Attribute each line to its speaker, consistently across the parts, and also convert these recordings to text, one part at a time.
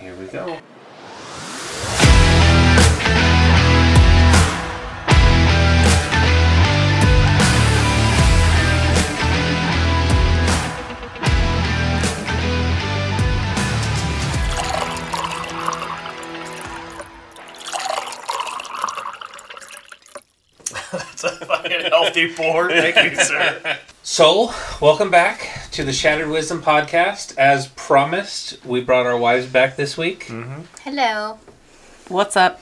Speaker 1: Here we go.
Speaker 2: It's a fucking healthy pour. Thank you, sir.
Speaker 1: So, welcome back to the Shattered Wisdom podcast. As promised, we brought our wives back this week.
Speaker 3: Hello.
Speaker 4: What's up?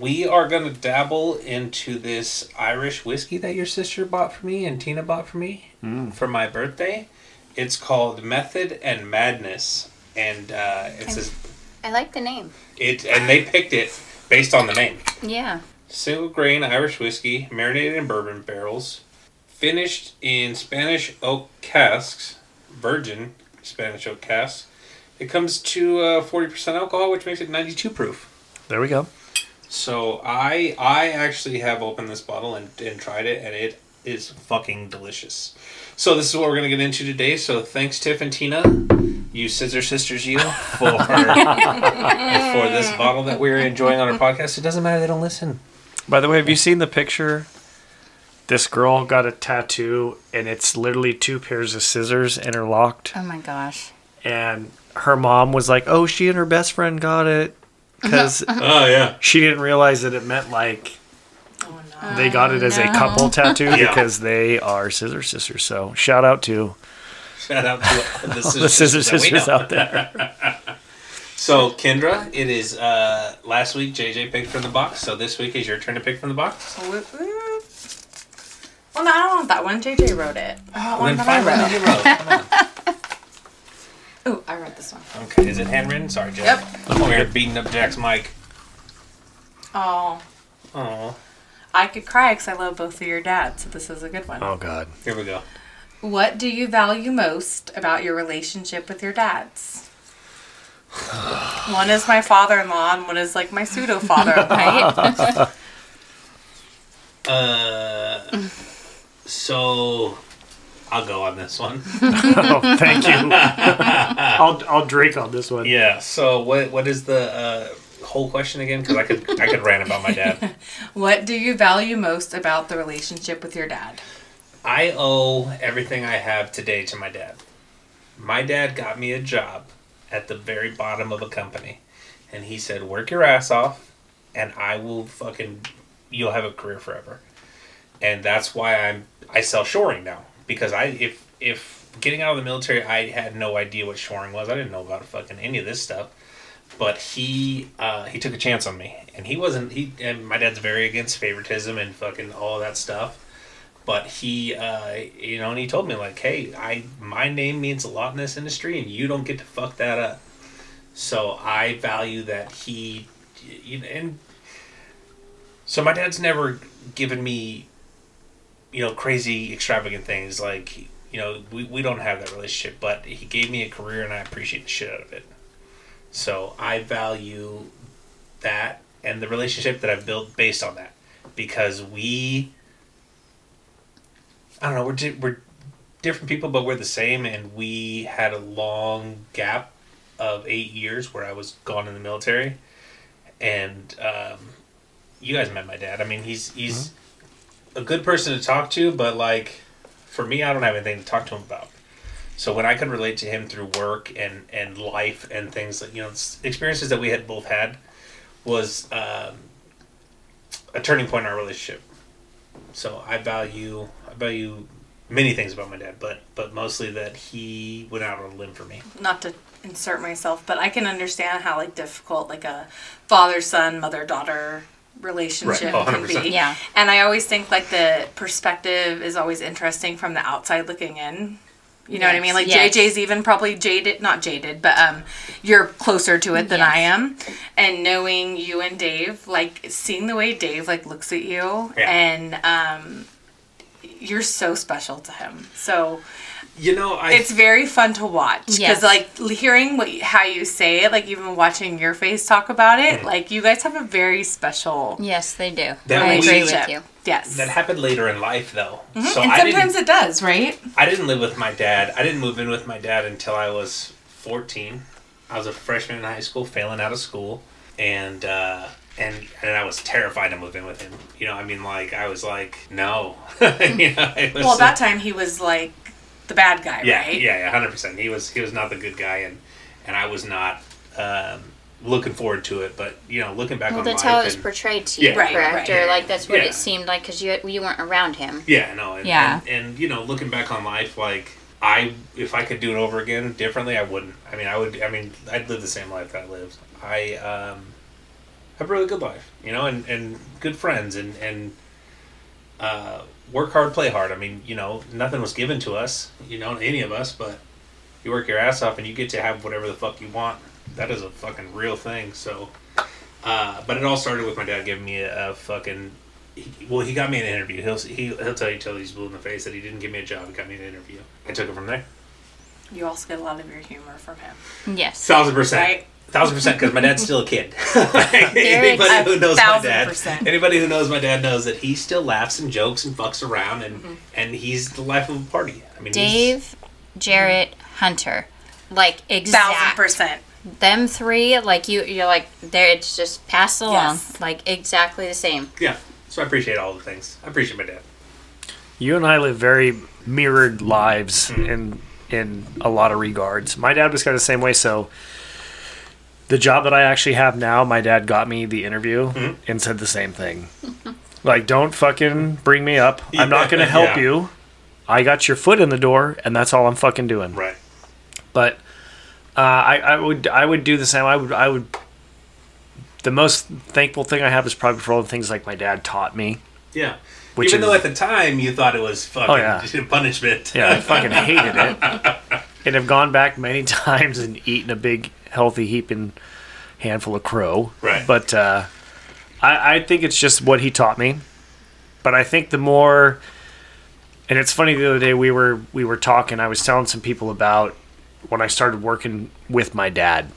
Speaker 1: We are going to dabble into this Irish whiskey that your sister bought for me and Tina bought for me for my birthday. It's called Method and Madness, and uh, it's a,
Speaker 3: I like the name.
Speaker 1: it and they picked it based on the name.
Speaker 3: Yeah.
Speaker 1: Single grain Irish whiskey, marinated in bourbon barrels, finished in Spanish oak casks, virgin Spanish oak casks. It comes to uh, 40% alcohol, which makes it 92 proof.
Speaker 2: There we go.
Speaker 1: So I I actually have opened this bottle and, and tried it and it is fucking delicious. So this is what we're gonna get into today. So thanks Tiff and Tina, you scissor sisters you for for this bottle that we're enjoying on our podcast. It doesn't matter they don't listen.
Speaker 2: By the way, have you seen the picture? This girl got a tattoo, and it's literally two pairs of scissors interlocked.
Speaker 4: Oh my gosh.
Speaker 2: And her mom was like, "Oh, she and her best friend got it," because
Speaker 1: Oh yeah.
Speaker 2: she didn't realize that it meant like
Speaker 1: Oh,
Speaker 2: they got it as a couple tattoo because they are scissor sisters. So shout out to
Speaker 1: Shout out to the
Speaker 2: the
Speaker 1: scissor
Speaker 2: scissor
Speaker 1: sisters. that we
Speaker 2: sisters
Speaker 1: know.
Speaker 2: out there.
Speaker 1: So Kendra, it is uh last week JJ picked from the box, so this week is your turn to pick from the box.
Speaker 4: Whoop, whoop. Well, no, I don't want that one. JJ wrote it. I want one that I
Speaker 1: finally
Speaker 4: wrote.
Speaker 1: you wrote. Come on.
Speaker 4: Ooh, I wrote this one.
Speaker 1: Okay, is it handwritten? Sorry, Jack.
Speaker 4: Yep.
Speaker 1: I'm over here beating up Jack's mic.
Speaker 4: Oh,
Speaker 1: Oh,
Speaker 4: I could cry because I love both of your dads, so this is a good one.
Speaker 2: Oh God.
Speaker 1: here we go.
Speaker 4: What do you value most about your relationship with your dads? one is my father-in-law, and one is like my pseudo-father, right?
Speaker 1: Uh, so I'll go on this one.
Speaker 2: Oh, thank you. I'll I'll drink on this one.
Speaker 1: Yeah. So what what is the uh, whole question again? Because I could I could rant about my dad.
Speaker 4: what do you value most about the relationship with your dad?
Speaker 1: I owe everything I have today to my dad. My dad got me a job at the very bottom of a company, and he said, "Work your ass off, and I will fucking you'll have a career forever." and that's why I'm I sell shoring now because I if if getting out of the military I had no idea what shoring was I didn't know about fucking any of this stuff but he uh, he took a chance on me and he wasn't he and my dad's very against favoritism and fucking all that stuff but he uh, you know and he told me like hey I my name means a lot in this industry and you don't get to fuck that up so I value that he you know, and so my dad's never given me you know, crazy, extravagant things. Like, you know, we, we don't have that relationship, but he gave me a career and I appreciate the shit out of it. So I value that and the relationship that I've built based on that because we, I don't know, we're, di- we're different people, but we're the same. And we had a long gap of eight years where I was gone in the military. And, um, you guys met my dad. I mean, he's, he's, a good person to talk to, but like for me, I don't have anything to talk to him about. So when I could relate to him through work and and life and things like you know s- experiences that we had both had was um, a turning point in our relationship. So I value I value many things about my dad, but but mostly that he went out on a limb for me.
Speaker 4: not to insert myself, but I can understand how like difficult like a father son, mother daughter relationship
Speaker 1: Right. Oh,
Speaker 4: can
Speaker 1: 100%.
Speaker 4: be.
Speaker 3: Yeah.
Speaker 4: And I always think like the perspective is always interesting from the outside looking in. You know what I mean?
Speaker 3: Yes,
Speaker 4: Like
Speaker 3: yes.
Speaker 4: JJ's even probably jaded, not jaded, but um, you're closer to it than I
Speaker 3: Yes.
Speaker 4: am. And knowing you and Dave, like seeing the way Dave like looks at you,
Speaker 1: Yeah.
Speaker 4: and um, you're so special to him. So
Speaker 1: You know, I
Speaker 4: it's very fun to watch because
Speaker 3: Yes.
Speaker 4: like l- hearing what you- how you say it like even watching your face talk about it
Speaker 1: Mm.
Speaker 4: like you guys have a very special
Speaker 3: Yes, they do.
Speaker 1: That
Speaker 3: I
Speaker 1: we-
Speaker 3: agree with
Speaker 4: relationship.
Speaker 3: you.
Speaker 4: yes
Speaker 1: that happened later in life though. So
Speaker 4: Mm-hmm, and
Speaker 1: I didn't-
Speaker 4: sometimes it does right
Speaker 1: I didn't live with my dad. I didn't move in with my dad until I was 14. I was a freshman in high school, failing out of school, and uh, and and I was terrified to move in with him. You know, I mean, like I was like, no. you know, it was,
Speaker 4: Well, at that time he was like the bad guy,
Speaker 1: yeah,
Speaker 4: right?
Speaker 1: yeah, yeah, hundred percent. He was he was not the good guy, and and I was not um, looking forward to it. But you know, looking back
Speaker 3: Well,
Speaker 1: on
Speaker 3: that's
Speaker 1: life
Speaker 3: how it was
Speaker 1: and-
Speaker 3: portrayed to you,
Speaker 1: Yeah.
Speaker 4: Right,
Speaker 3: correct?
Speaker 4: right.
Speaker 3: Or like that's what
Speaker 1: Yeah.
Speaker 3: it seemed like because you had- you weren't around him.
Speaker 1: Yeah, no, and,
Speaker 5: Yeah.
Speaker 1: And, and you know, looking back on life, like I, if I could do it over again differently, I wouldn't. I mean, I would. I mean, I'd live the same life that I lived. I um, have a really good life, you know, and and good friends, and and uh, work hard, play hard. I mean, you know, nothing was given to us, you know, to any of us, but you work your ass off and you get to have whatever the fuck you want. That is a fucking real thing. So, uh, but it all started with my dad giving me a, a fucking. He, well, he got me an interview. He'll he, he'll tell you till he's blue in the face that he didn't give me a job. He got me an interview. I took it from there.
Speaker 4: You also get a lot of your humor from him.
Speaker 5: Yes.
Speaker 1: Thousand percent.
Speaker 4: Right.
Speaker 1: Thousand percent, because my dad's still a kid. anybody who knows my
Speaker 4: thousand
Speaker 1: dad,
Speaker 4: percent.
Speaker 1: anybody who knows my dad knows that he still laughs and jokes and fucks around, and
Speaker 4: Mm-hmm.
Speaker 1: and he's the life of a party. I mean, he's-
Speaker 3: Dave, Jarrett, Hunter, like exact
Speaker 4: Thousand percent.
Speaker 3: them three. Like you, you're like there. It's just passed along,
Speaker 4: Yes.
Speaker 3: like exactly the same.
Speaker 1: yeah. So I appreciate all the things. I appreciate my dad.
Speaker 2: You and I live very mirrored lives
Speaker 1: Hmm.
Speaker 2: in in a lot of regards. My dad was kind of the same way, so the job that I actually have now, my dad got me the interview
Speaker 1: Hmm.
Speaker 2: and said the same thing. like, don't fucking bring me up. I'm not going to help
Speaker 1: Yeah.
Speaker 2: you. I got your foot in the door, and that's all I'm fucking doing.
Speaker 1: Right.
Speaker 2: But uh, I, I would I would do the same. I would I would. The most thankful thing I have is probably for all the things like my dad taught me.
Speaker 1: Yeah.
Speaker 2: Which
Speaker 1: Even
Speaker 2: is-
Speaker 1: though at the time you thought it was fucking
Speaker 2: Oh, yeah.
Speaker 1: punishment.
Speaker 2: Yeah, I fucking hated it. And have gone back many times and eaten a big, healthy, heaping handful of crow.
Speaker 1: Right.
Speaker 2: But uh, I, I think it's just what he taught me. But I think the more, and it's funny. The other day we were we were talking. I was telling some people about when I started working with my dad,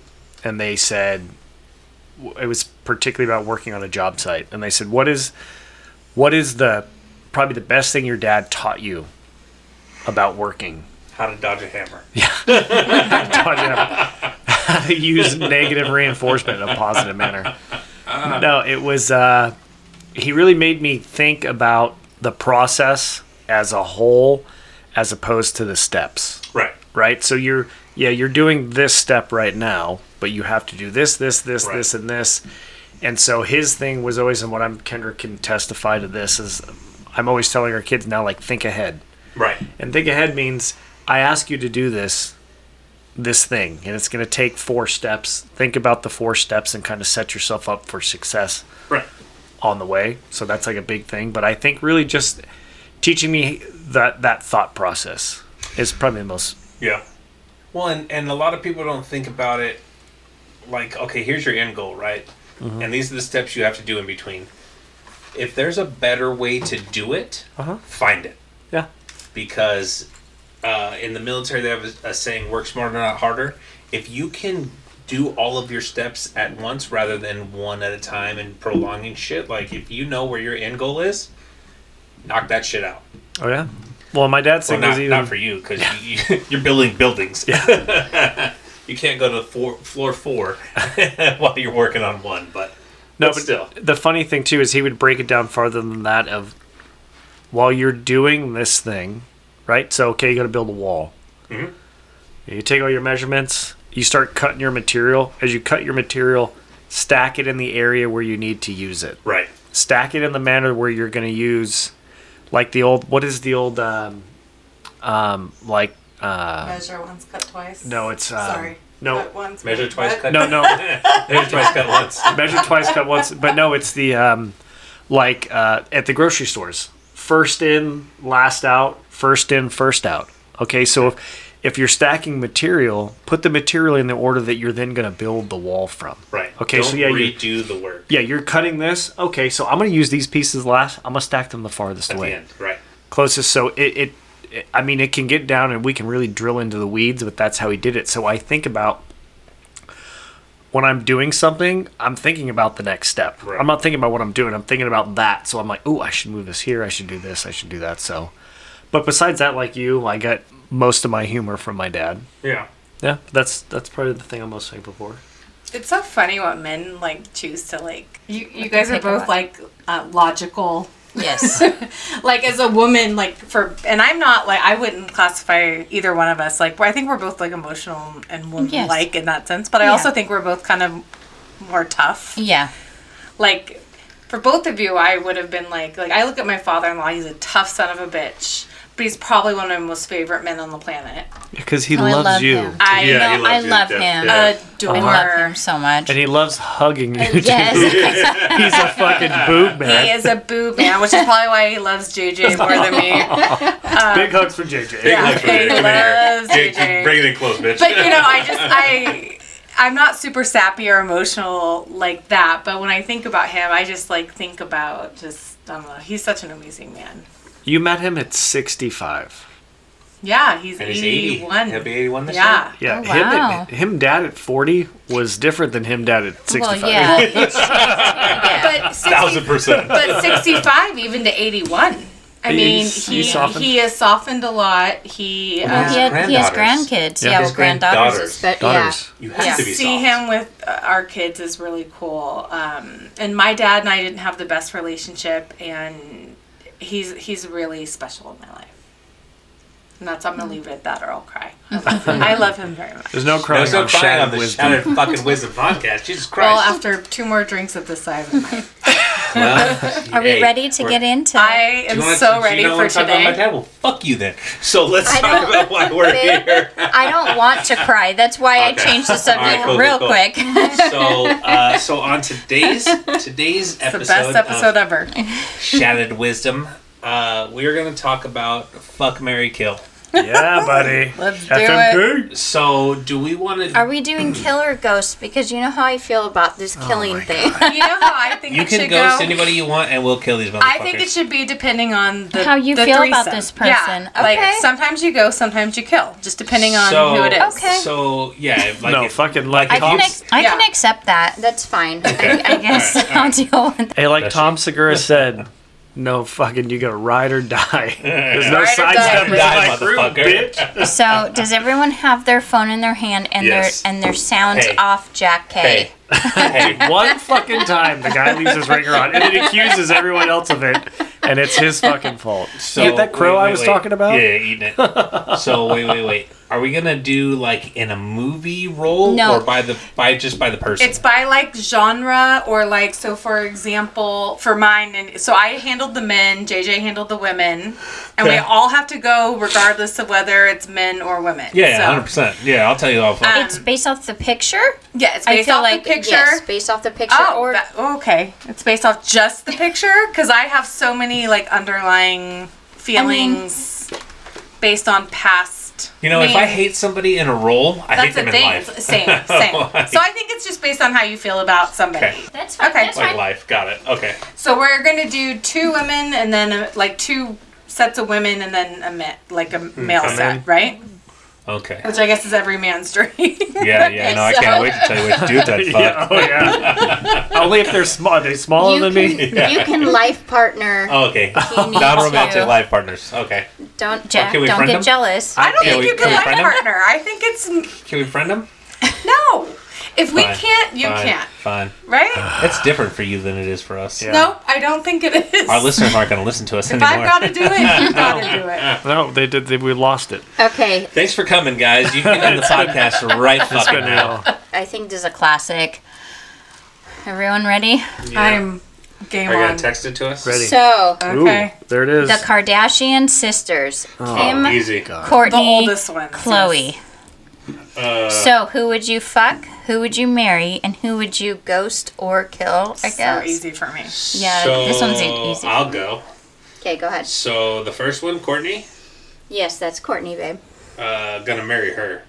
Speaker 2: and they said it was particularly about working on a job site, and they said, "What is, what is the probably the best thing your dad taught you about working?"
Speaker 1: How to dodge a hammer.
Speaker 2: taught you how to use negative reinforcement in a positive manner. No, it was. Uh, he really made me think about the process as a whole, as opposed to the steps.
Speaker 1: Right.
Speaker 2: Right. So you're yeah you're doing this step right now, but you have to do this this this
Speaker 1: Right.
Speaker 2: this and this. And so his thing was always, and what I'm Kendra can testify to this is, I'm always telling our kids now like think ahead.
Speaker 1: Right.
Speaker 2: And think ahead means I ask you to do this this thing and it's going to take four steps. Think about the four steps and kind of set yourself up for success
Speaker 1: Right.
Speaker 2: on the way. So that's like a big thing, but I think really just teaching me that that thought process is probably the most
Speaker 1: Yeah. Well, and, and a lot of people don't think about it like, okay, here's your end goal, right? And these are the steps you have to do in between. If there's a better way to do it,
Speaker 2: Uh-huh.
Speaker 1: find it.
Speaker 2: yeah.
Speaker 1: because uh, in the military they have a, a saying work smarter not harder if you can do all of your steps at once rather than one at a time and prolonging shit like if you know where your end goal is knock that shit out
Speaker 2: Oh yeah. Well, my dad's
Speaker 1: well,
Speaker 2: thing
Speaker 1: not,
Speaker 2: was even
Speaker 1: not for you because you, you, you're building buildings you can't go to four, floor four while you're working on one but
Speaker 2: No,
Speaker 1: But
Speaker 2: but
Speaker 1: still.
Speaker 2: the funny thing too is he would break it down farther than that. Of while you're doing this thing, right? So okay, you got to build a wall.
Speaker 1: Mm-hmm.
Speaker 2: You take all your measurements. You start cutting your material. As you cut your material, stack it in the area where you need to use it.
Speaker 1: right
Speaker 2: Stack it in the manner where you're going to use, like the old. What is the old? Um, um, like uh,
Speaker 4: Measure once, cut twice.
Speaker 2: no, it's um,
Speaker 4: Sorry.
Speaker 2: no,
Speaker 4: Cut once.
Speaker 1: uh, measure
Speaker 4: cut-
Speaker 1: twice cut
Speaker 2: no, no.
Speaker 1: measure twice cut once
Speaker 2: measure twice, cut once. But no, it's the um, like uh, at the grocery stores, first in, last out, first in, first out. Okay, so if if you're stacking material, put the material in the order that you're then going to build the wall from.
Speaker 1: right
Speaker 2: Okay,
Speaker 1: Don't
Speaker 2: so yeah, you,
Speaker 1: redo the work
Speaker 2: yeah, you're cutting this. Okay, so I'm going to use these pieces last. I'm going to stack them the farthest
Speaker 1: at
Speaker 2: away,
Speaker 1: the end right
Speaker 2: closest. So it. it it- I mean, it can get down and we can really drill into the weeds, but that's how he did it. So I think about when I'm doing something, I'm thinking about the next step.
Speaker 1: Right.
Speaker 2: I'm not thinking about what I'm doing. I'm thinking about that. So I'm like, oh, I should move this here. I should do this. I should do that. So, but besides that, like you, I got most of my humor from my dad.
Speaker 1: yeah
Speaker 2: yeah, that's that's probably the thing I'm most thankful for.
Speaker 4: It's so funny what men like choose to like. You you guys are
Speaker 3: Pick
Speaker 4: both
Speaker 3: up.
Speaker 4: like uh, logical.
Speaker 3: Yes.
Speaker 4: Like as a woman, like for and I'm not like I wouldn't classify either one of us like. I think we're both like emotional and woman like in that sense, but I
Speaker 3: Yeah.
Speaker 4: also think we're both kind of more tough.
Speaker 3: yeah.
Speaker 4: Like for both of you, I would have been like like I look at my father-in-law. He's a tough son of a bitch, but he's probably one of my most favorite men on the planet.
Speaker 2: Because he
Speaker 3: Oh, I
Speaker 2: loves
Speaker 3: love
Speaker 2: you,
Speaker 3: him.
Speaker 4: I Uh,
Speaker 5: Yeah, he
Speaker 3: No,
Speaker 5: loves
Speaker 3: I
Speaker 5: you to
Speaker 3: love
Speaker 5: death,
Speaker 3: him.
Speaker 5: yeah.
Speaker 4: adore.
Speaker 3: I love him so much.
Speaker 2: and he loves hugging you. too.
Speaker 3: Yes.
Speaker 2: he's a fucking boob
Speaker 4: He
Speaker 2: man.
Speaker 4: is a boob man, which is probably why he loves JJ more than me.
Speaker 2: Big hugs for JJ.
Speaker 5: Big
Speaker 4: Yeah,
Speaker 5: hug for
Speaker 4: he
Speaker 5: Jake. Come
Speaker 4: loves
Speaker 5: here. Jake,
Speaker 4: JJ.
Speaker 5: bring it in close, bitch.
Speaker 4: But you know, I just I I'm not super sappy or emotional like that, but when I think about him, I just like think about just I don't know. He's such an amazing man.
Speaker 2: You met him at 65.
Speaker 4: Yeah, he's,
Speaker 1: And he's
Speaker 4: 81.
Speaker 1: 80. He'll be 81 this year.
Speaker 4: yeah.
Speaker 2: Yeah,
Speaker 3: Oh,
Speaker 2: him,
Speaker 3: wow.
Speaker 2: at, him dad at 40 was different than him dad at 65.
Speaker 3: Well, yeah. it's- yeah.
Speaker 4: But 60,
Speaker 5: Thousand percent.
Speaker 4: but 65 even to 81. I
Speaker 2: He's-
Speaker 4: mean,
Speaker 2: he's
Speaker 4: he
Speaker 2: softened.
Speaker 4: he has softened a lot. He uh,
Speaker 3: Oh, He, had, he has
Speaker 1: granddaughters.
Speaker 3: grandkids.
Speaker 2: Yeah.
Speaker 3: Yeah,
Speaker 2: His
Speaker 3: with
Speaker 1: granddaughters.
Speaker 3: granddaughters. But, yeah.
Speaker 2: Daughters.
Speaker 5: You have
Speaker 3: Yeah.
Speaker 5: to be
Speaker 4: see
Speaker 5: soft.
Speaker 4: him with uh, our kids is really cool. Um, and my dad and I didn't have the best relationship, and he's he's really special in my life. And that's I'm gonna leave it at that, or I'll cry. I love him, I love him very much.
Speaker 2: There's no
Speaker 1: No,
Speaker 2: crying
Speaker 1: it's no
Speaker 2: on
Speaker 1: crying on
Speaker 2: shattered
Speaker 1: the
Speaker 2: wisdom.
Speaker 1: Shattered fucking Wisdom podcast. Jesus
Speaker 4: Well,
Speaker 1: Christ.
Speaker 4: after two more drinks of this, I'm
Speaker 3: Are we ready to get into
Speaker 4: I
Speaker 3: it?
Speaker 4: am so ready for
Speaker 1: my
Speaker 4: today.
Speaker 1: dad? Well, fuck you then. So let's
Speaker 3: I
Speaker 1: talk
Speaker 3: don't-
Speaker 1: about why we're here.
Speaker 3: I don't want to cry. That's why I
Speaker 5: Okay.
Speaker 3: changed the subject
Speaker 1: Alright, cool,
Speaker 3: real
Speaker 1: cool, cool.
Speaker 3: quick.
Speaker 1: So, uh, so on today's today's
Speaker 4: It's the
Speaker 1: episode,
Speaker 4: best episode
Speaker 1: of uh,
Speaker 4: ever.
Speaker 1: Shattered Wisdom, uh, we are going to talk about fuck, Mary kill.
Speaker 2: yeah, buddy.
Speaker 4: Let's do it.
Speaker 2: FMK.
Speaker 1: So, do we want
Speaker 3: Are
Speaker 1: to?
Speaker 3: we doing killer ghosts? Because you know how I feel about this killing thing.
Speaker 4: You know how I think
Speaker 1: You
Speaker 4: it
Speaker 1: can
Speaker 4: should
Speaker 1: ghost
Speaker 4: go.
Speaker 1: anybody you want, and we'll kill these motherfuckers.
Speaker 4: I think it should be depending on the
Speaker 3: How you
Speaker 4: the
Speaker 3: feel about
Speaker 4: threesome.
Speaker 3: this person.
Speaker 4: Yeah,
Speaker 3: Okay.
Speaker 4: like sometimes you go, sometimes you kill, just depending on
Speaker 1: so,
Speaker 4: who it is.
Speaker 3: Okay.
Speaker 1: So yeah, like
Speaker 2: no,
Speaker 1: if-
Speaker 2: fucking like
Speaker 3: I
Speaker 2: Tom.
Speaker 3: can ex- I
Speaker 4: Yeah.
Speaker 3: can accept that. That's fine. I, I guess
Speaker 1: Alright,
Speaker 3: I'll deal with that.
Speaker 2: hey, like Tom Segura said, no fucking, you gotta ride or die. There's no
Speaker 4: Ride or
Speaker 2: sidestep.
Speaker 4: die,
Speaker 2: You're
Speaker 1: die,
Speaker 2: like, "Rude,
Speaker 1: motherfucker."
Speaker 2: bitch.
Speaker 3: So, does everyone have their phone in their hand and
Speaker 5: Yes.
Speaker 3: their and their sound
Speaker 1: Hey.
Speaker 3: off, Jack K?
Speaker 1: hey, hey,
Speaker 2: One fucking time, the guy leaves his ringer on, and then accuses everyone else of it, and it's his fucking fault.
Speaker 1: so
Speaker 2: you get that crow
Speaker 1: wait,
Speaker 2: I
Speaker 1: wait,
Speaker 2: was
Speaker 1: wait.
Speaker 2: talking about?
Speaker 1: Yeah, yeah, eating it. so wait, wait, wait. Are we gonna do like in a movie role,
Speaker 3: No.
Speaker 1: or by the by just by the person?
Speaker 4: It's by like genre or like so for example for mine and so I handled the men, JJ handled the women, and we
Speaker 1: Okay.
Speaker 4: all have to go regardless of whether it's men or women.
Speaker 1: yeah, hundred
Speaker 4: so,
Speaker 1: percent. Yeah, I'll tell you all.
Speaker 4: Um,
Speaker 3: It's based off the picture.
Speaker 4: yeah, it's
Speaker 3: I
Speaker 4: based
Speaker 3: feel
Speaker 4: off
Speaker 3: like
Speaker 4: the picture.
Speaker 3: yes, based off the picture.
Speaker 4: Oh,
Speaker 3: or
Speaker 4: that- oh, okay. It's based off just the picture because I have so many like underlying feelings based on past.
Speaker 1: you know, if I
Speaker 4: mean,
Speaker 1: hate somebody in a role, I hate
Speaker 4: that's the
Speaker 1: them in
Speaker 4: thing.
Speaker 1: life.
Speaker 4: Same, same. so I think it's just based on how you feel about somebody.
Speaker 1: Okay.
Speaker 3: that's fine.
Speaker 4: Okay.
Speaker 3: That's
Speaker 1: Like
Speaker 3: fine.
Speaker 1: life, got it. Okay.
Speaker 4: So we're gonna do two women and then uh, like two sets of women and then a ma- like a male
Speaker 1: Hmm, a
Speaker 4: set,
Speaker 1: man.
Speaker 4: right?
Speaker 1: Okay.
Speaker 4: Which I guess is every man's dream.
Speaker 1: Yeah, yeah. No, I can't wait to tell you what to do with that fuck.
Speaker 2: Yeah, oh yeah. Only if they're small. Are they smaller
Speaker 3: You
Speaker 2: than
Speaker 3: can,
Speaker 2: me?
Speaker 3: you can life partner.
Speaker 1: Oh, okay.
Speaker 3: You need
Speaker 1: Non-romantic
Speaker 3: to.
Speaker 1: life partners. Okay.
Speaker 3: Don't Jack.
Speaker 1: Oh, can we
Speaker 3: don't
Speaker 1: friend
Speaker 3: get
Speaker 1: them?
Speaker 3: jealous.
Speaker 4: I don't
Speaker 1: Can
Speaker 4: think
Speaker 1: we-
Speaker 4: you
Speaker 1: can
Speaker 4: can
Speaker 1: we
Speaker 4: life
Speaker 1: friend 'em?
Speaker 4: partner. I think it's
Speaker 1: Can we friend them?
Speaker 4: no. If we
Speaker 1: Fine.
Speaker 4: can't, you
Speaker 1: Fine.
Speaker 4: can't,
Speaker 1: Fine.
Speaker 4: right?
Speaker 1: It's different for you than it is for us.
Speaker 2: Yeah.
Speaker 4: Nope, I don't think it is.
Speaker 1: Our listeners aren't going to listen to us
Speaker 4: if
Speaker 1: anymore.
Speaker 4: I've got to do it, you've got to do it.
Speaker 2: No, they did. They, we lost it.
Speaker 3: Okay,
Speaker 1: Thanks for coming, guys. You've been on the podcast right fucking
Speaker 2: Good
Speaker 1: now.
Speaker 2: now.
Speaker 3: I think this is a classic. Everyone ready?
Speaker 4: I'm game
Speaker 1: Are you
Speaker 4: on.
Speaker 1: going to text it to us?
Speaker 2: Ready.
Speaker 3: So
Speaker 4: Okay.
Speaker 2: Ooh, there it is.
Speaker 3: the Kardashian sisters, Kim,
Speaker 5: Oh, easy.
Speaker 4: The
Speaker 3: Courtney,
Speaker 4: oldest one.
Speaker 3: Chloe.
Speaker 1: Uh,
Speaker 3: so who would you fuck? Who would you marry? And who would you ghost or kill? I
Speaker 4: Yes. So
Speaker 3: guess.
Speaker 4: easy for me.
Speaker 3: Yeah, this one's e- easy.
Speaker 1: I'll go.
Speaker 3: Okay, go ahead.
Speaker 1: So the first one, Courtney,
Speaker 3: Yes, that's Courtney, babe.
Speaker 1: uh, going to marry her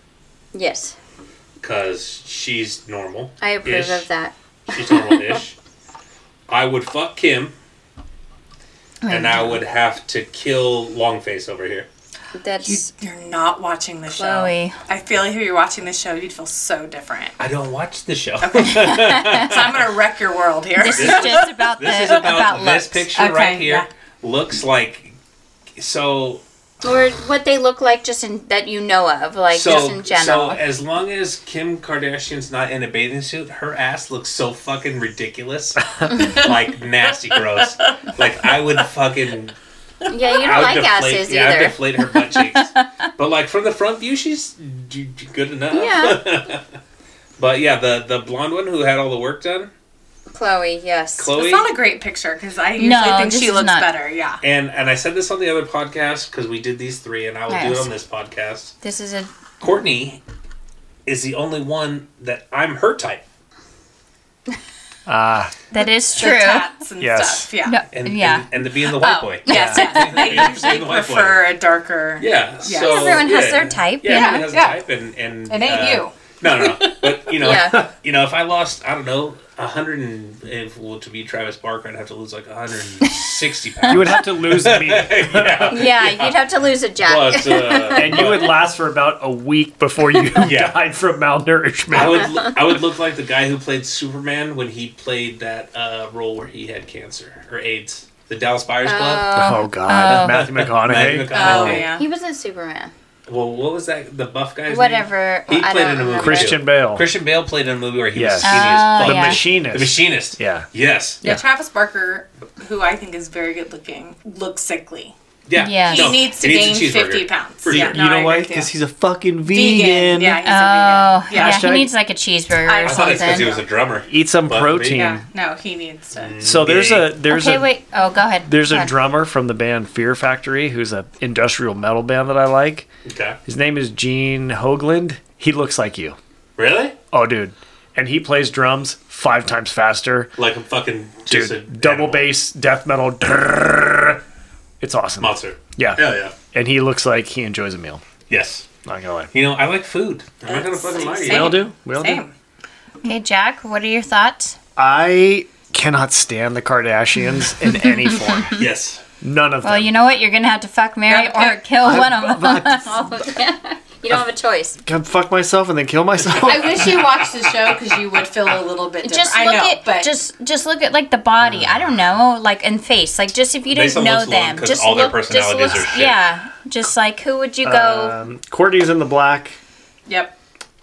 Speaker 3: Yes,
Speaker 1: because she's normal.
Speaker 3: I approve
Speaker 1: Ish.
Speaker 3: of that.
Speaker 1: She's normal-ish. I would fuck Kim. And I would have to kill Longface over here.
Speaker 4: You,
Speaker 3: That's
Speaker 4: you're not watching the show.
Speaker 3: Chloe.
Speaker 4: I feel like if you're watching the show, you'd feel so different.
Speaker 1: I don't watch the show.
Speaker 4: So I'm gonna wreck your world here.
Speaker 3: This is just about the
Speaker 1: This is about,
Speaker 3: about
Speaker 1: this
Speaker 3: looks.
Speaker 1: picture
Speaker 4: Okay,
Speaker 1: right here.
Speaker 4: yeah.
Speaker 1: Looks like so
Speaker 3: or what they look like just in that you know of, like just in
Speaker 1: So
Speaker 3: general.
Speaker 1: as long as Kim Kardashian's not in a bathing suit, her ass looks so fucking ridiculous, like nasty, gross. Like I would fucking.
Speaker 3: yeah, you
Speaker 1: I
Speaker 3: don't
Speaker 1: would
Speaker 3: like
Speaker 1: deflate,
Speaker 3: asses
Speaker 1: yeah, I would
Speaker 3: either.
Speaker 1: deflate her butt cheeks. but like from the front view, she's d- d- good enough.
Speaker 3: Yeah.
Speaker 1: but yeah, the the blonde one who had all the work done,
Speaker 3: Chloe, yes.
Speaker 1: Chloe.
Speaker 4: It's not a great picture because I usually
Speaker 3: No,
Speaker 4: think
Speaker 3: this
Speaker 4: she
Speaker 3: is
Speaker 4: looks
Speaker 3: not.
Speaker 4: better. Yeah.
Speaker 1: and and I said this on the other podcast because we did these three, and I will do it
Speaker 3: Yes.
Speaker 1: on this podcast.
Speaker 3: This is a
Speaker 1: Courtney is the only one that I'm her type.
Speaker 2: Ah,
Speaker 3: that is
Speaker 4: The
Speaker 3: true.
Speaker 4: tats and
Speaker 2: Yes.
Speaker 4: stuff. Yeah.
Speaker 3: No,
Speaker 1: and
Speaker 3: yeah.
Speaker 1: and, and the being the white
Speaker 4: Oh,
Speaker 1: boy.
Speaker 4: Yes, yes. They
Speaker 1: Yeah.
Speaker 4: usually
Speaker 1: The white boy.
Speaker 4: prefer a darker.
Speaker 1: Yeah.
Speaker 4: Yeah.
Speaker 1: So
Speaker 3: Everyone has
Speaker 1: yeah,
Speaker 3: their type,
Speaker 1: Yeah,
Speaker 3: yeah.
Speaker 1: everyone has
Speaker 4: Yeah.
Speaker 1: a type, and and
Speaker 4: It ain't
Speaker 1: uh,
Speaker 4: you.
Speaker 1: No, no, no. But you know,
Speaker 3: Yeah.
Speaker 1: you know, if I lost, I don't know, a hundred and if well, to be Travis Barker, I'd have to lose like a hundred and sixty pounds.
Speaker 2: you would have to lose me,
Speaker 1: yeah.
Speaker 3: yeah, you'd have to lose a jack.
Speaker 1: But, uh,
Speaker 2: and you would last for about a week before you
Speaker 1: Yeah.
Speaker 2: died from
Speaker 1: I
Speaker 2: malnourishment.
Speaker 1: would lo- I would look like the guy who played Superman when he played that uh, role where he had cancer or AIDS, the Dallas Buyers Club.
Speaker 4: Um,
Speaker 2: oh God,
Speaker 4: uh,
Speaker 3: Oh.
Speaker 2: Matthew
Speaker 1: Matthew
Speaker 2: McConaughey,
Speaker 4: Oh,
Speaker 1: McConaughey.
Speaker 4: yeah.
Speaker 3: he was in Superman.
Speaker 1: Well, what was that? The buff guy's name?
Speaker 3: Whatever.
Speaker 1: He
Speaker 3: I
Speaker 1: played
Speaker 3: don't
Speaker 1: in a movie.
Speaker 3: remember.
Speaker 2: Christian Bale,
Speaker 1: Christian Bale played in a movie where he
Speaker 2: Yes.
Speaker 1: was skinny
Speaker 3: Oh,
Speaker 1: as
Speaker 2: the
Speaker 1: fuck.
Speaker 3: yeah.
Speaker 2: machinist.
Speaker 1: The machinist.
Speaker 2: Yeah.
Speaker 1: Yes.
Speaker 4: Yeah.
Speaker 2: Yeah.
Speaker 4: Travis Barker, who I think is very good looking, looks sickly.
Speaker 1: Yeah.
Speaker 3: Yeah.
Speaker 4: He
Speaker 3: No,
Speaker 4: needs to
Speaker 1: he
Speaker 4: gain
Speaker 1: a cheeseburger.
Speaker 4: 50 pounds.
Speaker 1: For
Speaker 4: yeah,
Speaker 1: sure.
Speaker 4: no,
Speaker 2: you
Speaker 4: I
Speaker 2: know
Speaker 4: agree
Speaker 2: why?
Speaker 4: with you.
Speaker 2: Because he's a fucking vegan.
Speaker 4: vegan. Yeah, he's
Speaker 3: Oh,
Speaker 4: a vegan.
Speaker 3: yeah. He
Speaker 4: Yeah.
Speaker 2: Hashtag-
Speaker 3: needs like a cheeseburger or
Speaker 1: I thought it's because he
Speaker 3: something.
Speaker 1: was a drummer.
Speaker 2: Eat some
Speaker 1: Fuck me.
Speaker 2: protein.
Speaker 4: Yeah. No, he needs to.
Speaker 2: So there's a there's
Speaker 3: okay,
Speaker 2: a
Speaker 3: wait. Oh, go ahead.
Speaker 2: there's
Speaker 3: go
Speaker 2: a
Speaker 3: ahead.
Speaker 2: drummer from the band Fear Factory who's an industrial metal band that I like.
Speaker 1: Okay.
Speaker 2: His name is Gene Hoagland. He looks like you.
Speaker 1: Really?
Speaker 2: Oh, dude. And he plays drums five times faster.
Speaker 1: Like a fucking just a
Speaker 2: Dude, double
Speaker 1: animal.
Speaker 2: bass, death metal. drrrr. It's awesome.
Speaker 1: monster.
Speaker 2: Yeah.
Speaker 1: Hell yeah.
Speaker 2: And he looks like he enjoys a meal.
Speaker 1: Yes.
Speaker 2: Not gonna lie.
Speaker 1: You know, I like food. I'm not gonna
Speaker 4: That's
Speaker 1: fucking lie to you.
Speaker 2: We
Speaker 4: insane.
Speaker 2: all do. We all do.
Speaker 4: Same.
Speaker 3: Okay, Jack. What are your thoughts?
Speaker 2: I cannot stand the Kardashians in any form.
Speaker 1: Yes.
Speaker 2: None of them.
Speaker 3: Well, you know what? You're gonna have to fuck, marry,
Speaker 4: Yeah,
Speaker 3: or kill one of them.
Speaker 2: I
Speaker 3: You don't have a choice.
Speaker 2: can fuck myself and then kill myself.
Speaker 4: I wish you watched the show because you would feel a little bit different.
Speaker 3: Just
Speaker 4: I
Speaker 3: look
Speaker 4: know,
Speaker 3: at
Speaker 4: but
Speaker 3: just just look at like the body. I don't know, like and face. Like just if you
Speaker 1: Hmm. Based
Speaker 3: didn't
Speaker 1: on
Speaker 3: know
Speaker 1: looks alone,
Speaker 3: them,
Speaker 1: 'cause
Speaker 3: just
Speaker 1: all their
Speaker 3: look, just
Speaker 1: personalities are
Speaker 3: looks-
Speaker 1: shit.
Speaker 3: Yeah, just like who would you go?
Speaker 2: um, Courtney's in the black.
Speaker 4: yep.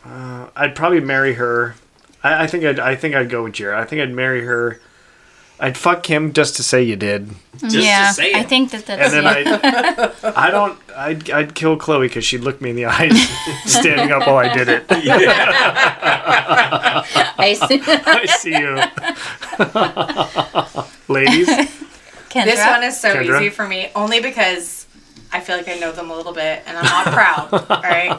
Speaker 2: I'd probably marry her. I, I think I'd I think I'd go with Jared. I think I'd marry her. I'd fuck him just to say you did,
Speaker 1: Just
Speaker 3: yeah,
Speaker 1: to say it.
Speaker 3: I think that that's
Speaker 2: and then
Speaker 3: yeah.
Speaker 2: I I don't I'd I'd kill Chloe because she'd look me in the eyes standing up while I did it.
Speaker 1: yeah.
Speaker 3: I see.
Speaker 2: I see you, ladies.
Speaker 3: Kendra,
Speaker 4: This one is so
Speaker 2: Kendra?
Speaker 4: easy for me only because I feel like I know them a little bit and I'm not proud. All right.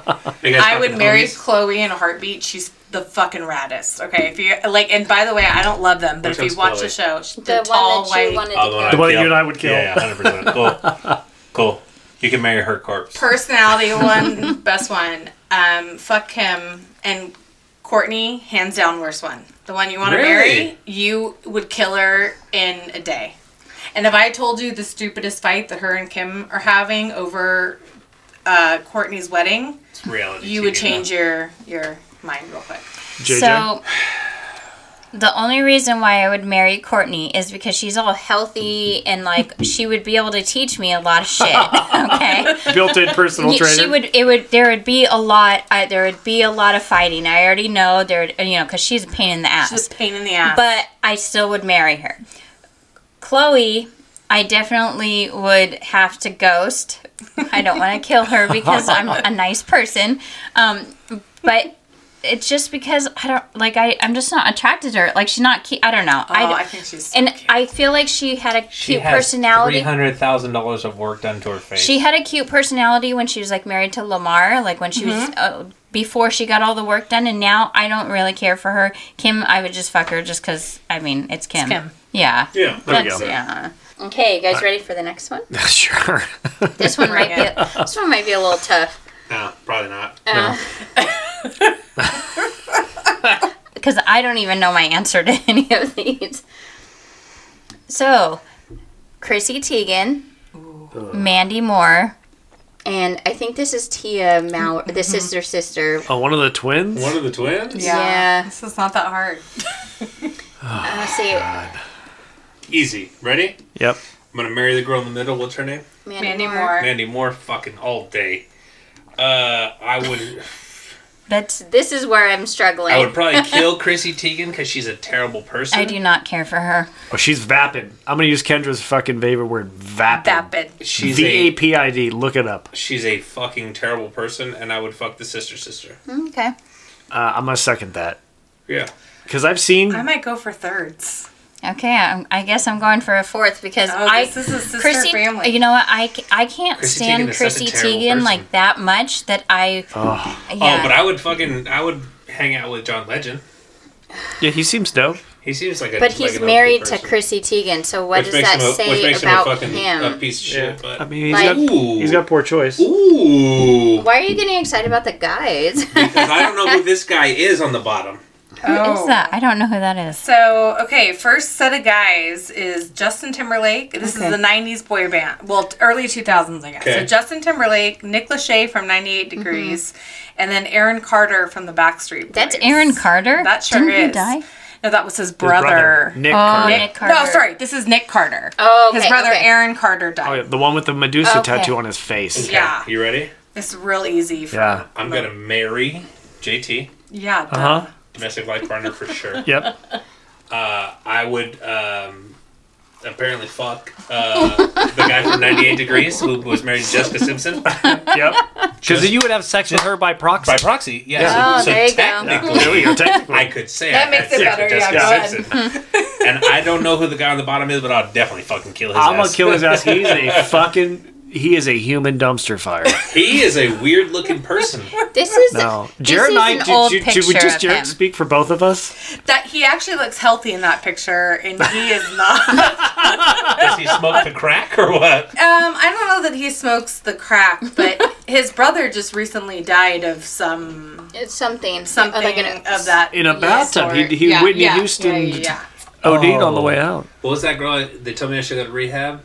Speaker 1: You guys
Speaker 4: I would
Speaker 1: fucking
Speaker 4: marry
Speaker 1: homies?
Speaker 4: Chloe in a heartbeat. She's the fucking raddest. Okay, if you like, and by the way, I don't love them, but
Speaker 1: Which
Speaker 4: if
Speaker 1: one's
Speaker 4: you watch
Speaker 1: Chloe?
Speaker 4: the show, she's
Speaker 3: the
Speaker 4: the,
Speaker 3: one
Speaker 4: tall
Speaker 3: that
Speaker 4: white
Speaker 3: you wanted
Speaker 1: Oh, the one
Speaker 3: to
Speaker 2: The
Speaker 3: kill.
Speaker 2: one
Speaker 1: Yep.
Speaker 2: you and I would kill.
Speaker 1: Yeah, yeah, 100%. Cool. cool. You can marry her corpse.
Speaker 4: personality one, best one. Um, fuck him and Courtney, hands down, worst one. The one you want to
Speaker 1: Really?
Speaker 4: marry, you would kill her in a day. And if I told you the stupidest fight that her and Kim are having over uh, Courtney's wedding,
Speaker 1: It's reality.
Speaker 4: you would change your your mind real quick.
Speaker 2: JJ.
Speaker 3: So the only reason why I would marry Courtney is because she's all healthy and like she would be able to teach me a lot of shit. Okay.
Speaker 2: Built-in personal
Speaker 3: Ye-
Speaker 2: trainer.
Speaker 3: She would. It would. There would be a lot. I, there would be a lot of fighting. I already know. There. would- You know, because she's a pain in the ass.
Speaker 4: Just pain in the ass.
Speaker 3: but I still would marry her. Chloe, I definitely would have to ghost. I don't want to kill her because I'm a nice person. Um, but it's just because I don't like. I I'm just not attracted to her. Like she's not. Cute. I don't know.
Speaker 4: oh, I,
Speaker 3: I.
Speaker 4: think she's so
Speaker 3: And
Speaker 4: cute.
Speaker 3: I feel like she had a cute personality.
Speaker 1: $300,000 of work done to her face.
Speaker 3: She had a cute personality when she was like married to Lamar, like when she was uh, before she got all the work done, and now I don't really care for her. Kim, I would just fuck her just because I mean it's Kim.
Speaker 4: Kim.
Speaker 3: Yeah.
Speaker 1: yeah.
Speaker 2: There we
Speaker 3: That's-
Speaker 2: go. Uh,
Speaker 3: yeah. Okay, you guys ready for the next one?
Speaker 2: sure.
Speaker 3: This one might be this one might be a little tough
Speaker 1: No, probably not.
Speaker 4: Uh,
Speaker 3: because I don't even know my answer to any of these. So, Chrissy Teigen, Mandy Moore, and I think this is Tia Maurer. This is her sister.
Speaker 2: Oh, one of the twins.
Speaker 1: One of the twins?
Speaker 3: yeah.
Speaker 4: this is not that hard.
Speaker 3: Uh, see,
Speaker 1: Easy. Ready?
Speaker 2: Yep.
Speaker 1: I'm going to marry the girl in the middle. What's her name?
Speaker 3: Mandy,
Speaker 4: Mandy
Speaker 3: Moore.
Speaker 4: Moore.
Speaker 1: Mandy Moore fucking all day. Uh, I would
Speaker 3: That's this is where I'm struggling.
Speaker 1: I would probably kill Chrissy Teigen because she's a terrible person.
Speaker 3: I do not care for her.
Speaker 2: Oh, she's vapid. I'm gonna use Kendra's fucking favorite word, vapid.
Speaker 4: Vapid.
Speaker 1: She's
Speaker 2: V
Speaker 1: a
Speaker 2: A P I D. Look it up.
Speaker 1: she's a fucking terrible person, and I would fuck the sister sister.
Speaker 3: Okay.
Speaker 2: Uh, I'm gonna second that
Speaker 1: Yeah,
Speaker 2: because I've seen.
Speaker 4: I might go for thirds.
Speaker 3: Okay, I'm, I guess I'm going for a fourth because
Speaker 4: Oh,
Speaker 3: I
Speaker 4: this is a sister
Speaker 3: Chrissy.
Speaker 4: family.
Speaker 3: You know what? I, c- I can't
Speaker 1: Chrissy Teigen
Speaker 3: stand
Speaker 1: is such a
Speaker 3: Chrissy
Speaker 1: terrible
Speaker 3: Teigen
Speaker 1: person.
Speaker 3: like that much that I.
Speaker 2: Oh.
Speaker 3: Yeah.
Speaker 1: Oh, but I would fucking I would hang out with John Legend.
Speaker 2: Yeah, he seems dope.
Speaker 1: He seems like a
Speaker 3: But
Speaker 1: like
Speaker 3: he's
Speaker 1: an okay
Speaker 3: married to
Speaker 1: person.
Speaker 3: Chrissy Teigen, so what does
Speaker 1: makes
Speaker 3: that
Speaker 1: him a- which
Speaker 3: say
Speaker 1: makes
Speaker 3: about
Speaker 1: him, a
Speaker 3: him?
Speaker 1: fucking, A piece of shit. But
Speaker 2: I mean, he's got
Speaker 3: Like-
Speaker 1: ooh,
Speaker 2: he's got poor choice.
Speaker 1: ooh.
Speaker 3: Why are you getting excited about the guys?
Speaker 1: Because I don't know who this guy is on the bottom.
Speaker 3: Who is that? I don't know who that is.
Speaker 4: So, okay, first set of guys is Justin Timberlake. This
Speaker 3: Okay.
Speaker 4: is the 90s boy band. Well, t- early 2000s, I guess.
Speaker 1: Okay.
Speaker 4: So, Justin Timberlake, Nick Lachey from 98
Speaker 3: Mm-hmm.
Speaker 4: Degrees, and then Aaron Carter from the Backstreet Boys.
Speaker 3: That's Aaron Carter.
Speaker 4: That sure
Speaker 3: Didn't
Speaker 4: is.
Speaker 3: he die?
Speaker 4: No, that was his
Speaker 2: His
Speaker 4: brother.
Speaker 2: Nick
Speaker 3: Oh,
Speaker 2: Carter.
Speaker 3: Nick Carter.
Speaker 4: No, sorry. This is Nick Carter.
Speaker 3: Oh, okay,
Speaker 4: His brother
Speaker 3: okay.
Speaker 4: Aaron Carter
Speaker 2: Oh,
Speaker 4: died.
Speaker 2: yeah, the one with the Medusa
Speaker 3: Okay.
Speaker 2: tattoo on his face.
Speaker 1: Okay,
Speaker 4: Yeah.
Speaker 1: you ready?
Speaker 4: It's real easy. For,
Speaker 2: Yeah.
Speaker 1: I'm gonna marry JT,
Speaker 4: Yeah. duh.
Speaker 2: Uh huh.
Speaker 1: domestic life partner for sure.
Speaker 2: Yep.
Speaker 1: Uh, I would um, apparently fuck uh, the guy from 98 Degrees who was married to Jessica Simpson.
Speaker 2: Yep. Because you would have sex with her by proxy.
Speaker 1: By proxy, yeah.
Speaker 3: Yeah.
Speaker 1: so- so,
Speaker 3: Oh, there you go.
Speaker 1: technically,
Speaker 2: there we go. Technically.
Speaker 1: I could say
Speaker 4: That
Speaker 1: I
Speaker 4: makes
Speaker 1: had
Speaker 4: it
Speaker 1: sex
Speaker 4: better,
Speaker 1: with
Speaker 4: yeah,
Speaker 1: Jessica Simpson. and I don't know who the guy on the bottom is, but I'll definitely fucking kill his
Speaker 2: I'm
Speaker 1: ass.
Speaker 2: gonna kill his ass. He's a fucking. He is a human dumpster fire.
Speaker 1: He is a weird looking person.
Speaker 3: This is
Speaker 2: No,
Speaker 3: This
Speaker 2: Jared
Speaker 3: is
Speaker 2: and I.
Speaker 3: an
Speaker 2: Did,
Speaker 3: old
Speaker 2: did- did
Speaker 3: picture
Speaker 2: we just
Speaker 3: of
Speaker 2: Jared
Speaker 3: him.
Speaker 2: speak for both of us?
Speaker 4: That he actually looks healthy in that picture, and he is not. um,
Speaker 1: Does he smoke the crack or what?
Speaker 4: Um, I don't know that he smokes the crack, but his brother just recently died of some
Speaker 3: It's something.
Speaker 4: something
Speaker 3: like an-
Speaker 4: of that.
Speaker 2: In a bathtub.
Speaker 4: sort.
Speaker 2: He, he
Speaker 4: Yeah,
Speaker 2: Whitney
Speaker 4: yeah,
Speaker 2: Houston
Speaker 4: Yeah, yeah, yeah.
Speaker 2: OD'd on
Speaker 1: Oh.
Speaker 2: the way out.
Speaker 1: What was that girl? They told me I should go to rehab.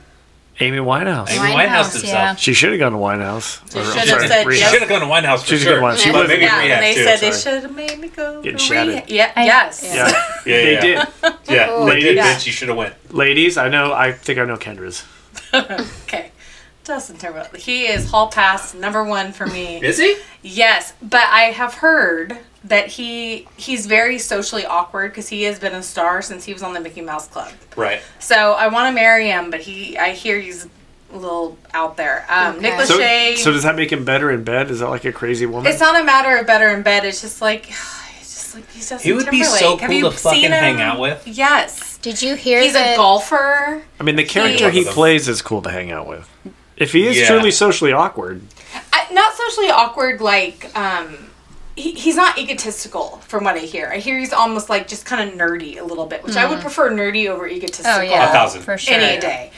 Speaker 2: Amy Winehouse.
Speaker 1: Amy
Speaker 3: Winehouse,
Speaker 1: Winehouse did
Speaker 3: yeah.
Speaker 1: stuff.
Speaker 2: She should have gone to Winehouse.
Speaker 4: She
Speaker 2: Or-
Speaker 4: should
Speaker 2: I'm
Speaker 4: have
Speaker 2: sorry,
Speaker 4: said
Speaker 1: She
Speaker 2: rehab.
Speaker 1: should have gone to Winehouse for
Speaker 2: She's a good
Speaker 1: sure.
Speaker 2: one. She
Speaker 1: But
Speaker 2: was-
Speaker 1: maybe
Speaker 4: Yeah,
Speaker 1: rehab
Speaker 4: and they
Speaker 1: too,
Speaker 4: said
Speaker 1: sorry.
Speaker 4: they should have made me go.
Speaker 2: Getting
Speaker 4: to
Speaker 2: shattered.
Speaker 4: rehab. Yeah,
Speaker 3: I-
Speaker 4: yes.
Speaker 2: Yeah,
Speaker 1: Yeah,
Speaker 2: they
Speaker 1: yeah.
Speaker 2: did.
Speaker 1: Oh, Yeah, they did.
Speaker 4: Yeah.
Speaker 1: Bitch, you should have went.
Speaker 2: Ladies, I know. I think I know Kendra's.
Speaker 4: Okay. Justin Timberlake. He is hall pass number one for me.
Speaker 1: Is he?
Speaker 4: Yes, but I have heard that he he's very socially awkward because he has been a star since he was on the Mickey Mouse Club.
Speaker 1: Right.
Speaker 4: So I want to marry him, but he I hear he's a little out there. Um, Nick
Speaker 3: Okay.
Speaker 2: So,
Speaker 4: Lachey.
Speaker 2: so does that make him better in bed? Is that like a crazy woman?
Speaker 4: it's not a matter of better in bed. It's just like it's just like he's Justin
Speaker 1: He would be
Speaker 4: Timberlake.
Speaker 1: so
Speaker 4: have
Speaker 1: cool
Speaker 4: you
Speaker 1: to fucking
Speaker 4: seen him?
Speaker 1: hang out with.
Speaker 4: Yes,
Speaker 3: Did you hear
Speaker 4: he's
Speaker 3: the
Speaker 4: a golfer.
Speaker 2: I mean, the character he
Speaker 1: Yeah.
Speaker 2: plays is cool to hang out with. If he is
Speaker 1: Yeah.
Speaker 2: truly socially awkward,
Speaker 4: I, not socially awkward like um he, he's not egotistical from what i hear i hear he's almost like just kind of nerdy a little bit which i would prefer nerdy over egotistical
Speaker 3: Mm. Oh yeah,
Speaker 1: A thousand.
Speaker 3: for sure.
Speaker 4: any day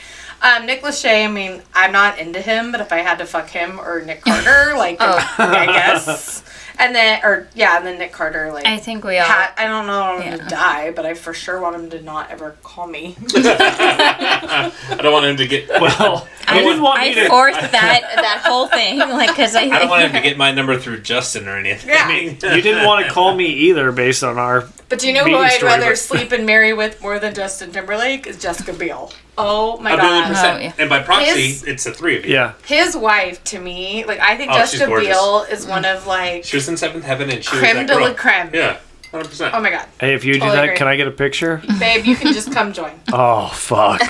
Speaker 4: um, Nick Lachey, I mean, I'm not into him, but if I had to fuck him or Nick Carter, like,
Speaker 3: Oh.
Speaker 4: I guess. And then, or, yeah, and then Nick Carter, like,
Speaker 3: I think we all.
Speaker 4: Pat, I don't know, I want him
Speaker 3: Yeah.
Speaker 4: to die, but I for sure want him to not ever call me.
Speaker 1: I don't want him to get.
Speaker 2: well, I didn't want me
Speaker 3: I
Speaker 2: to.
Speaker 3: forced that that whole thing, like, because I,
Speaker 1: I don't want him to get my number through Justin or anything.
Speaker 4: Yeah.
Speaker 1: I mean,
Speaker 2: You didn't want to call me either, based on our.
Speaker 4: But do you know who
Speaker 2: Meeting
Speaker 4: I'd
Speaker 2: story,
Speaker 4: rather
Speaker 2: but-
Speaker 4: sleep and marry with more than Justin Timberlake? Is Jessica Biel. Oh my
Speaker 1: A million
Speaker 4: god.
Speaker 1: percent.
Speaker 3: Oh, yeah.
Speaker 1: And by proxy,
Speaker 4: His-
Speaker 1: it's the three of you.
Speaker 2: Yeah,
Speaker 4: His wife, to me, like I think
Speaker 1: Oh, she's
Speaker 4: Jessica
Speaker 1: gorgeous.
Speaker 4: Biel is one of like
Speaker 1: She was in Seventh Heaven and she
Speaker 4: creme
Speaker 1: was that
Speaker 4: de
Speaker 1: girl.
Speaker 4: la creme.
Speaker 1: Yeah, 100%.
Speaker 4: Oh my god,
Speaker 2: Hey, if you do
Speaker 4: Totally
Speaker 2: that,
Speaker 4: agree.
Speaker 2: can I get a picture?
Speaker 4: babe, you can just come join.
Speaker 2: Oh fuck!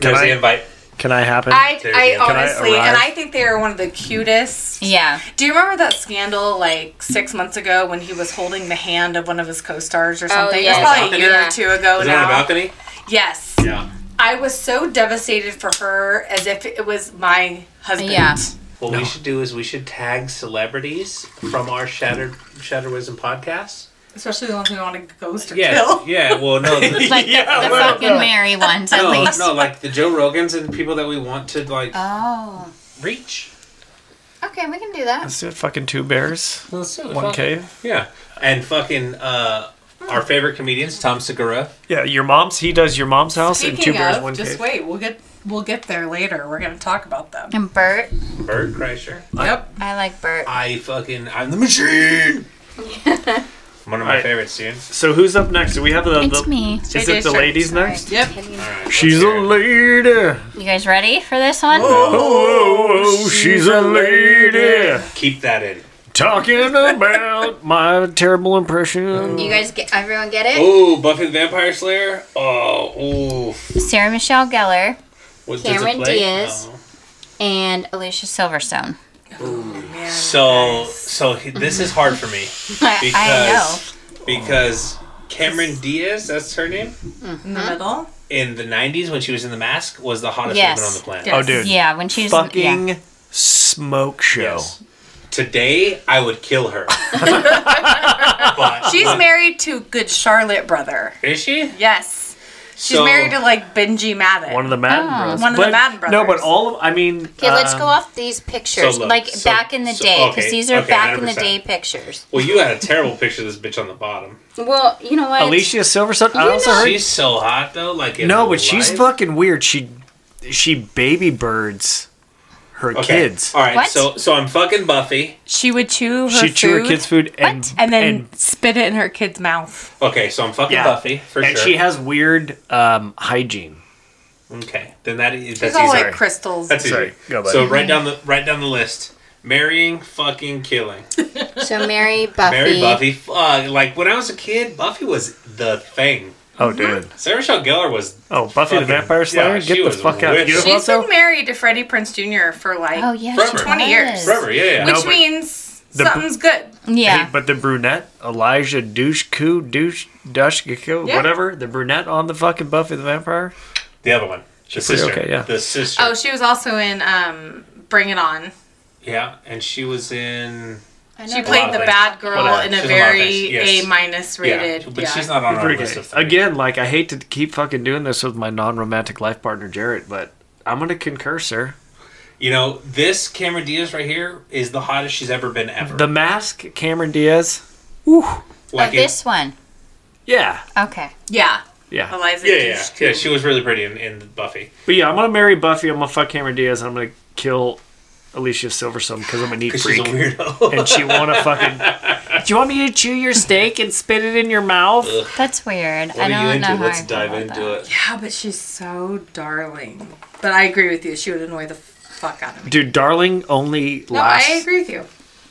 Speaker 1: There's
Speaker 2: I-
Speaker 1: the invite.
Speaker 2: Can I happen?
Speaker 4: I,
Speaker 1: There
Speaker 4: I
Speaker 1: you go. Can
Speaker 2: I
Speaker 4: honestly, and
Speaker 2: arrive?
Speaker 4: I think they are one of the cutest.
Speaker 3: Yeah,
Speaker 4: Do you remember that scandal like six months ago when he was holding the hand of one of his co-stars or something?
Speaker 3: Oh, yeah.
Speaker 4: It's probably a
Speaker 1: Balcony?
Speaker 4: year
Speaker 3: Yeah.
Speaker 4: or two ago
Speaker 1: Is that on a
Speaker 4: now.
Speaker 1: balcony?
Speaker 4: Yes,
Speaker 1: Yeah.
Speaker 4: I was so devastated for her as if it was my husband.
Speaker 3: Yeah.
Speaker 1: What we should do is we should tag celebrities from our Shattered Shatter Wisdom podcast.
Speaker 4: especially the ones who want to ghost or
Speaker 1: Yeah,
Speaker 4: kill.
Speaker 1: yeah. Well, no, the,
Speaker 3: like the, the
Speaker 1: well,
Speaker 3: fucking Mary ones at
Speaker 1: no,
Speaker 3: least.
Speaker 1: no, like the Joe Rogans and people that we want to like
Speaker 3: Oh,
Speaker 1: reach.
Speaker 3: okay, we can do that.
Speaker 2: Let's do it. Fucking two bears,
Speaker 1: Let's do it.
Speaker 2: one
Speaker 1: fuck it.
Speaker 2: cave.
Speaker 1: Yeah, and fucking uh, our favorite comedians, Tom Segura.
Speaker 2: Yeah, your mom's. He does your mom's house and two
Speaker 4: Speaking
Speaker 2: bears,
Speaker 4: of,
Speaker 2: one
Speaker 4: just
Speaker 2: cave.
Speaker 4: wait, we'll get we'll get there later. We're gonna talk about them.
Speaker 3: And Bert,
Speaker 1: Bert Kreischer.
Speaker 4: Yep.
Speaker 3: I like Bert.
Speaker 1: I fucking I'm the machine. One of my
Speaker 2: Alright.
Speaker 1: favorites, dude.
Speaker 2: So who's up next? Do we have the?
Speaker 3: It's
Speaker 2: the-
Speaker 3: me.
Speaker 2: Is it the ladies next?
Speaker 4: Yep.
Speaker 1: All right, let's
Speaker 2: She's a
Speaker 1: hear it.
Speaker 2: lady.
Speaker 3: You guys ready for this one?
Speaker 2: Oh, she's a lady.
Speaker 1: Keep that in.
Speaker 2: Talking about my terrible
Speaker 4: Oh,
Speaker 2: impression.
Speaker 3: You guys get everyone get it?
Speaker 1: Oh, Buffy the Vampire Slayer. Oh, oof.
Speaker 3: Sarah Michelle Gellar
Speaker 1: What, does it
Speaker 3: Cameron
Speaker 1: play?
Speaker 3: Diaz.
Speaker 1: No.
Speaker 3: and Alicia Silverstone.
Speaker 1: So, so he- this is hard for me
Speaker 3: I,
Speaker 1: because
Speaker 3: I know.
Speaker 1: because Cameron Diaz, that's her name,
Speaker 4: In the middle.
Speaker 1: in the '90s when she was in The Mask, was the hottest
Speaker 3: Yes.
Speaker 1: woman on the planet.
Speaker 4: Yes.
Speaker 2: Oh, dude.
Speaker 3: Yeah, when she was yeah.
Speaker 2: Fucking smoke show.
Speaker 1: Yes. Today, I would kill her. but
Speaker 4: She's married to good Charlotte brother.
Speaker 1: is she?
Speaker 4: Yes. She's
Speaker 1: So-
Speaker 4: married to like Benji Madden.
Speaker 2: One of the Madden
Speaker 3: Oh.
Speaker 2: brothers.
Speaker 4: One of the
Speaker 2: But-
Speaker 4: Madden
Speaker 2: No, but
Speaker 4: brothers.
Speaker 2: all of I mean.
Speaker 3: Okay, let's
Speaker 2: um,
Speaker 3: go off these pictures,
Speaker 1: so look,
Speaker 3: like
Speaker 1: so-
Speaker 3: back in the
Speaker 1: so-
Speaker 3: day, because
Speaker 1: okay,
Speaker 3: these are
Speaker 1: okay,
Speaker 3: back in the
Speaker 1: 100%.
Speaker 3: day pictures.
Speaker 1: Well, you had a terrible picture of this bitch on the bottom.
Speaker 3: Well, you know what?
Speaker 2: Alicia Silverstone. I
Speaker 3: You
Speaker 2: also
Speaker 3: know-
Speaker 2: heard.
Speaker 1: She's so hot though. Like in
Speaker 2: No,
Speaker 1: real
Speaker 2: but she's
Speaker 1: life.
Speaker 2: fucking weird. She she baby birds her
Speaker 1: Okay.
Speaker 2: kids.
Speaker 1: All right,
Speaker 3: What?
Speaker 1: so so I'm fucking Buffy.
Speaker 4: She would chew her
Speaker 2: She chew her
Speaker 4: food
Speaker 2: kids' food and
Speaker 3: What?
Speaker 4: and then spit it in her kid's mouth.
Speaker 1: Okay, so I'm fucking
Speaker 2: Yeah.
Speaker 1: Buffy for
Speaker 2: and
Speaker 1: sure.
Speaker 2: she has weird um, hygiene.
Speaker 1: okay, then that is that's
Speaker 4: It's all
Speaker 1: easy.
Speaker 4: like crystals.
Speaker 1: That's easy.
Speaker 2: Sorry, go, bud.
Speaker 1: so right down the right down the list. Marrying, fucking killing.
Speaker 3: So Mary Buffy.
Speaker 1: Marry Buffy. Fuck. Like when I was a kid, Buffy was the thing.
Speaker 2: Oh, dude.
Speaker 1: Sarah Michelle Gellar was.
Speaker 2: Oh, Buffy the
Speaker 1: Fucking-
Speaker 2: Vampire Slayer,
Speaker 1: yeah, she
Speaker 2: get the
Speaker 1: was
Speaker 2: fuck out.
Speaker 1: wicked.
Speaker 2: You know
Speaker 1: She's
Speaker 4: She's
Speaker 2: what, though?
Speaker 4: been married to Freddie Prince Jr. for like
Speaker 3: Oh yeah,
Speaker 1: Forever.
Speaker 3: she
Speaker 4: 20 years.
Speaker 3: was.
Speaker 1: Forever, yeah, yeah.
Speaker 4: which
Speaker 2: No, but-
Speaker 4: means
Speaker 2: The-
Speaker 4: something's good.
Speaker 3: Yeah,
Speaker 2: Hey, but the brunette, Elijah Douchku, Douche, Dushkiku,
Speaker 4: Yeah.
Speaker 2: whatever, the brunette on the fucking Buffy the Vampire.
Speaker 1: the other one. The
Speaker 2: pretty
Speaker 1: sister.
Speaker 2: okay, yeah.
Speaker 1: The sister.
Speaker 4: Oh, she was also in um Bring It On.
Speaker 1: Yeah, and she was in.
Speaker 3: I know
Speaker 4: She
Speaker 3: that.
Speaker 4: played the
Speaker 1: Wildlands.
Speaker 4: bad girl
Speaker 1: Whatever.
Speaker 4: in a
Speaker 1: She's a
Speaker 4: very
Speaker 1: Wildlands, yes.
Speaker 4: A minus
Speaker 1: Yeah,
Speaker 4: rated.
Speaker 1: but she's not on our
Speaker 2: Pretty
Speaker 1: list
Speaker 2: good.
Speaker 1: of things.
Speaker 2: Again, like, I hate to keep fucking doing this with my non romantic life partner, Jarrett, but I'm going to concur, sir.
Speaker 1: You know, this Cameron Diaz right here is the hottest she's ever been ever.
Speaker 2: The Mask, Cameron Diaz. Woo.
Speaker 1: like
Speaker 3: oh,
Speaker 1: it-
Speaker 3: this one.
Speaker 2: Yeah.
Speaker 3: Okay.
Speaker 4: Yeah.
Speaker 2: Yeah.
Speaker 4: Eliza.
Speaker 1: Yeah, yeah,
Speaker 4: Dushku.
Speaker 1: yeah. She was really pretty in, in Buffy.
Speaker 2: But yeah, I'm going to marry Buffy. I'm going to fuck Cameron Diaz. And I'm going to kill Alicia Silverstone because I'm a neat
Speaker 1: Because she's
Speaker 2: freak.
Speaker 1: a weirdo.
Speaker 2: and she want to fucking. Do you want me to chew your steak and spit it in your mouth?
Speaker 3: That's weird. I don't know how I feel about that.
Speaker 1: it.
Speaker 4: Yeah, but she's so darling. But I agree with you. She would annoy the fuck out of me.
Speaker 2: Dude, darling only
Speaker 4: No,
Speaker 2: lasts.
Speaker 4: I agree with you.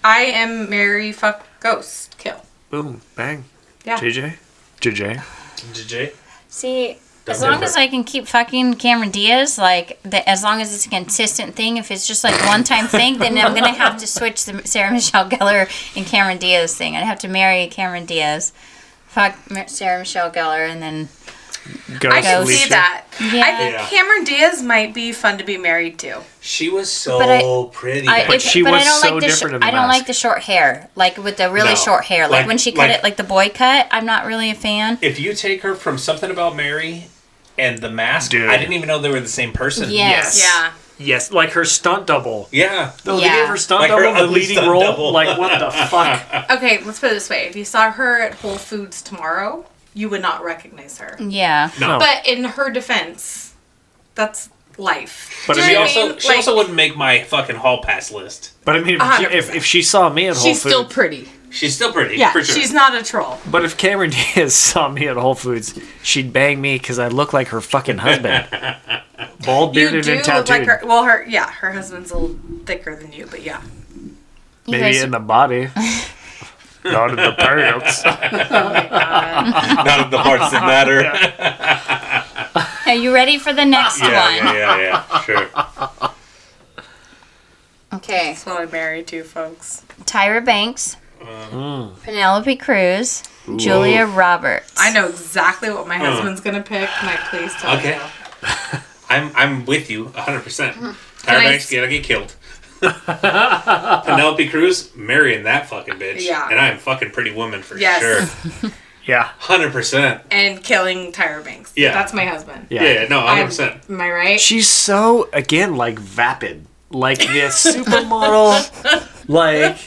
Speaker 4: I am Mary fuck ghost kill.
Speaker 2: Boom, bang.
Speaker 4: Yeah.
Speaker 2: JJ, JJ.
Speaker 1: JJ.
Speaker 3: See, as
Speaker 1: Don't
Speaker 3: long
Speaker 1: do
Speaker 3: as
Speaker 1: it.
Speaker 3: I can keep fucking Cameron Diaz, like the, as long as it's a consistent thing. If it's just like one time thing, then I'm gonna have to switch the Sarah Michelle Gellar and Cameron Diaz thing. I'd have to marry Cameron Diaz, fuck Ma- Sarah Michelle Gellar, and then
Speaker 2: Go,
Speaker 4: I can
Speaker 2: Alicia.
Speaker 4: see that. I
Speaker 3: Yeah.
Speaker 4: think
Speaker 1: Yeah.
Speaker 4: Cameron Diaz might be fun to be married to.
Speaker 1: She was so
Speaker 3: But I-
Speaker 1: pretty.
Speaker 3: I,
Speaker 1: back
Speaker 2: But
Speaker 1: then.
Speaker 3: if-
Speaker 2: she was so
Speaker 3: like the
Speaker 2: different in The
Speaker 3: I don't
Speaker 2: Mask.
Speaker 3: like the short hair, like with the really
Speaker 1: No.
Speaker 3: short hair, like,
Speaker 1: Like-
Speaker 3: when she cut
Speaker 1: like-
Speaker 3: it, like the boy cut. I'm not really a fan.
Speaker 1: if you take her from something about Mary and the mask,
Speaker 2: Dude.
Speaker 1: I didn't even know they were the same person.
Speaker 3: Yes.
Speaker 4: Yeah.
Speaker 2: Yes, like her stunt double.
Speaker 1: Yeah.
Speaker 2: Though
Speaker 3: Yeah.
Speaker 2: they gave her stunt
Speaker 1: Like her
Speaker 2: double the
Speaker 1: ugly
Speaker 2: leading
Speaker 1: stunt
Speaker 2: role.
Speaker 1: double.
Speaker 2: Like, what the fuck?
Speaker 4: Okay, let's put it this way. If you saw her at Whole Foods tomorrow, you would not recognize her.
Speaker 3: Yeah.
Speaker 1: Oh.
Speaker 2: No.
Speaker 4: But in her defense, that's life.
Speaker 2: But
Speaker 4: Do you
Speaker 2: I
Speaker 1: She
Speaker 4: know
Speaker 2: mean-
Speaker 4: what
Speaker 1: also she
Speaker 4: Like,
Speaker 1: also wouldn't make my fucking hall pass list.
Speaker 2: But I mean, if, she- if, if she saw me at Whole
Speaker 4: uh-huh. she's
Speaker 2: Foods.
Speaker 4: still pretty.
Speaker 1: She's still pretty.
Speaker 4: Yeah,
Speaker 1: for sure.
Speaker 4: she's not a troll.
Speaker 2: but if Cameron Diaz saw me at Whole Foods, she'd bang me because I look like her fucking husband. Bald,
Speaker 4: You
Speaker 2: bearded,
Speaker 4: do
Speaker 2: and
Speaker 4: look
Speaker 2: tattooed.
Speaker 4: like her. Well, her yeah, her husband's a little thicker than you, but yeah.
Speaker 3: You
Speaker 2: Maybe
Speaker 3: guys-
Speaker 2: in the body. Not in the pants.
Speaker 1: not of the parts that matter. yeah,
Speaker 3: Are you ready for the next one?
Speaker 1: yeah, yeah, yeah. Sure.
Speaker 3: Okay.
Speaker 4: That's what I'm married to, folks.
Speaker 3: Tyra Banks,
Speaker 1: Mm.
Speaker 3: Penelope Cruz, Julia Roberts.
Speaker 4: I know exactly what my husband's gonna pick. Can I please tell
Speaker 1: Uh. Okay.
Speaker 4: you?
Speaker 1: I'm I'm with you 100. percent Tyra
Speaker 4: I
Speaker 1: Banks
Speaker 4: s-
Speaker 1: gonna get killed. Penelope Cruz marrying that fucking bitch.
Speaker 4: Yeah.
Speaker 1: And I am fucking pretty woman for
Speaker 4: Yes.
Speaker 1: sure.
Speaker 2: Yeah.
Speaker 1: Hundred percent.
Speaker 4: And killing Tyra Banks.
Speaker 1: Yeah.
Speaker 4: That's my husband.
Speaker 2: Yeah.
Speaker 1: Yeah, no, hundred
Speaker 4: I'm-
Speaker 1: percent.
Speaker 4: Am I right?
Speaker 2: She's so again like vapid, like this supermodel, like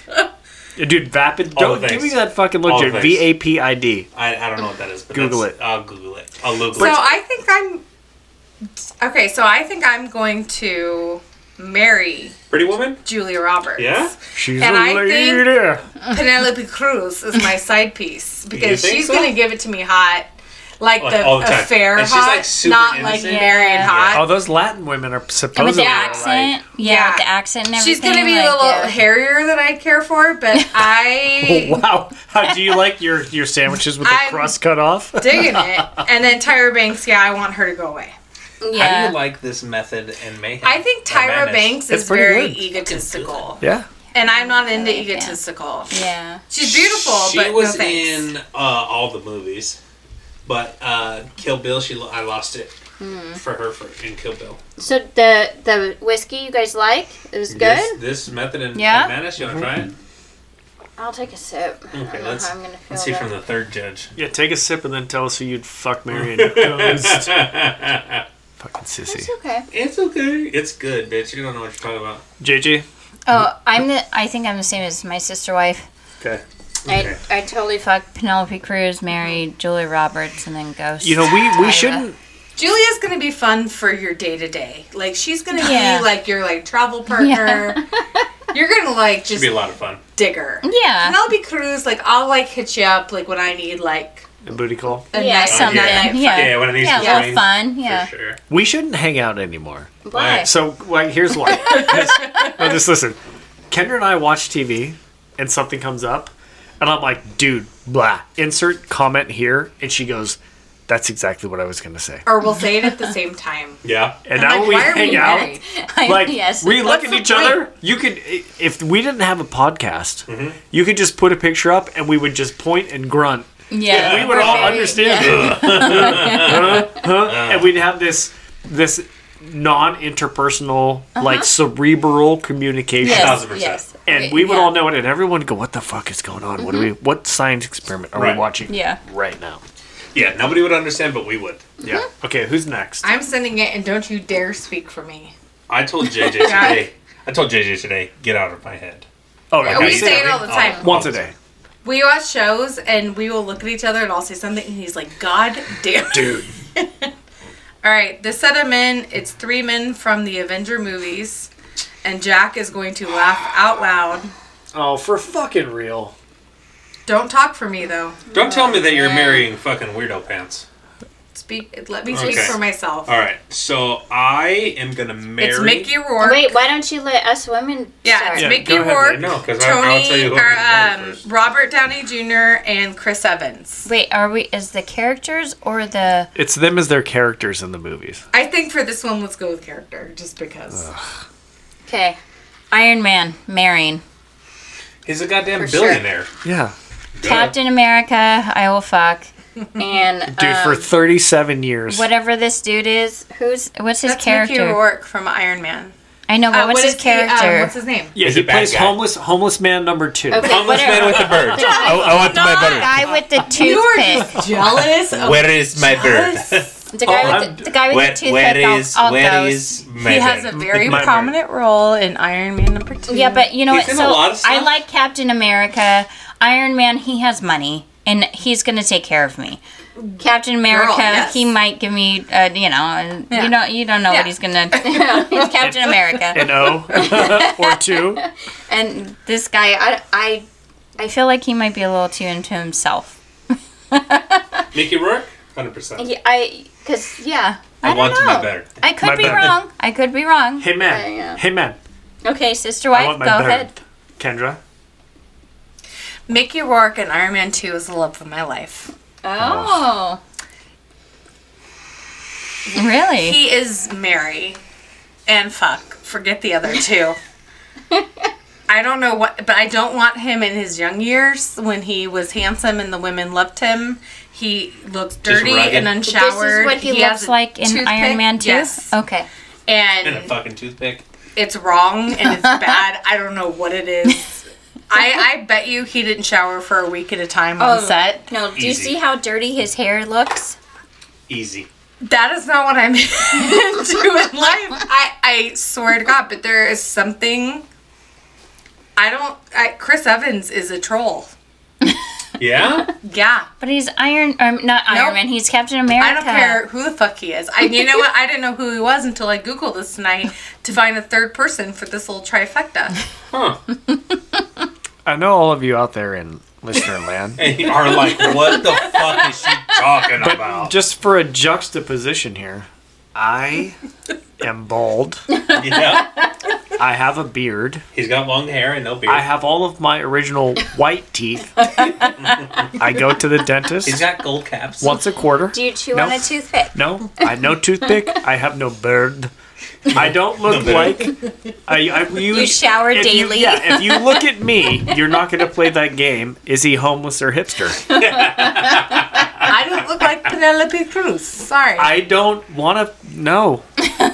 Speaker 2: dude vapid.
Speaker 1: All
Speaker 2: Don't
Speaker 1: the
Speaker 2: give me
Speaker 1: things.
Speaker 2: that fucking
Speaker 1: All
Speaker 2: look,
Speaker 1: the
Speaker 2: dude.
Speaker 1: things.
Speaker 2: V A P I D.
Speaker 1: I, I don't know what that is. But
Speaker 2: Google
Speaker 1: that's-
Speaker 2: it.
Speaker 1: I'll Google it. I'll Google
Speaker 4: So
Speaker 1: it.
Speaker 4: I think I'm. Okay, so I think I'm going to marry
Speaker 1: Pretty Woman?
Speaker 4: Julia Roberts.
Speaker 1: Yeah?
Speaker 2: She's
Speaker 4: And
Speaker 2: a
Speaker 4: I think-
Speaker 2: lady.
Speaker 4: Penelope Cruz is my side piece because
Speaker 1: think
Speaker 4: she's
Speaker 1: so?
Speaker 4: gonna give it to me hot, like
Speaker 1: Like,
Speaker 4: the,
Speaker 1: all the time.
Speaker 4: affair
Speaker 1: And she's,
Speaker 4: hot,
Speaker 1: like, super
Speaker 4: not
Speaker 1: innocent.
Speaker 4: like married
Speaker 3: Yeah.
Speaker 2: Oh,
Speaker 4: hot.
Speaker 2: those Latin women are
Speaker 3: And with
Speaker 2: supposedly all
Speaker 3: the
Speaker 2: right.
Speaker 3: accent, yeah,
Speaker 4: Yeah.
Speaker 3: with the accent and everything.
Speaker 4: She's gonna be
Speaker 3: like,
Speaker 4: a little
Speaker 3: yeah.
Speaker 4: hairier than I care for, but I
Speaker 2: Oh, wow. How do you like your, your sandwiches with the
Speaker 4: I'm-
Speaker 2: crust cut off?
Speaker 4: digging it. And then Tyra Banks, yeah, I want her to go away.
Speaker 1: How do
Speaker 3: Yeah.
Speaker 1: you like this method and mayhem?
Speaker 4: I think
Speaker 1: Or
Speaker 4: Tyra
Speaker 1: menace?
Speaker 4: Banks
Speaker 2: It's
Speaker 4: is
Speaker 2: pretty
Speaker 4: very
Speaker 2: good.
Speaker 4: egotistical,
Speaker 2: yeah.
Speaker 4: and I'm not into
Speaker 3: yeah.
Speaker 4: egotistical.
Speaker 3: yeah.
Speaker 4: She's beautiful,
Speaker 1: She
Speaker 4: but
Speaker 1: was
Speaker 4: no thanks.
Speaker 1: in uh, all the movies, but uh, Kill Bill. She lo- I lost it
Speaker 4: Hmm.
Speaker 1: for her for in Kill Bill.
Speaker 5: So the the whiskey you guys like it was good.
Speaker 1: This, this method and yeah?
Speaker 3: Yeah?
Speaker 1: menace. You want to try it?
Speaker 5: I'll take a sip. I don't
Speaker 1: Okay,
Speaker 5: know
Speaker 1: let's-
Speaker 5: how I'm gonna feel
Speaker 1: Let's see
Speaker 5: about
Speaker 1: from
Speaker 5: it.
Speaker 1: the third judge.
Speaker 2: Yeah, take a sip and then tell us who you'd fuck, marry, and ghost. Fucking sissy.
Speaker 5: It's okay.
Speaker 1: It's okay. It's good, bitch. You don't know what you're talking about.
Speaker 2: JJ?
Speaker 3: Oh, I'm the. I think I'm the same as my sister wife.
Speaker 2: Okay.
Speaker 1: Okay.
Speaker 5: I, I totally fuck.
Speaker 3: Fuck Penelope Cruz, marry Julia Roberts, and then Ghost.
Speaker 2: You know, we, we
Speaker 3: Tyra.
Speaker 2: shouldn't.
Speaker 4: Julia's gonna be fun for your day to day. Like she's gonna
Speaker 3: Yeah.
Speaker 4: be like your like travel partner. You're gonna like
Speaker 1: Should
Speaker 4: just
Speaker 1: be a lot of fun.
Speaker 4: dig her.
Speaker 3: Yeah.
Speaker 4: Penelope Cruz, like I'll like hit you up like when I need like
Speaker 2: A booty call.
Speaker 4: a
Speaker 3: Yeah,
Speaker 4: night,
Speaker 3: something.
Speaker 4: night,
Speaker 3: Yeah.
Speaker 1: Yeah, one of these
Speaker 3: Yeah, a little
Speaker 1: is
Speaker 3: fun. Yeah.
Speaker 1: For sure.
Speaker 2: We shouldn't hang out anymore.
Speaker 5: Why?
Speaker 2: So like, here's why. no, just listen. Kendra and I watch TV, and something comes up, and I'm like, dude, blah. Insert comment here, and she goes, "That's exactly what I was gonna say."
Speaker 4: or we'll say it at the same time.
Speaker 1: Yeah.
Speaker 2: And
Speaker 4: I'm
Speaker 2: now
Speaker 4: like,
Speaker 2: we
Speaker 4: why are we
Speaker 2: hang out.
Speaker 4: married?
Speaker 2: Like
Speaker 3: yes.
Speaker 2: we look
Speaker 4: What's
Speaker 2: at
Speaker 4: the
Speaker 2: each other. You could, if we didn't have a podcast, you could just put a picture up, and we would just point and grunt.
Speaker 3: yeah.
Speaker 2: we would all understand,
Speaker 3: Yeah.
Speaker 2: huh?
Speaker 1: Uh-huh.
Speaker 2: and we'd have this this non-interpersonal, like cerebral communication.
Speaker 3: Uh-huh. Yes.
Speaker 1: Thousand percent.
Speaker 3: yes.
Speaker 2: and we would
Speaker 3: yeah. Mm-hmm.
Speaker 2: all know it, and everyone would go, "What the fuck is going on? What are we? What science experiment are
Speaker 1: Right.
Speaker 2: we watching?
Speaker 3: Yeah.
Speaker 2: right now.
Speaker 1: Yeah. Nobody would understand, but we would.
Speaker 3: Mm-hmm.
Speaker 2: Yeah. Okay, who's next?
Speaker 4: I'm sending it, and don't you dare speak for me.
Speaker 1: I told JJ
Speaker 4: Yeah.
Speaker 1: today. I told JJ today. Get out of my head.
Speaker 2: oh,
Speaker 4: Yeah,
Speaker 2: okay.
Speaker 4: we
Speaker 1: you
Speaker 4: say it
Speaker 1: say
Speaker 4: all the
Speaker 1: it.
Speaker 4: time.
Speaker 2: once a day,
Speaker 4: We watch shows, and we will look at each other, and I'll say something, and he's like, "God damn."
Speaker 2: dude.
Speaker 4: All right, the set of men. It's three men from the Avenger movies, and Jack is going to laugh out loud.
Speaker 2: Oh, for fucking real.
Speaker 4: Don't talk for me though.
Speaker 1: Don't tell me that you're marrying fucking weirdo pants.
Speaker 4: Speak. Let me speak
Speaker 1: Okay.
Speaker 4: for myself.
Speaker 1: All right. So I am gonna marry.
Speaker 4: It's Mickey Rourke.
Speaker 5: Wait, why don't you let us women?
Speaker 4: yeah,
Speaker 5: start?
Speaker 4: it's
Speaker 2: Yeah,
Speaker 4: Mickey
Speaker 2: go ahead,
Speaker 4: Rourke,
Speaker 1: No, because I'll tell
Speaker 4: Tony,
Speaker 1: you who I'm
Speaker 4: or
Speaker 1: gonna marry
Speaker 4: um,
Speaker 1: first.
Speaker 4: Robert Downey Jr. and Chris Evans.
Speaker 3: Wait, are we? Is the characters or the?
Speaker 2: It's them as their characters in the movies.
Speaker 4: I think for this one, let's go with character, just because.
Speaker 5: Okay.
Speaker 3: Iron Man marrying
Speaker 1: He's a goddamn
Speaker 5: sure.
Speaker 1: billionaire.
Speaker 2: Yeah,
Speaker 1: Duh.
Speaker 3: Captain America. I will fuck
Speaker 5: And
Speaker 2: dude.
Speaker 5: um,
Speaker 2: for thirty-seven years.
Speaker 3: whatever this dude is. Who's what's his
Speaker 4: That's
Speaker 3: character?
Speaker 4: Mickey Rourke from Iron Man.
Speaker 3: I know, but
Speaker 4: Uh,
Speaker 3: what's
Speaker 4: what
Speaker 3: his
Speaker 4: is he, um,
Speaker 3: character?
Speaker 4: what's his name?
Speaker 2: yeah,
Speaker 1: He's
Speaker 2: he
Speaker 1: a bad
Speaker 2: plays
Speaker 1: guy.
Speaker 2: homeless homeless man number two.
Speaker 5: okay,
Speaker 1: Homeless
Speaker 5: whatever.
Speaker 1: man with the bird. oh, I want my bird.
Speaker 3: guy with the
Speaker 4: You are
Speaker 3: toothpick.
Speaker 4: just jealous. Of
Speaker 1: Where is my bird?
Speaker 3: The guy
Speaker 2: Oh,
Speaker 3: with
Speaker 2: I'm-
Speaker 3: the, the guy with the toothpick. I'll- I'll go.
Speaker 1: my
Speaker 4: He has a very
Speaker 2: My bird.
Speaker 4: prominent role in Iron Man number two.
Speaker 3: Yeah, but you know
Speaker 1: He's
Speaker 3: what?
Speaker 1: in a
Speaker 3: So
Speaker 1: lot of
Speaker 3: I
Speaker 1: stuff.
Speaker 3: like Captain America. Iron Man, he has money, and he's gonna take care of me. Captain America,
Speaker 4: yes.
Speaker 3: he might give me, uh, you know, uh,
Speaker 4: Yeah.
Speaker 3: you don't, you don't know
Speaker 4: Yeah.
Speaker 3: what he's gonna. he's Captain America,
Speaker 2: An O or two.
Speaker 3: and this guy, I, I, I feel like he might be a little too into himself.
Speaker 1: Mickey Rourke, hundred percent.
Speaker 5: Yeah, I because
Speaker 3: Yeah,
Speaker 1: I,
Speaker 3: I,
Speaker 1: want
Speaker 3: don't
Speaker 1: to
Speaker 3: know.
Speaker 1: my better.
Speaker 3: I could
Speaker 2: My
Speaker 3: be
Speaker 2: bad.
Speaker 3: wrong. I could be wrong.
Speaker 2: Hey
Speaker 5: Yeah, yeah.
Speaker 2: man. Hey man.
Speaker 3: Okay, sister
Speaker 2: I
Speaker 3: wife,
Speaker 2: want
Speaker 3: go
Speaker 2: my bird.
Speaker 3: ahead.
Speaker 2: Kendra.
Speaker 4: Mickey Rourke in Iron Man two is the love of my life.
Speaker 3: Oh, really?
Speaker 4: He is Mary and fuck. Forget the other two. I don't know what, but I don't want him in his young years when he was handsome and the women loved him. He looks dirty
Speaker 1: rugged.
Speaker 4: and
Speaker 1: This
Speaker 4: unshowered.
Speaker 3: this is what he,
Speaker 4: has
Speaker 3: looks
Speaker 4: a
Speaker 3: like in Iron
Speaker 4: toothpick.
Speaker 3: Man 2?
Speaker 4: Yes.
Speaker 3: Okay.
Speaker 1: And a
Speaker 4: And
Speaker 1: fucking toothpick.
Speaker 4: it's wrong and it's bad. I don't know what it is. I, I bet you he didn't shower for a week at a time on
Speaker 3: Oh.
Speaker 4: set.
Speaker 3: No, do you
Speaker 1: Easy.
Speaker 3: see how dirty his hair looks?
Speaker 1: Easy.
Speaker 4: That is not what I'm into in life. I, I swear to God, but there is something. I don't. I, Chris Evans is a troll.
Speaker 1: Yeah?
Speaker 4: Yeah.
Speaker 3: But he's Iron, um, not Iron
Speaker 4: Nope.
Speaker 3: Man. He's Captain America.
Speaker 4: I don't care who the fuck he is. I you know what? I didn't know who he was until I googled this tonight to find a third person for this little trifecta.
Speaker 1: Huh.
Speaker 2: I know all of you out there in listener land.
Speaker 1: And you are like, what the fuck is she talking about?
Speaker 2: Just for a juxtaposition here, I am bald.
Speaker 1: yeah.
Speaker 2: I have a beard.
Speaker 1: He's got long hair and no beard.
Speaker 2: I have all of my original white teeth. I go to the dentist
Speaker 1: He's got gold caps.
Speaker 2: once a quarter.
Speaker 5: Do you chew
Speaker 2: No.
Speaker 5: on a toothpick?
Speaker 2: No, I no toothpick. I have no beard. I don't look
Speaker 1: beard.
Speaker 2: like. I, I, you,
Speaker 3: You shower
Speaker 2: if you-
Speaker 3: daily.
Speaker 2: yeah, if you look at me, you're not going to play that game. Is he homeless or hipster?
Speaker 4: I don't look like Penelope Cruz. Sorry.
Speaker 2: I don't want to. No,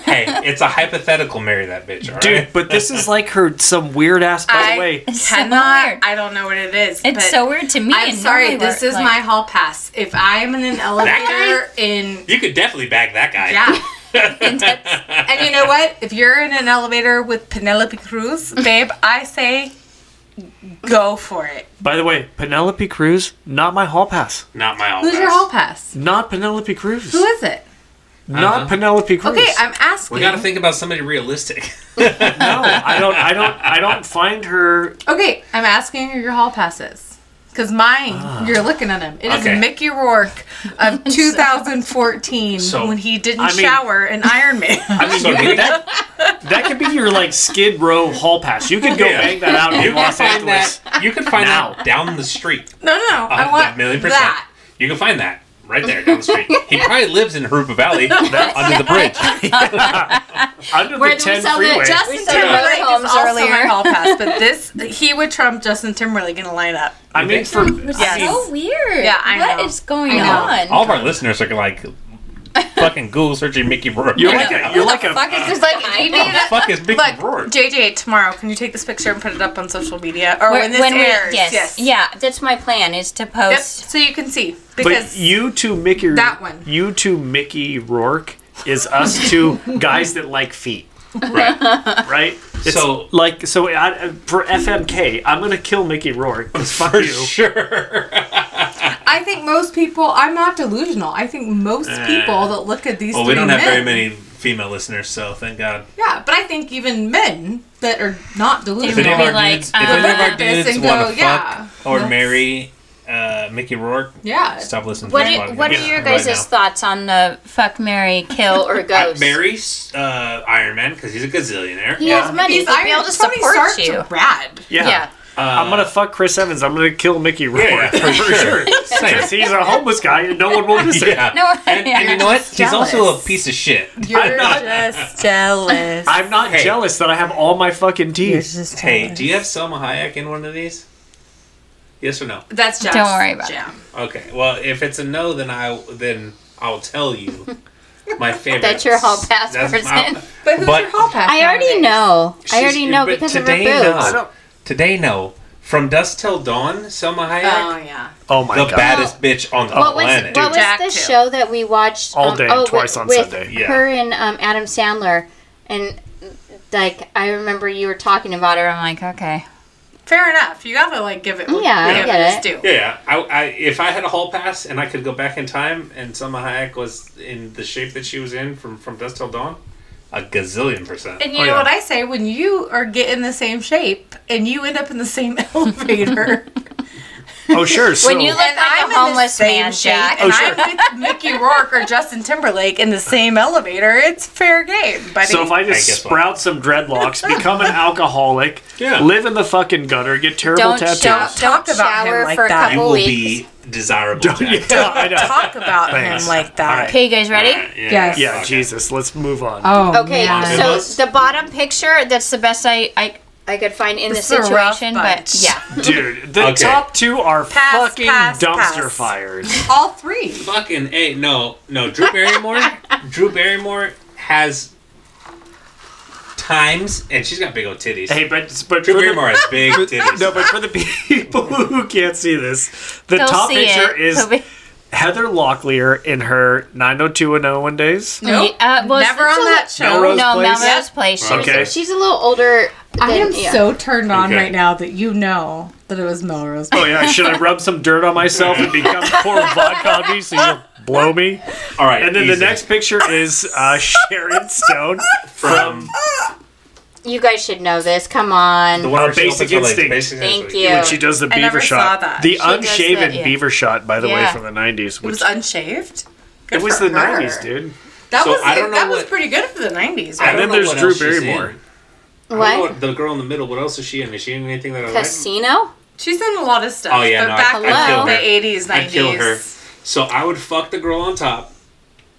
Speaker 1: Hey, it's a hypothetical marry that bitch, alright?
Speaker 2: dude. But this is like her some weird ass. By
Speaker 4: I-
Speaker 2: the way,
Speaker 3: It's so
Speaker 4: cannot.
Speaker 3: weird.
Speaker 4: I don't know what it is. but
Speaker 3: It's so weird to me.
Speaker 4: I'm
Speaker 3: and
Speaker 4: sorry.
Speaker 3: normally
Speaker 4: This
Speaker 3: we're,
Speaker 4: is
Speaker 3: like-
Speaker 4: my hall pass. If I'm in an elevator in
Speaker 1: You could definitely bag that guy.
Speaker 4: yeah. and you know what? If you're in an elevator with Penelope Cruz, babe, I say go for it.
Speaker 2: by the way, Penelope Cruz, not my hall pass.
Speaker 1: Not my all
Speaker 4: Who's your
Speaker 1: pass.
Speaker 4: hall pass?
Speaker 2: Not Penelope Cruz.
Speaker 4: Who is it?
Speaker 2: Not
Speaker 1: Uh-huh.
Speaker 2: Penelope Cruz.
Speaker 4: Okay, I'm asking.
Speaker 1: We gotta think about somebody realistic.
Speaker 2: no, I don't. I don't. I don't find her.
Speaker 4: Okay, I'm asking you your hall passes. Because mine, you're looking at him. It is
Speaker 1: Ah. Okay.
Speaker 4: Mickey Rourke of 2014
Speaker 1: So,
Speaker 4: when he didn't
Speaker 2: I mean-
Speaker 4: shower in Iron Man.
Speaker 2: I mean,
Speaker 1: So
Speaker 2: you-
Speaker 1: did-
Speaker 2: that that could be your like Skid Row hall pass. You could go
Speaker 1: Yeah.
Speaker 2: bang that out
Speaker 1: You
Speaker 2: in
Speaker 1: can
Speaker 2: Los
Speaker 1: find
Speaker 2: Angeles.
Speaker 1: that. You can find
Speaker 2: Now.
Speaker 1: that down the street.
Speaker 4: no, no, no.
Speaker 1: A
Speaker 4: I want
Speaker 1: million percent.
Speaker 4: that.
Speaker 1: You can find that right there down the street. he probably lives in Harupa Valley under the bridge.
Speaker 2: Under
Speaker 5: Where
Speaker 2: the
Speaker 5: do we
Speaker 2: ten
Speaker 5: sell the
Speaker 2: freeway.
Speaker 5: just-
Speaker 4: Justin
Speaker 5: saw the
Speaker 4: Timberlake is
Speaker 5: Road Homes
Speaker 4: also my
Speaker 5: earlier.
Speaker 4: hall pass, but this, he would trump Justin Timberlake in a lineup.
Speaker 2: I mean, for
Speaker 3: It's
Speaker 4: Yes.
Speaker 3: so weird.
Speaker 4: Yeah, I
Speaker 3: What
Speaker 4: know.
Speaker 3: is going
Speaker 4: I know.
Speaker 3: on?
Speaker 1: All of our listeners are like fucking Google searching Mickey Rourke.
Speaker 2: you're
Speaker 1: right
Speaker 2: like a
Speaker 1: now.
Speaker 2: you're like a
Speaker 5: Fuck is this like you need
Speaker 1: the fuck is Mickey
Speaker 4: Look,
Speaker 1: Rourke?
Speaker 4: JJ, tomorrow, can you take this picture and put it up on social media? Or
Speaker 3: We're-
Speaker 4: when this airs.
Speaker 3: yes,
Speaker 4: yes.
Speaker 3: yeah, that's my plan is to
Speaker 4: Yep,
Speaker 3: post.
Speaker 4: so you can see.
Speaker 2: but
Speaker 4: Because
Speaker 2: you two Mickey
Speaker 4: That one.
Speaker 2: You two Mickey Rourke is us two guys that like feet,
Speaker 1: Right.
Speaker 2: right? It's
Speaker 1: So-
Speaker 2: like so I, for FMK, I'm gonna kill Mickey Rourke. 'cause Fuck
Speaker 1: For
Speaker 2: you.
Speaker 1: sure.
Speaker 4: I think most people, I'm not delusional. I think most people that look at these
Speaker 1: Eh. Well, we
Speaker 4: three
Speaker 1: don't have
Speaker 4: men-
Speaker 1: very many female listeners, so thank God.
Speaker 4: Yeah, but I think even men that are not
Speaker 1: If
Speaker 3: They
Speaker 1: any
Speaker 4: delusional.
Speaker 1: of our
Speaker 3: be like,
Speaker 1: dudes, if any of
Speaker 4: uh,
Speaker 1: our
Speaker 4: this
Speaker 1: dudes
Speaker 4: and
Speaker 1: want
Speaker 4: go,
Speaker 1: to
Speaker 4: yeah,
Speaker 1: fuck or
Speaker 4: let's-
Speaker 1: marry uh, Mickey Rourke,
Speaker 4: Yeah.
Speaker 1: stop listening.
Speaker 3: What
Speaker 1: to this
Speaker 3: do,
Speaker 1: podcast
Speaker 3: what are
Speaker 1: right
Speaker 3: your guys'
Speaker 1: now.
Speaker 3: thoughts on the fuck Mary kill or
Speaker 1: I-
Speaker 5: ghost?
Speaker 1: Marry uh, Iron Man because he's a gazillionaire.
Speaker 5: He
Speaker 2: Yeah.
Speaker 5: has money.
Speaker 4: He's
Speaker 5: He'd be
Speaker 4: Iron
Speaker 5: able to
Speaker 4: Tony
Speaker 5: support
Speaker 4: Stark's
Speaker 5: you.
Speaker 4: rad.
Speaker 2: Yeah.
Speaker 5: Yeah.
Speaker 1: Uh,
Speaker 2: I'm gonna fuck Chris Evans. I'm gonna kill Mickey Rourke
Speaker 1: Yeah, yeah,
Speaker 2: for sure.
Speaker 1: Same.
Speaker 2: Because he's a homeless guy and no one will miss it.
Speaker 1: Yeah.
Speaker 3: No,
Speaker 1: and,
Speaker 3: yeah.
Speaker 1: and you know what? He's
Speaker 4: Jealous.
Speaker 1: also a piece of shit.
Speaker 4: You're
Speaker 2: not-
Speaker 4: just jealous.
Speaker 2: I'm not
Speaker 1: Hey.
Speaker 2: jealous that I have all my fucking teeth.
Speaker 4: just
Speaker 1: Hey, do you have Selma Hayek in one of these? Yes or no?
Speaker 4: That's just
Speaker 3: Don't worry about it.
Speaker 4: jam.
Speaker 1: Okay. Well, if it's a no, then I then I'll tell you my favorite.
Speaker 5: That's your hall pass person.
Speaker 4: But who's
Speaker 1: But-
Speaker 4: your hall pass?
Speaker 5: I already
Speaker 4: nowadays?
Speaker 5: know. I
Speaker 1: She's-
Speaker 5: already know
Speaker 1: but
Speaker 5: because of her
Speaker 1: today,
Speaker 5: boobs.
Speaker 2: I
Speaker 1: no.
Speaker 2: don't-
Speaker 1: Today, no. From dusk till dawn, Selma
Speaker 4: Oh
Speaker 1: Hayek,
Speaker 4: yeah.
Speaker 2: Oh my
Speaker 1: the
Speaker 2: god.
Speaker 1: baddest bitch on the
Speaker 5: What was
Speaker 1: planet.
Speaker 5: what was
Speaker 4: Jack
Speaker 5: the
Speaker 4: too.
Speaker 5: show that we watched
Speaker 2: All
Speaker 5: um,
Speaker 2: day,
Speaker 5: with-
Speaker 2: twice on
Speaker 5: with
Speaker 2: Sunday.
Speaker 1: Yeah.
Speaker 5: Her and um, Adam Sandler, and like I remember you were talking about her. I'm like, okay,
Speaker 4: Fair enough. You gotta like give it.
Speaker 5: Yeah, I
Speaker 4: give
Speaker 5: get
Speaker 4: its
Speaker 5: it.
Speaker 4: due.
Speaker 1: Yeah, yeah. I, I, if I had a hall pass and I could go back in time, and Selma Hayek was in the shape that she was in from from dusk till dawn, a gazillion percent.
Speaker 4: And you
Speaker 2: Oh,
Speaker 4: know
Speaker 2: yeah.
Speaker 4: what I say? When you are getting the same shape and you end up in the same elevator,
Speaker 2: Oh sure. So,
Speaker 3: When you look like
Speaker 4: and I'm
Speaker 3: a homeless
Speaker 4: in the same
Speaker 3: man,
Speaker 4: shape,
Speaker 3: Jack.
Speaker 4: and
Speaker 2: Oh, sure.
Speaker 4: I'm with Mickey Rourke or Justin Timberlake in the same elevator, it's fair game, buddy.
Speaker 2: so if I just
Speaker 1: Hey, guess what?
Speaker 2: sprout some dreadlocks, become an alcoholic,
Speaker 1: Yeah.
Speaker 2: live in the fucking gutter, get terrible
Speaker 3: Don't
Speaker 2: tattoos.
Speaker 3: shop.
Speaker 4: talk
Speaker 5: Don't
Speaker 4: about him
Speaker 5: shower
Speaker 4: like
Speaker 5: for a
Speaker 4: that.
Speaker 1: you
Speaker 5: couple
Speaker 1: will
Speaker 5: weeks.
Speaker 1: be desirable.
Speaker 2: Don't-
Speaker 1: Jack.
Speaker 2: yeah, I know.
Speaker 4: talk about
Speaker 2: Thanks.
Speaker 4: him like that.
Speaker 2: Alright.
Speaker 3: Okay, you guys ready?
Speaker 1: Yeah,
Speaker 4: Yes.
Speaker 2: Yeah,
Speaker 1: okay.
Speaker 2: Jesus, let's move on.
Speaker 4: Oh,
Speaker 5: okay.
Speaker 1: man.
Speaker 5: So
Speaker 1: Us?
Speaker 5: the bottom picture, that's the best I I, I could find in
Speaker 4: This
Speaker 5: the
Speaker 4: is a rough
Speaker 5: situation.
Speaker 4: bunch.
Speaker 5: But yeah,
Speaker 2: Dude, the
Speaker 1: Okay.
Speaker 2: top two are
Speaker 4: Pass,
Speaker 2: fucking
Speaker 4: pass,
Speaker 2: dumpster
Speaker 4: pass.
Speaker 2: fires.
Speaker 4: all three.
Speaker 1: Fucking a no no Drew Barrymore. Drew Barrymore has times, and she's got big old titties.
Speaker 2: Hey, but but
Speaker 1: Drew
Speaker 2: for the-
Speaker 1: Barrymore has big titties.
Speaker 2: no, but for the people who can't see this, the
Speaker 3: They'll
Speaker 2: top
Speaker 3: see
Speaker 2: picture
Speaker 3: it.
Speaker 2: is Heather Locklear in her 90210 days.
Speaker 4: Nope.
Speaker 3: Uh, well,
Speaker 4: Never on that show.
Speaker 2: Melrose
Speaker 3: No,
Speaker 2: Place?
Speaker 3: Melrose Place. She was
Speaker 2: Okay.
Speaker 5: she's a little older. Than,
Speaker 4: I am
Speaker 5: yeah.
Speaker 4: so turned on
Speaker 1: Okay.
Speaker 4: right now that you know that it was Melrose.
Speaker 2: Oh yeah, should I rub some dirt on myself and become poor vodka me so you'll blow me?
Speaker 1: All right.
Speaker 2: And then
Speaker 1: easy.
Speaker 2: the next picture is uh, Sharon Stone from
Speaker 5: You guys should know this. Come on.
Speaker 1: The one
Speaker 2: Uh,
Speaker 1: where she opens
Speaker 2: Basic
Speaker 1: her leg,
Speaker 2: Instinct.
Speaker 1: Basic
Speaker 5: Thank
Speaker 1: Instinct.
Speaker 5: you.
Speaker 2: when she does the
Speaker 4: I
Speaker 2: beaver
Speaker 4: never
Speaker 2: shot.
Speaker 4: saw that.
Speaker 2: The
Speaker 4: She
Speaker 5: does
Speaker 2: unshaven
Speaker 5: that, yeah.
Speaker 2: beaver shot, by the way,
Speaker 3: Yeah.
Speaker 2: from the '90s, which
Speaker 4: It was unshaved. Good
Speaker 2: it was
Speaker 4: for
Speaker 2: the
Speaker 4: her.
Speaker 2: '90s, dude.
Speaker 4: That
Speaker 1: So
Speaker 4: was
Speaker 1: I don't know
Speaker 4: that was
Speaker 1: what-
Speaker 4: pretty good for the nineties.
Speaker 1: I
Speaker 2: And
Speaker 4: Right?
Speaker 1: don't know
Speaker 2: then there's
Speaker 1: what
Speaker 2: Drew
Speaker 1: else she's
Speaker 2: Barrymore.
Speaker 1: in. I don't know
Speaker 5: what?
Speaker 1: what- the girl in the middle. What else is she in? Is she in anything that I like?
Speaker 5: Casino?
Speaker 4: She's done a lot of stuff.
Speaker 1: Oh, yeah,
Speaker 4: but
Speaker 1: no, I-
Speaker 4: back
Speaker 1: I'd
Speaker 5: kill
Speaker 4: in
Speaker 5: her.
Speaker 4: the eighties,
Speaker 1: I'd
Speaker 4: nineties.
Speaker 1: kill her. So I would fuck the girl on top.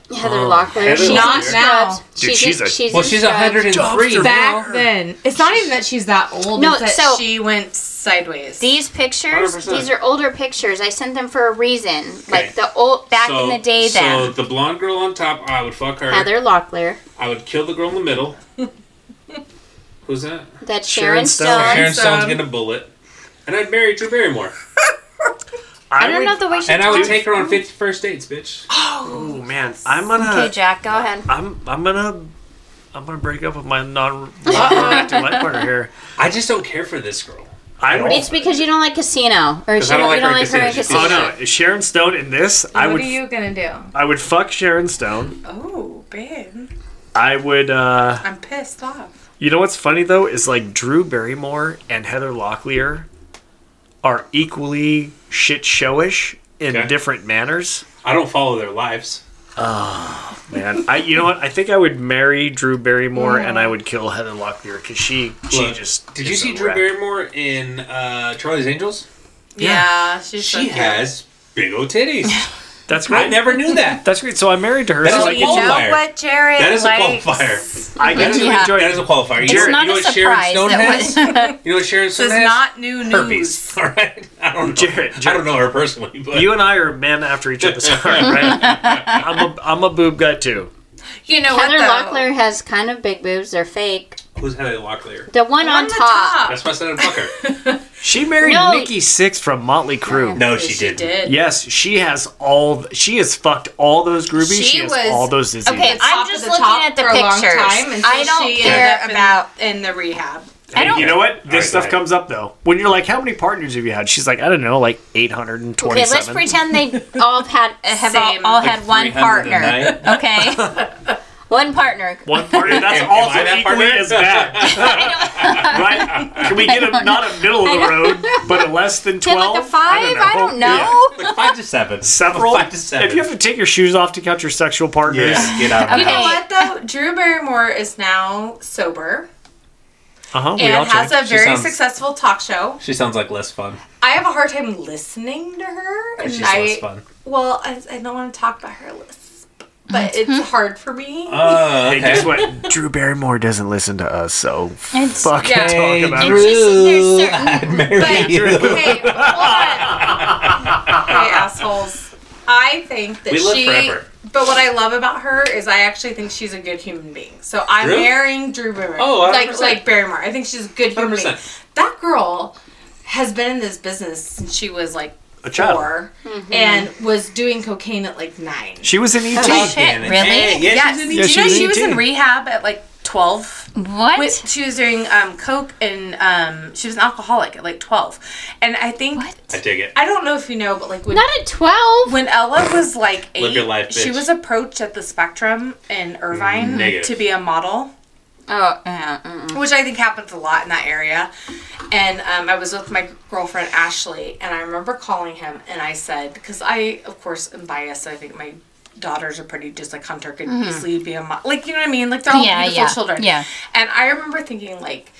Speaker 5: Heather
Speaker 2: Oh,
Speaker 5: Locklear.
Speaker 1: Heather
Speaker 5: she's
Speaker 1: Locklear.
Speaker 5: in Scrubs.
Speaker 6: Now.
Speaker 2: Dude, she's a-
Speaker 5: she's
Speaker 1: Well,
Speaker 5: in
Speaker 1: she's
Speaker 5: Scrubs.
Speaker 1: 103.
Speaker 6: Back then, it's not even that she's that old.
Speaker 5: No,
Speaker 6: it's that
Speaker 5: So-
Speaker 4: she went sideways.
Speaker 3: These pictures,
Speaker 1: 100%.
Speaker 5: These are older pictures. I sent them for a reason.
Speaker 1: Okay.
Speaker 5: Like the old back
Speaker 1: So-
Speaker 5: in the day.
Speaker 1: So
Speaker 5: Then
Speaker 1: the blonde girl on top, I would fuck her.
Speaker 5: Heather Locklear.
Speaker 1: I would kill the girl in the middle. Who's that?
Speaker 5: That's
Speaker 2: Sharon
Speaker 5: Sharon,
Speaker 2: Stone.
Speaker 5: Stone.
Speaker 1: Sharon Stone's
Speaker 4: Stone.
Speaker 1: getting a bullet. And I'd marry Drew Barrymore.
Speaker 5: I don't
Speaker 2: would-
Speaker 5: know the way she.
Speaker 1: And I would
Speaker 5: talks.
Speaker 1: take her on 51st dates, bitch.
Speaker 2: Oh man, I'm gonna.
Speaker 5: Okay, Jack, go ahead.
Speaker 2: I'm I'm gonna I'm gonna break up with my non non-romantic life partner here.
Speaker 1: I just don't care for this girl.
Speaker 2: I would.
Speaker 5: It's because you don't like Casino, or she
Speaker 1: I
Speaker 5: don't,
Speaker 1: don't
Speaker 5: you don't like her in Casino.
Speaker 2: Oh no, is Sharon Stone in this? I
Speaker 6: what
Speaker 2: would
Speaker 6: are you gonna do?
Speaker 2: I would fuck Sharon Stone.
Speaker 4: oh, babe,
Speaker 2: I would. uh
Speaker 4: I'm pissed off.
Speaker 2: You know what's funny though is like Drew Barrymore and Heather Locklear are equally shit showish in
Speaker 1: Okay.
Speaker 2: different manners.
Speaker 1: I don't follow their lives.
Speaker 2: Man, I you know what? I think I would marry Drew Barrymore and I would kill Heather Locklear because she she
Speaker 1: Look,
Speaker 2: just
Speaker 1: Did you
Speaker 2: is a
Speaker 1: see Drew
Speaker 2: wreck.
Speaker 1: Barrymore in uh, Charlie's Angels?
Speaker 4: Yeah,
Speaker 2: Yeah.
Speaker 4: she's so
Speaker 1: She
Speaker 4: cute.
Speaker 1: has big old titties.
Speaker 2: That's
Speaker 1: I
Speaker 2: right.
Speaker 1: never knew that.
Speaker 2: That's great. So I'm married to her.
Speaker 1: That
Speaker 2: so
Speaker 1: is
Speaker 2: I
Speaker 1: a
Speaker 2: get to-
Speaker 1: qualifier.
Speaker 6: Jared
Speaker 1: That is a
Speaker 6: likes?
Speaker 1: qualifier.
Speaker 2: I get to
Speaker 3: Yeah.
Speaker 2: enjoy
Speaker 1: That is a qualifier. You
Speaker 3: it's
Speaker 1: know,
Speaker 3: not
Speaker 1: you know
Speaker 3: a
Speaker 1: what Sharon
Speaker 3: surprise.
Speaker 1: Stone has?
Speaker 3: that was,
Speaker 1: You know what Sharon
Speaker 4: This
Speaker 1: Stone
Speaker 4: is
Speaker 1: has?
Speaker 4: not new news.
Speaker 1: herpes. All right. I don't know.
Speaker 2: Jared,
Speaker 1: I don't know her personally, but
Speaker 2: You and I are men after each other's heart, right? I'm a, I'm a boob guy too.
Speaker 4: You know
Speaker 5: Heather
Speaker 4: what? though?
Speaker 5: Locklear has kind of big boobs. They're fake.
Speaker 1: who's Heather Locklear?
Speaker 5: The one on
Speaker 4: the
Speaker 5: top.
Speaker 1: That's why I said I'd fuck her.
Speaker 2: She married
Speaker 5: No.
Speaker 2: Nikki Six from Motley Crue.
Speaker 1: No, she,
Speaker 4: She
Speaker 1: didn't.
Speaker 4: did.
Speaker 2: Yes, she has all. She has fucked all those groupies. She,
Speaker 3: She
Speaker 2: has
Speaker 3: was-
Speaker 2: all those diseases.
Speaker 3: okay,
Speaker 4: Top
Speaker 3: I'm
Speaker 4: of
Speaker 3: just
Speaker 4: the
Speaker 3: looking
Speaker 4: top
Speaker 3: at the
Speaker 4: for a long
Speaker 3: pictures.
Speaker 4: time, and so
Speaker 3: I don't
Speaker 4: she ended
Speaker 3: care
Speaker 4: up in-
Speaker 3: about.
Speaker 4: in the rehab.
Speaker 3: I don't.
Speaker 2: you know what? This
Speaker 1: All right,
Speaker 2: stuff
Speaker 1: go ahead.
Speaker 2: comes up though. When you're like, "How many partners have you had?" She's like, "I don't know, like 827."
Speaker 3: Okay, let's pretend they all have had have all,
Speaker 4: Same.
Speaker 3: all
Speaker 1: Like
Speaker 3: had one
Speaker 1: 300 a
Speaker 3: partner.
Speaker 1: night.
Speaker 3: Okay, one partner.
Speaker 2: One partner. That's
Speaker 1: Am- am
Speaker 2: also
Speaker 1: I that
Speaker 2: equally
Speaker 1: partner?
Speaker 2: as bad, right? Can we get a, not a middle of the road, but a less than
Speaker 3: Did
Speaker 2: twelve?
Speaker 3: like a five? I don't know.
Speaker 2: Yeah.
Speaker 1: Like five to seven.
Speaker 2: Several.
Speaker 1: Five to seven.
Speaker 2: If you have to take your shoes off to count your sexual partners,
Speaker 1: yeah, get out of
Speaker 3: Okay.
Speaker 1: the
Speaker 4: You know
Speaker 1: house.
Speaker 4: what though? Drew Barrymore is now sober
Speaker 2: uh-huh, we all
Speaker 4: and has
Speaker 2: change.
Speaker 4: a very
Speaker 1: sounds-
Speaker 4: successful talk show.
Speaker 1: She sounds like less fun.
Speaker 4: I have a hard time listening to her, and
Speaker 1: She's less
Speaker 4: I
Speaker 1: fun.
Speaker 4: well, I, I don't want to talk about her lisp, but it's hard for me.
Speaker 1: Uh,
Speaker 2: Hey, guess what? Drew Barrymore doesn't listen to us, so
Speaker 3: It's-
Speaker 2: fuck
Speaker 4: Yeah.
Speaker 2: talk about
Speaker 3: Drew.
Speaker 2: it.
Speaker 3: there's certain-
Speaker 1: I'd marry
Speaker 4: But
Speaker 1: you.
Speaker 4: hey, hold on. hey, assholes. I think that
Speaker 1: We live
Speaker 4: she.
Speaker 1: forever.
Speaker 4: But what I love about her is I actually think she's a good human being. So I'm
Speaker 1: Really?
Speaker 4: marrying Drew Barrymore.
Speaker 1: Oh, 100%.
Speaker 4: like like Barrymore. I think she's a good human being.
Speaker 1: 100%.
Speaker 4: That girl has been in this business since she was like
Speaker 2: A child.
Speaker 4: four, and was doing cocaine at like nine.
Speaker 2: She was in E ET.
Speaker 1: Talk
Speaker 3: shit,
Speaker 1: in it.
Speaker 3: really?
Speaker 1: Hey, yeah,
Speaker 4: Yes.
Speaker 1: she's in E
Speaker 4: Do
Speaker 1: the-
Speaker 2: Yeah, she
Speaker 4: you know
Speaker 2: was in
Speaker 4: she was in
Speaker 2: ET.
Speaker 4: rehab at like twelve?
Speaker 3: What?
Speaker 4: With, she was doing um, coke and um, she was an alcoholic at like 12. And I think,
Speaker 1: I dig it.
Speaker 4: I don't know if you know, but like when,
Speaker 5: Not at twelve.
Speaker 4: when Ella was like eight,
Speaker 1: Live your life,
Speaker 4: she
Speaker 1: bitch.
Speaker 4: was approached at the Spectrum in Irvine
Speaker 1: Negative.
Speaker 4: to be a model,
Speaker 3: oh, yeah, mm-mm.
Speaker 4: which I think happens a lot in that area. And um, I was with my girlfriend Ashley, and I remember calling him and I said, because I, of course, am biased. I think my daughters are pretty just like Hunter could easily be a model. Like, you know what I mean? Like, they're all
Speaker 3: Mm-hmm. yeah,
Speaker 4: beautiful
Speaker 3: yeah,
Speaker 4: children.
Speaker 3: yeah.
Speaker 4: And I remember thinking, like,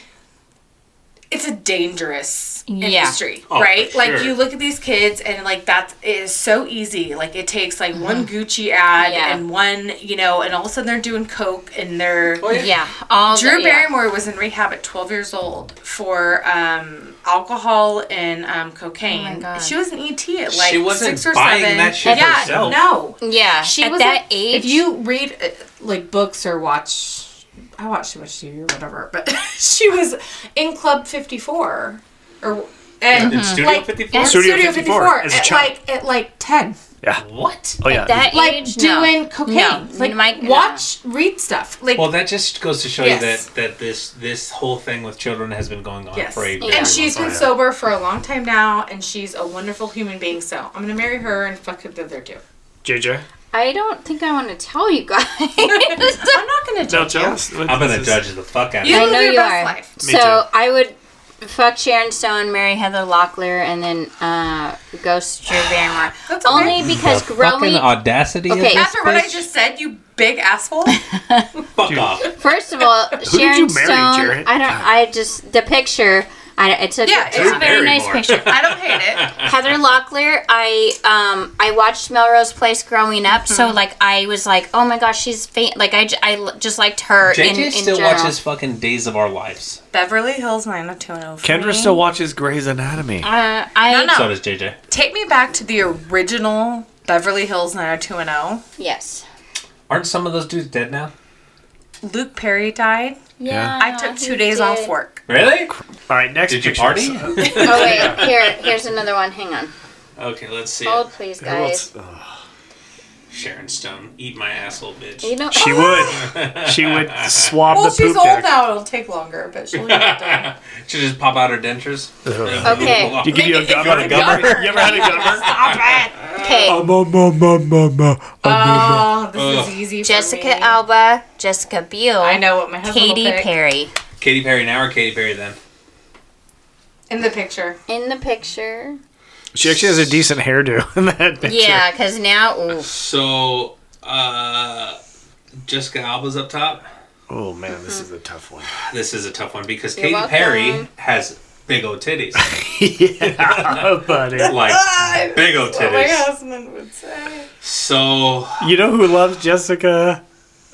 Speaker 4: it's a dangerous
Speaker 3: Yeah.
Speaker 4: industry,
Speaker 1: Oh, for
Speaker 4: right? Like,
Speaker 1: sure.
Speaker 4: you look at these kids, and like, that's it is so easy. Like, it takes like one Gucci ad
Speaker 3: Mm-hmm. Yeah.
Speaker 4: and one, you know, and all of a sudden they're doing Coke and they're.
Speaker 3: yeah. All
Speaker 4: Drew
Speaker 3: the, yeah.
Speaker 4: Barrymore was in rehab at 12 years old for um, alcohol and um, cocaine.
Speaker 3: God.
Speaker 4: She was an ET at like
Speaker 1: She wasn't
Speaker 4: six or
Speaker 1: buying
Speaker 4: seven.
Speaker 1: that shit
Speaker 4: yeah,
Speaker 1: herself.
Speaker 4: no.
Speaker 3: Yeah,
Speaker 4: She
Speaker 3: at
Speaker 4: was
Speaker 3: that
Speaker 4: a-
Speaker 3: age.
Speaker 4: If you read uh, like books or watch, I watch too much TV or whatever. But she was in Club Fifty Four, or and
Speaker 1: In Studio
Speaker 4: like
Speaker 1: 54?
Speaker 4: at
Speaker 2: Studio
Speaker 4: Studio
Speaker 2: 54
Speaker 4: 54
Speaker 2: as a
Speaker 4: at
Speaker 2: child.
Speaker 4: like at like ten.
Speaker 2: Yeah.
Speaker 1: What?
Speaker 2: Oh yeah.
Speaker 7: that
Speaker 4: like
Speaker 7: age, no.
Speaker 4: doing cocaine.
Speaker 7: No.
Speaker 4: Like
Speaker 7: Mike, no.
Speaker 4: watch, read stuff. Like
Speaker 1: Well, that just goes to show
Speaker 4: Yes.
Speaker 1: you that, that this this whole thing with children has been going on
Speaker 4: yes.
Speaker 1: for a very long
Speaker 4: And she's been
Speaker 1: time.
Speaker 4: sober for a long time now, and she's a wonderful human being. So I'm gonna marry her and fuck the other two.
Speaker 2: JJ.
Speaker 3: I don't think I want to tell you guys.
Speaker 4: I'm not gonna
Speaker 2: No,
Speaker 4: judge
Speaker 2: tell
Speaker 4: you.
Speaker 2: us.
Speaker 1: I'm gonna judge the fuck out of
Speaker 4: You
Speaker 1: you.
Speaker 3: I
Speaker 4: live
Speaker 3: know
Speaker 4: your
Speaker 3: you
Speaker 4: best
Speaker 3: are.
Speaker 4: life.
Speaker 2: Me
Speaker 3: so
Speaker 2: too.
Speaker 3: I would fuck Sharon Stone, marry Heather Locklear, and then uh, ghost Drew Barrymore.
Speaker 4: That's okay.
Speaker 3: Only because growing.
Speaker 1: audacity!
Speaker 3: Okay.
Speaker 1: this
Speaker 4: After what I
Speaker 1: bitch.
Speaker 4: just said, you big asshole.
Speaker 1: fuck off.
Speaker 3: First of all,
Speaker 2: you
Speaker 3: Sharon
Speaker 2: marry,
Speaker 3: Stone.
Speaker 2: Jared?
Speaker 3: I don't. I just the picture. I, it took.
Speaker 4: Yeah,
Speaker 3: it
Speaker 4: it's
Speaker 3: was
Speaker 4: a
Speaker 3: a very
Speaker 1: very
Speaker 3: nice
Speaker 1: more.
Speaker 3: picture.
Speaker 4: I don't hate it.
Speaker 3: Heather
Speaker 1: Heather
Speaker 3: Locklear. I um I watched Melrose Place growing up,
Speaker 8: Mm-hmm.
Speaker 3: so like I was like, oh my gosh, she's faint. Like I, j- I l- just liked her.
Speaker 1: JJ
Speaker 3: in, in
Speaker 1: still
Speaker 3: general.
Speaker 1: watches fucking Days of Our Lives.
Speaker 8: Beverly Hills 90210. for me.
Speaker 2: Kendra still watches Grey's Anatomy.
Speaker 3: Uh, I
Speaker 8: No,
Speaker 4: Oh.
Speaker 8: no.
Speaker 1: So does JJ.
Speaker 8: Take me back to the original Beverly Hills 90210.
Speaker 3: yes.
Speaker 1: Aren't some of those dudes dead now?
Speaker 8: Luke Perry died.
Speaker 2: Yeah.
Speaker 8: I took two days off work.
Speaker 1: Really?
Speaker 2: All right, next
Speaker 1: Did you
Speaker 2: picture.
Speaker 1: party?
Speaker 2: Who
Speaker 3: Oh wait, here here's another one. Hang on.
Speaker 1: okay, let's see.
Speaker 3: Hold please,
Speaker 2: else?
Speaker 3: guys.
Speaker 2: Ugh.
Speaker 1: Sharon Stone, eat my asshole, bitch.
Speaker 3: You know,
Speaker 2: She would. She would swab
Speaker 4: Well,
Speaker 2: the poop
Speaker 4: she's old
Speaker 2: deck.
Speaker 4: now. It'll take longer, but she'll get done.
Speaker 1: Should just pop out her dentures.
Speaker 3: Okay.
Speaker 2: Did you give you a
Speaker 1: You want a
Speaker 2: gummer?
Speaker 1: gummer?
Speaker 2: You ever had a gummer?
Speaker 3: okay.
Speaker 4: Oh, this
Speaker 1: Ugh.
Speaker 4: is easy. For me.
Speaker 3: Jessica Alba, Jessica Biel,
Speaker 4: I know what my husband will
Speaker 3: Katy
Speaker 4: pick.
Speaker 3: Perry
Speaker 1: Katy Perry. Now or Katy Perry then?
Speaker 4: in the picture.
Speaker 3: in the picture.
Speaker 2: She actually has a decent hairdo in that picture.
Speaker 3: Yeah, because now, oof.
Speaker 1: So, uh, Jessica Alba's up top.
Speaker 2: Oh man, this is a tough one.
Speaker 1: This is a tough one because
Speaker 3: You're
Speaker 1: Katy Perry
Speaker 3: welcome.
Speaker 1: has big old titties.
Speaker 2: yeah, buddy.
Speaker 1: like big old
Speaker 3: Oh
Speaker 1: titties.
Speaker 4: husband would say.
Speaker 1: So
Speaker 2: You know who loves Jessica?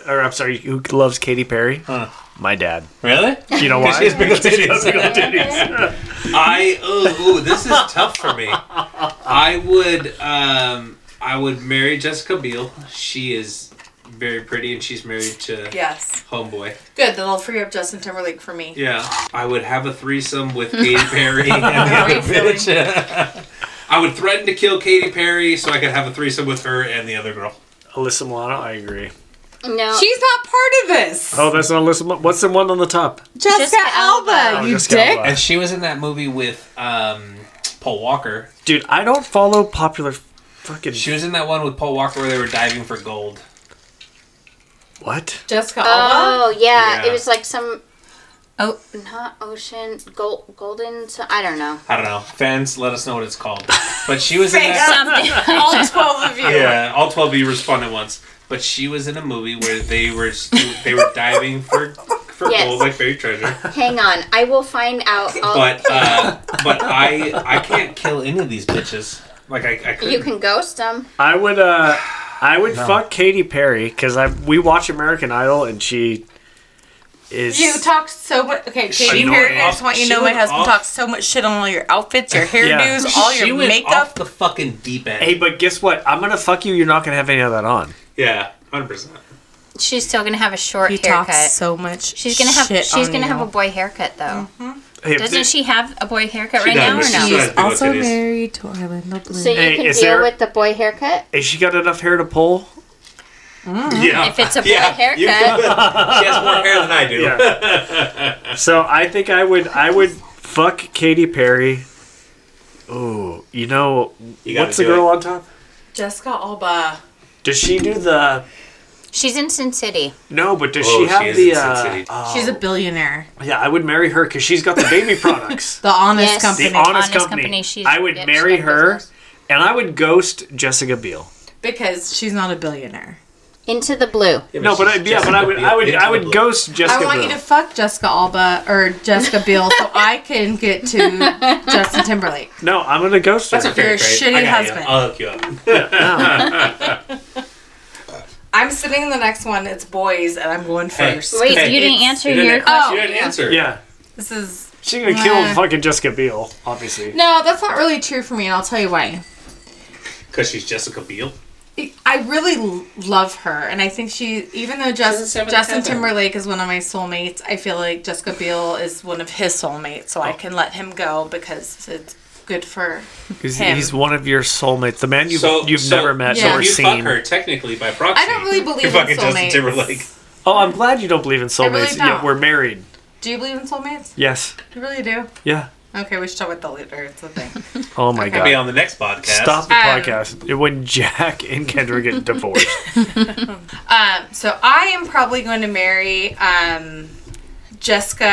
Speaker 2: Or I'm sorry, who loves Katy Perry?
Speaker 1: Huh.
Speaker 2: My dad.
Speaker 1: really,
Speaker 2: You know why?
Speaker 1: she has big old titties.
Speaker 2: titties.
Speaker 1: I ooh, ooh, this is tough for me. I would um I would marry Jessica Biel. She is very pretty and she's married to
Speaker 4: Yes.
Speaker 1: homeboy.
Speaker 4: Good. That'll free up Justin Timberlake for me.
Speaker 1: Yeah. I would have a threesome with Katy Perry and the other bitch. I would threaten to kill Katy Perry so I could have a threesome with her and the other girl.
Speaker 2: Alyssa Milano, I agree.
Speaker 3: no,
Speaker 4: She's not part of this.
Speaker 2: Oh, that's not Alyssa. Milano. What's the one on the top?
Speaker 4: Jessica,
Speaker 3: Jessica
Speaker 4: Alba,
Speaker 3: Alba.
Speaker 2: Oh,
Speaker 4: you
Speaker 2: Jessica
Speaker 4: dick.
Speaker 2: Alba.
Speaker 1: And she was in that movie with um Paul Walker.
Speaker 2: Dude, I don't follow popular fucking.
Speaker 1: She was in that one with Paul Walker where they were diving for gold.
Speaker 2: What?
Speaker 4: Jessica Alba.
Speaker 3: Oh yeah,
Speaker 1: Yeah.
Speaker 3: it was like some.
Speaker 7: Oh.
Speaker 3: Oh, not ocean, gold, golden. So I don't know.
Speaker 1: I don't know. Fans, let us know what it's called. But she was in
Speaker 4: Fans.
Speaker 1: that
Speaker 4: uh, All twelve of you.
Speaker 1: Yeah, all twelve of you responded once. But she was in a movie where they were they were diving for for
Speaker 3: Yes.
Speaker 1: gold like fairy treasure.
Speaker 3: Hang on, I will find out. I'll,
Speaker 1: But uh, but I I can't kill any of these bitches. Like I, I
Speaker 3: you
Speaker 1: couldn't.
Speaker 3: can ghost them.
Speaker 2: I would. uh I would fuck Katy Perry because I we watch American Idol and she is.
Speaker 4: You talked so much. Okay, Katy
Speaker 1: She
Speaker 4: Perry.
Speaker 1: went
Speaker 4: I just
Speaker 1: off-
Speaker 4: want you
Speaker 1: she
Speaker 4: to know my
Speaker 1: went
Speaker 4: husband
Speaker 1: off-
Speaker 4: talks so much shit on all your outfits, your hairdos, all
Speaker 1: she
Speaker 4: your
Speaker 1: went off
Speaker 4: makeup.
Speaker 1: the fucking deep end.
Speaker 2: Hey, but guess what? I'm gonna fuck you. You're not gonna have any of that on.
Speaker 1: Yeah, hundred percent.
Speaker 7: She's still gonna have a short
Speaker 4: He
Speaker 7: haircut.
Speaker 4: talks so much.
Speaker 7: she's gonna have
Speaker 4: shit
Speaker 7: she's
Speaker 4: on
Speaker 7: gonna
Speaker 4: you.
Speaker 7: have a boy haircut though.
Speaker 2: Hey, if
Speaker 7: Doesn't
Speaker 2: they-
Speaker 7: she have a boy haircut right
Speaker 1: does,
Speaker 7: now
Speaker 1: but
Speaker 7: or no?
Speaker 1: she's- She's also
Speaker 4: married to Orlando
Speaker 3: So you
Speaker 2: Hey,
Speaker 3: can deal
Speaker 2: is there-
Speaker 3: with the boy haircut.
Speaker 2: Has she got enough hair to pull?
Speaker 1: Yeah.
Speaker 7: If it's a boy
Speaker 1: you
Speaker 7: haircut.
Speaker 1: could. she has more hair than I do.
Speaker 2: Yeah. so I think I would I would fuck Katy Perry. Oh, you know
Speaker 1: You gotta
Speaker 2: what's the
Speaker 1: do
Speaker 2: girl
Speaker 1: it.
Speaker 2: on top?
Speaker 4: Jessica Alba.
Speaker 2: Does she do the
Speaker 7: She's in Sin City.
Speaker 2: no? But does
Speaker 1: Oh,
Speaker 2: she have
Speaker 1: she is
Speaker 2: the?
Speaker 1: in Sin
Speaker 2: Uh,
Speaker 1: City.
Speaker 2: uh,
Speaker 4: She's a billionaire.
Speaker 2: yeah, I would marry her because she's got the baby products.
Speaker 4: The Honest
Speaker 3: Yes.
Speaker 4: Company.
Speaker 2: the honest,
Speaker 7: Honest
Speaker 2: company.
Speaker 7: Company, she's-
Speaker 2: I would
Speaker 7: yeah, she's
Speaker 2: marry
Speaker 7: got
Speaker 2: her,
Speaker 7: business.
Speaker 2: and I would ghost Jessica Biel.
Speaker 4: because she's not a billionaire.
Speaker 3: Into the blue.
Speaker 2: No, but I, yeah, but I would I would I would ghost Jessica.
Speaker 4: I want
Speaker 2: Biel.
Speaker 4: you to fuck Jessica Alba or Jessica Biel so I can get to Justin Timberlake.
Speaker 2: No, I'm gonna ghost her.
Speaker 1: That's a fair
Speaker 4: You're a
Speaker 1: trade.
Speaker 4: shitty
Speaker 1: I got
Speaker 4: husband.
Speaker 1: You. I'll hook you up.
Speaker 4: I'm sitting in the next one. It's boys, and I'm going
Speaker 1: Hey.
Speaker 4: first.
Speaker 7: Wait,
Speaker 1: Hey,
Speaker 7: you didn't
Speaker 4: it's-
Speaker 7: answer
Speaker 1: You didn't-
Speaker 7: your
Speaker 1: You
Speaker 7: question.
Speaker 1: didn't answer.
Speaker 2: Yeah,
Speaker 4: This is
Speaker 2: she's gonna kill
Speaker 4: Nah.
Speaker 2: fucking Jessica Biel, obviously.
Speaker 4: no, that's not really true for me, and I'll tell you why.
Speaker 1: Because she's Jessica Biel.
Speaker 4: I really l- love her, and I think she, even though
Speaker 1: She's a
Speaker 4: Just,
Speaker 1: seventh
Speaker 4: Justin
Speaker 1: heaven.
Speaker 4: Timberlake is one of my
Speaker 2: Oh.
Speaker 4: soulmates, I feel like Jessica Biel is one of his soulmates, so I can let him go because it's good for
Speaker 2: He's,
Speaker 4: Him.
Speaker 2: he's one of your soulmates, the man you've
Speaker 1: so
Speaker 2: you've
Speaker 1: so-
Speaker 2: never met
Speaker 1: So
Speaker 2: or
Speaker 1: you fuck
Speaker 2: seen.
Speaker 1: her technically by proxy.
Speaker 9: I don't really believe
Speaker 1: You're
Speaker 9: in
Speaker 1: fucking Justin
Speaker 9: soulmates.
Speaker 1: Timberlake.
Speaker 2: Oh, I'm glad you don't believe in
Speaker 9: really
Speaker 2: soulmates. yeah,
Speaker 9: don't.
Speaker 2: we're married.
Speaker 9: Do you believe in soulmates?
Speaker 2: Yes.
Speaker 9: You really do.
Speaker 2: Yeah.
Speaker 9: Okay, we should talk about that later. It's a thing.
Speaker 2: Oh my
Speaker 1: I'll be
Speaker 2: god.
Speaker 1: on the next podcast.
Speaker 2: Stop the
Speaker 9: Um,
Speaker 2: podcast when Jack and Kendra get divorced.
Speaker 9: Um,
Speaker 4: So I am probably going to marry um, Jessica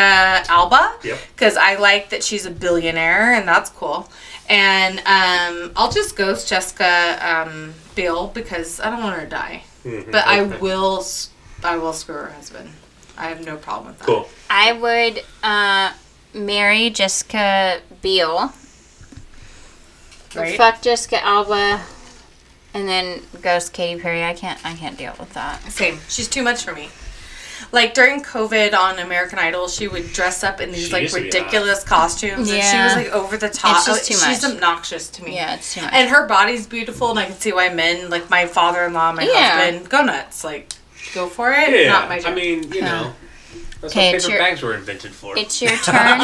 Speaker 4: Alba
Speaker 1: Yep.
Speaker 4: because I like that she's a billionaire and that's cool. And um, I'll just ghost Jessica um, Biel because I don't want her to die.
Speaker 1: Mm-hmm.
Speaker 4: But I will, s- I will screw her husband. I have no problem with that.
Speaker 1: Cool.
Speaker 3: I would uh, marry Jessica Biel,
Speaker 4: Right?
Speaker 3: fuck Jessica Alba, and then ghost Katy Perry. I can't. I can't deal with that.
Speaker 4: Same. She's too much for me. Like during COVID on American Idol, she would dress up in these
Speaker 1: She
Speaker 4: like
Speaker 1: used to be
Speaker 4: ridiculous costumes, and she
Speaker 3: Yeah.
Speaker 4: was like over the top. Oh,
Speaker 3: It's just too
Speaker 4: she's
Speaker 3: much.
Speaker 4: obnoxious to me.
Speaker 3: Yeah, it's too much.
Speaker 4: And her body's beautiful, and I can see why men, like my father-in-law, my
Speaker 3: Yeah.
Speaker 4: husband, go nuts. Like, go for it.
Speaker 1: Yeah.
Speaker 4: Not my job.
Speaker 1: I mean, you know, that's
Speaker 3: Okay,
Speaker 1: what
Speaker 3: it's
Speaker 1: paper
Speaker 3: your-
Speaker 1: bags were invented for.
Speaker 3: It's your turn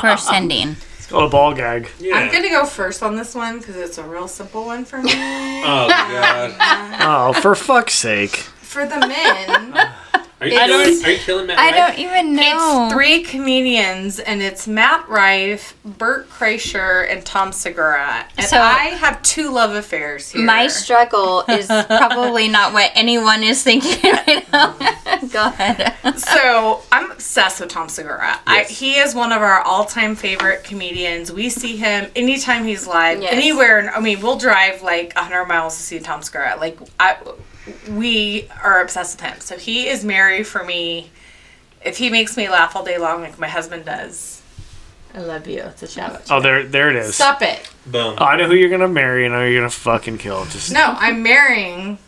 Speaker 3: for sending.
Speaker 2: It's called a Oh, ball gag.
Speaker 1: yeah.
Speaker 4: I'm gonna go first on this one because it's a real simple one for me.
Speaker 1: Oh god.
Speaker 2: Oh, for fuck's sake.
Speaker 4: for the men,
Speaker 1: Are you, killing, are you killing Matt?
Speaker 3: I
Speaker 1: Rife?
Speaker 3: don't even know.
Speaker 4: it's three comedians, and it's Matt Rife, Burt Kreischer, and Tom Segura. And
Speaker 3: So-
Speaker 4: I have two love affairs here.
Speaker 3: My struggle is probably not what anyone is thinking right now. Go ahead.
Speaker 4: so I'm obsessed with Tom Segura. I,
Speaker 1: Yes.
Speaker 4: he is one of our all-time favorite comedians. We see him anytime he's live,
Speaker 3: Yes.
Speaker 4: anywhere. in- I mean, we'll drive like 100 miles to see Tom Segura. Like, I, we are obsessed with him. So he is Mary for me. If he makes me laugh all day long, like my husband does,
Speaker 9: I love you. It's a shout out.
Speaker 2: Oh, there there it is.
Speaker 9: Stop it.
Speaker 1: Boom.
Speaker 2: Oh, I know who you're gonna marry and I know who you're gonna fucking kill. Just
Speaker 4: no, I'm marrying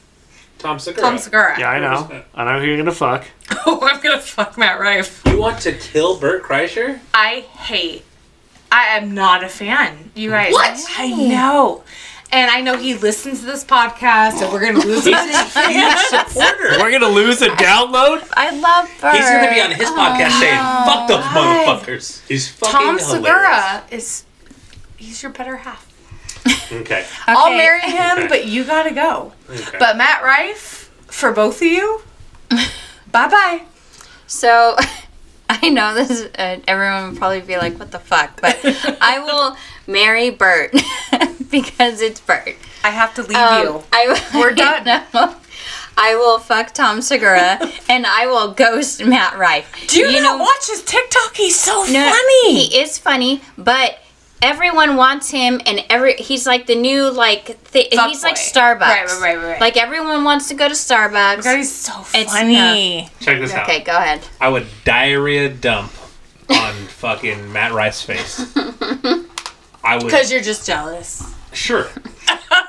Speaker 1: Tom Segura.
Speaker 4: Tom Segura.
Speaker 2: yeah, I know. I know who you're gonna fuck.
Speaker 4: Oh, I'm gonna fuck Matt Rife.
Speaker 1: You want to kill Burt Kreischer?
Speaker 4: I hate. I am not a fan. You guys. What? I know. And I know he listens to this podcast, and we're gonna lose him.
Speaker 1: Huge supporter.
Speaker 2: We're gonna lose a download.
Speaker 3: I love her.
Speaker 1: He's gonna be on his podcast saying, "Fuck those motherfuckers." He's fucking
Speaker 4: Tom
Speaker 1: hilarious.
Speaker 4: Segura is. He's your better half.
Speaker 1: Okay.
Speaker 4: I'll
Speaker 3: Okay.
Speaker 4: marry him, but you gotta go.
Speaker 1: Okay.
Speaker 4: But Matt Rife, for both of you, bye bye.
Speaker 3: So I know this. Uh, everyone would probably be like, "What the fuck?" But I will marry Bert because it's Bert.
Speaker 4: I have to leave
Speaker 3: Um,
Speaker 4: you.
Speaker 3: I
Speaker 4: We're done.
Speaker 3: No. I will fuck Tom Segura and I will ghost Matt Rife.
Speaker 4: Do you, not watch his TikTok? He's so
Speaker 3: No,
Speaker 4: funny.
Speaker 3: He is funny, but everyone wants him, and every he's like the new like thi- he's like
Speaker 4: Fuckboy.
Speaker 3: Starbucks.
Speaker 4: Right, right, right, right, right.
Speaker 3: Like everyone wants to go to Starbucks.
Speaker 4: God, he's so
Speaker 3: It's
Speaker 4: funny.
Speaker 1: Check this out.
Speaker 3: okay, go ahead.
Speaker 1: I would diarrhea dump on fucking Matt Rife's face. I would
Speaker 4: Because you're just jealous.
Speaker 1: Sure.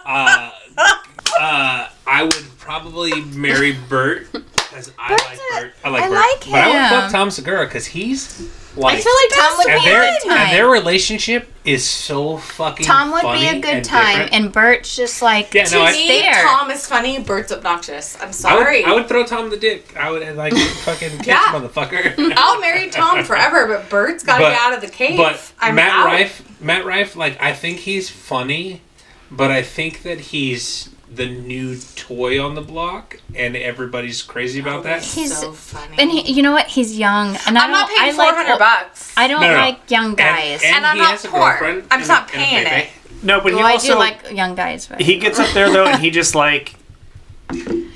Speaker 1: uh, uh, I would probably marry Bert because I like Bert. I like
Speaker 3: I
Speaker 1: Bert.
Speaker 3: like
Speaker 1: But I
Speaker 3: him.
Speaker 1: would fuck Tom Segura because he's like.
Speaker 3: I feel like Tom would
Speaker 1: and
Speaker 3: be
Speaker 1: their,
Speaker 3: a good
Speaker 1: and their
Speaker 3: time.
Speaker 1: relationship is so fucking.
Speaker 3: Tom would be
Speaker 1: funny
Speaker 3: a good
Speaker 1: and
Speaker 3: time,
Speaker 1: different.
Speaker 3: and Bert's just like
Speaker 1: Yeah, no, I-
Speaker 3: he's
Speaker 4: Me,
Speaker 3: there.
Speaker 4: Tom is funny. Bert's obnoxious. I'm
Speaker 1: I
Speaker 4: sorry.
Speaker 1: would,
Speaker 4: I
Speaker 1: I would throw Tom the dick. I would like fucking catch
Speaker 4: Yeah.
Speaker 1: motherfucker.
Speaker 4: will marry Tom forever, but Bert's got to
Speaker 1: But-
Speaker 4: get out of the cave.
Speaker 1: But
Speaker 4: I'm
Speaker 1: Matt
Speaker 4: out.
Speaker 1: Rife, Matt Rife, like I think he's funny, but I think that he's the new toy on the block, and everybody's crazy about that.
Speaker 3: He's-
Speaker 4: so funny.
Speaker 3: and he, you know what? He's young, and I
Speaker 4: I'm not
Speaker 3: don't-
Speaker 4: paying
Speaker 3: I like
Speaker 4: 400
Speaker 3: old-
Speaker 4: bucks.
Speaker 3: I don't
Speaker 1: No, no, no.
Speaker 3: like young guys.
Speaker 4: And I'm
Speaker 1: he
Speaker 4: not
Speaker 1: has a
Speaker 4: poor.
Speaker 1: girlfriend
Speaker 4: I'm
Speaker 1: and
Speaker 4: not
Speaker 1: a- and a
Speaker 4: paying
Speaker 1: baby.
Speaker 4: it.
Speaker 2: No, but he
Speaker 3: well, I
Speaker 2: also
Speaker 3: do like young guys, but
Speaker 2: he gets up there though and he just like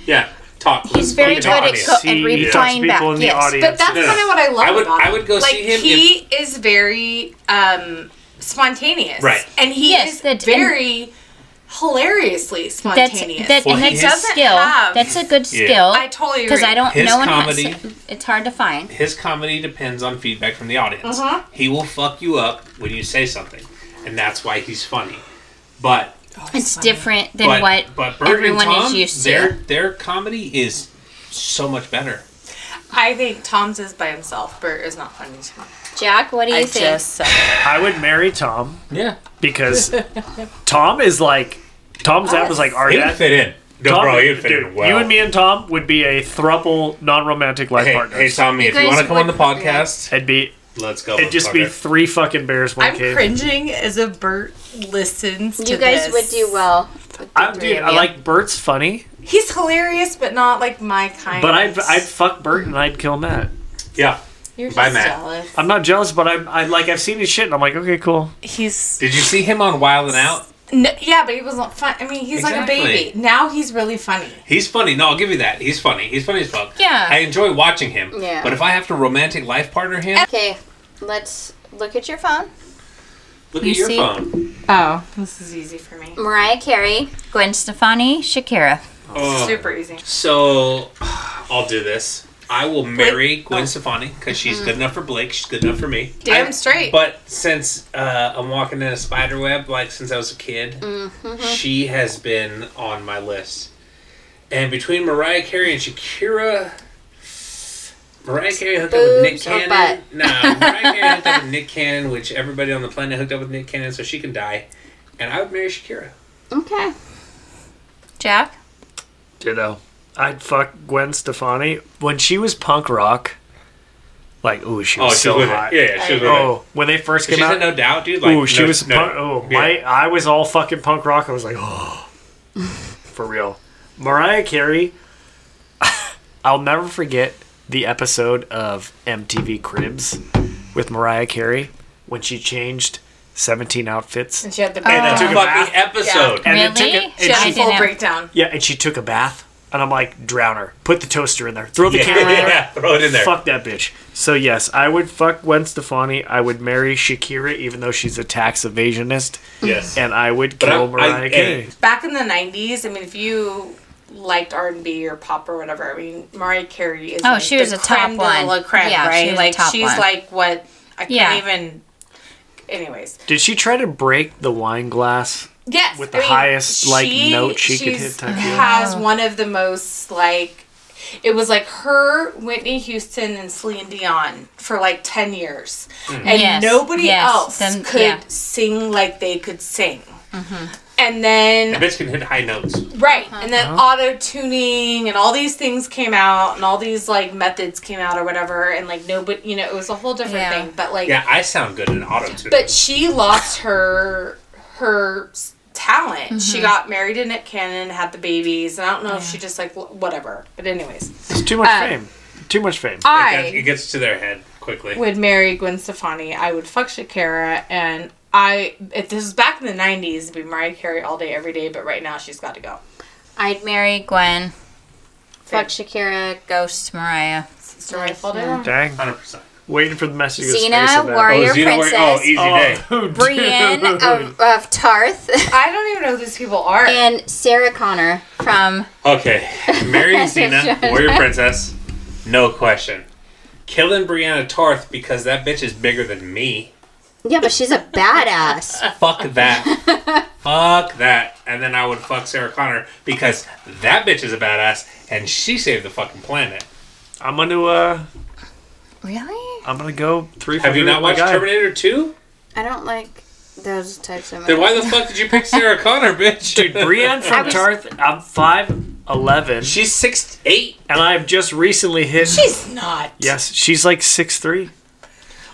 Speaker 1: Yeah, talk.
Speaker 3: He's very good at
Speaker 1: audience.
Speaker 3: co- and
Speaker 2: see he talks
Speaker 3: replying
Speaker 2: to people
Speaker 3: back,
Speaker 2: in the
Speaker 3: yes.
Speaker 2: audience.
Speaker 4: But that's
Speaker 1: No, no,
Speaker 4: kind of what I love
Speaker 1: I would,
Speaker 4: about
Speaker 1: I
Speaker 4: him.
Speaker 1: would go
Speaker 4: like,
Speaker 1: see him. if,
Speaker 4: he is very um, spontaneous.
Speaker 1: Right.
Speaker 4: And he
Speaker 3: Yes,
Speaker 4: is
Speaker 3: that-
Speaker 4: very hilariously
Speaker 3: that's
Speaker 4: spontaneous.
Speaker 3: that,
Speaker 1: Well,
Speaker 3: and
Speaker 1: he
Speaker 3: that's a
Speaker 4: doesn't
Speaker 3: skill.
Speaker 4: have-
Speaker 3: That's a good
Speaker 1: Yeah.
Speaker 3: skill.
Speaker 4: I totally agree.
Speaker 3: because I don't
Speaker 1: His
Speaker 3: know one
Speaker 1: comedy-
Speaker 3: has it's hard to find.
Speaker 1: his comedy depends on feedback from the audience.
Speaker 3: Mm-hmm.
Speaker 4: Mhm.
Speaker 1: He will fuck you up when you say something, and that's why he's funny. But
Speaker 3: It's different than
Speaker 1: but
Speaker 3: what
Speaker 1: but Bert
Speaker 3: everyone
Speaker 1: and Tom,
Speaker 3: is used
Speaker 1: Their
Speaker 3: to.
Speaker 1: their comedy is so much better.
Speaker 4: I think Tom's is by himself. Bert is not funny to me.
Speaker 3: Jack, what do you
Speaker 4: I
Speaker 3: think?
Speaker 4: just said it.
Speaker 2: I would marry Tom
Speaker 1: Yeah,
Speaker 2: because Tom is like Tom's dad was like our
Speaker 1: he would
Speaker 2: dad.
Speaker 1: fit in. No,
Speaker 2: Tom,
Speaker 1: bro, he would fit
Speaker 2: dude,
Speaker 1: in well.
Speaker 2: you and me and Tom would be a thruple non-romantic life
Speaker 1: hey,
Speaker 2: partners.
Speaker 1: hey Tommy, if you
Speaker 3: guys
Speaker 1: want to come on the
Speaker 3: would-
Speaker 1: podcast,
Speaker 2: It'd be
Speaker 1: Let's go.
Speaker 2: It'd just be
Speaker 1: motherfucker.
Speaker 2: three fucking bears, one
Speaker 4: I'm
Speaker 2: kid.
Speaker 4: cringing as a Bert listens to
Speaker 5: You guys
Speaker 4: this.
Speaker 5: would do well. With the
Speaker 2: I,
Speaker 5: three
Speaker 2: dude,
Speaker 5: of
Speaker 2: I
Speaker 5: you.
Speaker 2: like Bert's funny,
Speaker 4: He's hilarious, but not like my kind.
Speaker 2: but I'd, I'd fuck Bert and I'd kill Matt.
Speaker 1: yeah.
Speaker 5: You're
Speaker 1: Bye,
Speaker 5: just
Speaker 1: Matt.
Speaker 5: jealous.
Speaker 2: I'm not jealous, but I'm I, like I've seen his shit and I'm like, okay, cool.
Speaker 4: He's
Speaker 1: Did you see him on Wild and Out?
Speaker 4: no, yeah, but he wasn't fun. I mean, he's like a
Speaker 1: Exactly.
Speaker 4: baby. Now he's really funny.
Speaker 1: He's funny. No, I'll give you that. He's funny. He's funny as fuck.
Speaker 3: Yeah.
Speaker 1: I enjoy watching him.
Speaker 5: Yeah.
Speaker 1: But if I have to romantic life partner him,
Speaker 5: Okay, let's look at your phone.
Speaker 1: look
Speaker 3: You
Speaker 1: at your
Speaker 3: see-
Speaker 1: phone.
Speaker 6: Oh,
Speaker 4: This is easy for me.
Speaker 5: Mariah Carey.
Speaker 3: Gwen Stefani, Shakira.
Speaker 1: Oh.
Speaker 4: Super easy.
Speaker 1: So, I'll do this. I will marry Gwen Stefani because she's good enough for Blake. She's good enough for me.
Speaker 4: Oh. Mm-hmm. Damn
Speaker 1: I'm-
Speaker 4: straight.
Speaker 1: But since uh, I'm walking in a spider web, like since I was a kid,
Speaker 4: Mm-hmm.
Speaker 1: she has been on my list. And between Mariah Carey and Shakira, Mariah Carey hooked up with Nick
Speaker 5: Boobs or
Speaker 1: Cannon. No, Mariah Carey hooked up with Nick Cannon, which everybody on the planet hooked up with Nick Cannon, so she can die. And I would marry Shakira.
Speaker 5: Okay.
Speaker 3: Jack?
Speaker 2: Ditto. I'd fuck Gwen Stefani when she was punk rock. Like, ooh, she was so hot.
Speaker 1: Yeah, yeah, Oh, she was with it.
Speaker 2: Oh, when they first
Speaker 1: She's
Speaker 2: came out,
Speaker 1: in no doubt, dude. Like,
Speaker 2: ooh, she
Speaker 1: no-
Speaker 2: was
Speaker 1: no-
Speaker 2: punk. Oh,
Speaker 1: yeah.
Speaker 2: my, I was all fucking punk rock. I was like, oh, for real. Mariah Carey. I'll never forget the episode of MTV Cribs with Mariah Carey when she changed seventeen outfits.
Speaker 4: And she had the
Speaker 1: And that's a
Speaker 2: took
Speaker 4: breakdown.
Speaker 2: a
Speaker 1: fucking
Speaker 2: bath.
Speaker 1: episode.
Speaker 2: And it took
Speaker 3: really?
Speaker 2: it- it
Speaker 4: she
Speaker 2: took-
Speaker 4: had
Speaker 3: I
Speaker 4: a full
Speaker 3: didn't-
Speaker 4: breakdown.
Speaker 2: Yeah, and she took a bath, and I'm like, drown her. Put the toaster in there. Throw the
Speaker 1: Yeah,
Speaker 2: camera in there.
Speaker 1: yeah, throw it in there.
Speaker 2: Fuck that bitch. So yes, I would fuck Gwen Stefani. I would marry Shakira, even though she's a tax evasionist,
Speaker 1: Yes.
Speaker 2: and I would
Speaker 1: But
Speaker 2: kill
Speaker 1: I'm- I-
Speaker 2: Mariah Carey.
Speaker 4: Back in the '90s, I mean, if you liked R&B or pop or whatever, I mean, Mariah Carey is.
Speaker 3: Oh,
Speaker 4: like
Speaker 3: she
Speaker 4: the
Speaker 3: was a top
Speaker 4: creme de la
Speaker 3: one.
Speaker 4: creme,
Speaker 3: Yeah, she
Speaker 4: right?
Speaker 3: was a
Speaker 4: like
Speaker 3: top
Speaker 4: she's
Speaker 3: one.
Speaker 4: like what I can't
Speaker 3: Yeah.
Speaker 4: even. Anyways,
Speaker 2: Did she try to break the wine glass?
Speaker 4: Yes,
Speaker 2: with the highest, like, note she could
Speaker 4: she's-
Speaker 2: hit type deal.
Speaker 4: Has one of the most like it was like her, Whitney Houston, and Celine Dion for like ten years,
Speaker 2: Mm.
Speaker 4: and
Speaker 3: Yes,
Speaker 4: nobody
Speaker 3: yes,
Speaker 4: else
Speaker 3: them-
Speaker 4: could
Speaker 3: yeah. Mm-hmm.
Speaker 4: sing like they could sing. And
Speaker 1: The
Speaker 4: then
Speaker 1: bitch can hit high notes.
Speaker 4: right,
Speaker 3: Uh-huh.
Speaker 4: and then
Speaker 2: Uh-huh.
Speaker 4: auto tuning and all these things came out, and all these like methods came out or whatever, and like nobody, you know, it was a whole different
Speaker 3: Yeah.
Speaker 4: thing. But like,
Speaker 1: Yeah, I sound good in auto tune.
Speaker 4: but she lost her her s- talent. She got married to Nick Cannon, had the babies, and I don't know if she just like wh- whatever. But anyways,
Speaker 2: It's too much fame. Too much fame.
Speaker 4: uh,
Speaker 1: It,
Speaker 4: I
Speaker 1: gets to their head quickly.
Speaker 4: would marry Gwen Stefani. I would fuck Shakira, and I if this is back in the '90s, it'd be Mariah Carey all day, every day. But right now, she's got to go.
Speaker 3: I'd marry Gwen.
Speaker 5: Fuck Shakira.
Speaker 3: Ghost Mariah.
Speaker 4: Sister Wife all day long.
Speaker 2: Dang.
Speaker 1: 100%.
Speaker 2: Waiting for the message. to go
Speaker 5: Xena,
Speaker 2: space about-
Speaker 5: Warrior-
Speaker 1: Xena Warrior-
Speaker 5: princess.
Speaker 1: Oh, easy day.
Speaker 2: Oh, dude.
Speaker 3: Brienne
Speaker 5: Of, of Tarth
Speaker 4: I don't even know who these people are.
Speaker 5: and Sarah Connor.
Speaker 3: from
Speaker 1: Okay. Mary Xena, Warrior Princess. No question. Killing Brianna Tarth because that bitch is bigger than me.
Speaker 5: Yeah, but she's a badass.
Speaker 1: Fuck that. fuck that. And then I would fuck Sarah Connor because that bitch is a badass and she saved the fucking planet.
Speaker 2: I'm gonna. Uh,
Speaker 5: really?
Speaker 2: I'm gonna go three. for
Speaker 1: Have you
Speaker 2: three
Speaker 1: not
Speaker 2: with
Speaker 1: watched
Speaker 2: my guy.
Speaker 1: Terminator 2?
Speaker 5: I don't like those types of
Speaker 1: Then
Speaker 5: movies.
Speaker 1: why the fuck did you pick Sarah Connor, bitch?
Speaker 2: Dude, Brienne from Tarth. I'm five eleven,
Speaker 1: She's six eight.
Speaker 2: and I've just recently hit.
Speaker 4: She's not.
Speaker 2: Yes, she's like six three.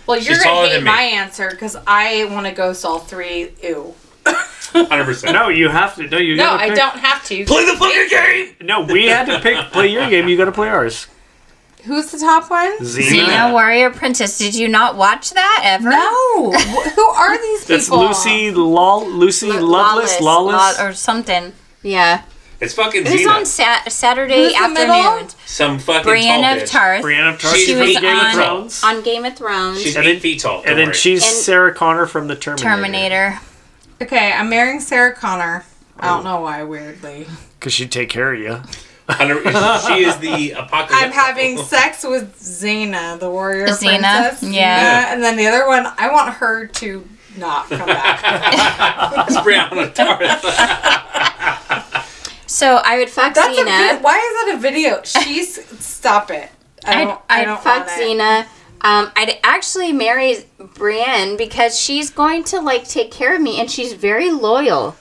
Speaker 4: Well, you're
Speaker 1: She's taller
Speaker 4: gonna hate
Speaker 1: than me.
Speaker 4: my answer because I want to ghost all three. Ew.
Speaker 1: Hundred percent.
Speaker 2: No, you have to. No, you.
Speaker 4: No,
Speaker 2: gotta
Speaker 4: I
Speaker 2: pick.
Speaker 4: don't have to.
Speaker 1: play the fucking game.
Speaker 2: No, we had to pick. Play your game. You got to play ours.
Speaker 4: Who's the top one?
Speaker 2: Xena.
Speaker 3: Xena Warrior Princess. Did you not watch that ever?
Speaker 4: No. Wh- Who are these people?
Speaker 2: That's Lucy Law. Lucy Loveless. Lawless.
Speaker 3: Law- or something.
Speaker 5: yeah.
Speaker 1: It's fucking
Speaker 3: It was on
Speaker 1: Xena.
Speaker 3: sat- Saturday
Speaker 4: Who's the middle?
Speaker 3: afternoons.
Speaker 1: Some fucking tall
Speaker 3: Brianna
Speaker 1: bitch.
Speaker 3: of Tarth.
Speaker 2: Brienne of Tarth
Speaker 1: She
Speaker 2: from
Speaker 1: was
Speaker 2: Game
Speaker 3: on-
Speaker 2: of Thrones.
Speaker 5: On Game of Thrones.
Speaker 1: She's
Speaker 2: And
Speaker 1: eight
Speaker 2: then-
Speaker 1: feet tall.
Speaker 2: and then she's
Speaker 5: And-
Speaker 2: Sarah Connor from the Terminator.
Speaker 3: Terminator.
Speaker 4: Okay, I'm marrying Sarah Connor. I don't
Speaker 1: Oh.
Speaker 4: know why, weirdly.
Speaker 2: Because she'd take care of you.
Speaker 1: Hundred- she is the apocalypse.
Speaker 4: I'm having sex with Xena, the warrior
Speaker 3: Xena?
Speaker 4: princess.
Speaker 3: Yeah.
Speaker 4: And then the other one, I want her to not come back.
Speaker 1: It's Brianna of Tarth.
Speaker 3: So I would
Speaker 5: fuck
Speaker 3: fuck
Speaker 4: That's a
Speaker 5: Xena.
Speaker 4: vi- why is that a video? She's stop it. I
Speaker 3: I'd-
Speaker 4: don't, I
Speaker 5: I'd
Speaker 4: don't
Speaker 5: fuck
Speaker 4: want it.
Speaker 5: Xena. Um, I'd actually marry Brienne because she's going to like take care of me and she's very loyal.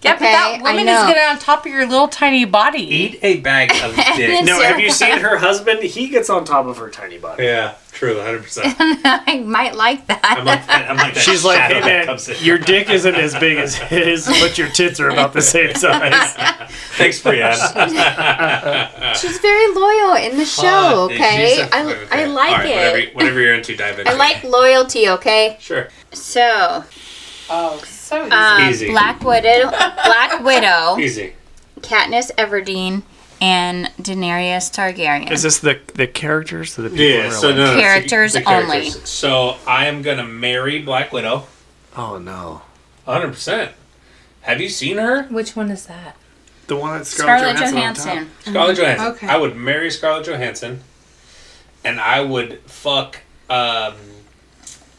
Speaker 4: Yeah, but that
Speaker 3: Okay, I
Speaker 4: woman is
Speaker 3: know.
Speaker 4: gonna on top of your little tiny body.
Speaker 1: Eat a bag of dick.
Speaker 2: No, have you seen her husband? He gets on top of her tiny body.
Speaker 1: Yeah, true, 100%.
Speaker 3: I might like that.
Speaker 1: I'm like, that- I'm like that
Speaker 2: She's like,
Speaker 1: shadow
Speaker 2: hey
Speaker 1: that
Speaker 2: man,
Speaker 1: comes in."
Speaker 2: your dick isn't as big as his, but your tits are about the same size.
Speaker 1: Thanks, Brienne.
Speaker 3: She's very loyal in the
Speaker 1: Uh, Fuck,
Speaker 3: show,
Speaker 1: dude, she's so-
Speaker 3: okay? I, I
Speaker 1: All
Speaker 3: like
Speaker 1: right,
Speaker 3: it.
Speaker 1: Whatever, whatever you're into, dive into.
Speaker 3: I
Speaker 1: it.
Speaker 3: like loyalty, okay?
Speaker 1: Sure.
Speaker 3: So,
Speaker 4: Oh, so easy.
Speaker 3: um,
Speaker 1: Easy.
Speaker 3: Black Widow, Black Widow,
Speaker 1: Easy.
Speaker 3: Katniss Everdeen, and Daenerys Targaryen.
Speaker 2: Is this the the characters or the people? in
Speaker 1: Yeah,
Speaker 2: real
Speaker 1: so
Speaker 2: life?
Speaker 1: no, no,
Speaker 3: Characters
Speaker 1: the
Speaker 3: only.
Speaker 1: So I am gonna marry Black Widow,
Speaker 2: Oh no,
Speaker 1: hundred percent. Have you seen
Speaker 3: Uh-huh.
Speaker 1: her,
Speaker 10: Which one is that?
Speaker 2: the one that's
Speaker 3: Scarlett
Speaker 2: Scarlett Johansson. on top.
Speaker 3: Johansson.
Speaker 1: Scarlett Johansson?
Speaker 10: Okay.
Speaker 1: I would marry Scarlett Johansson, and I would fuck um,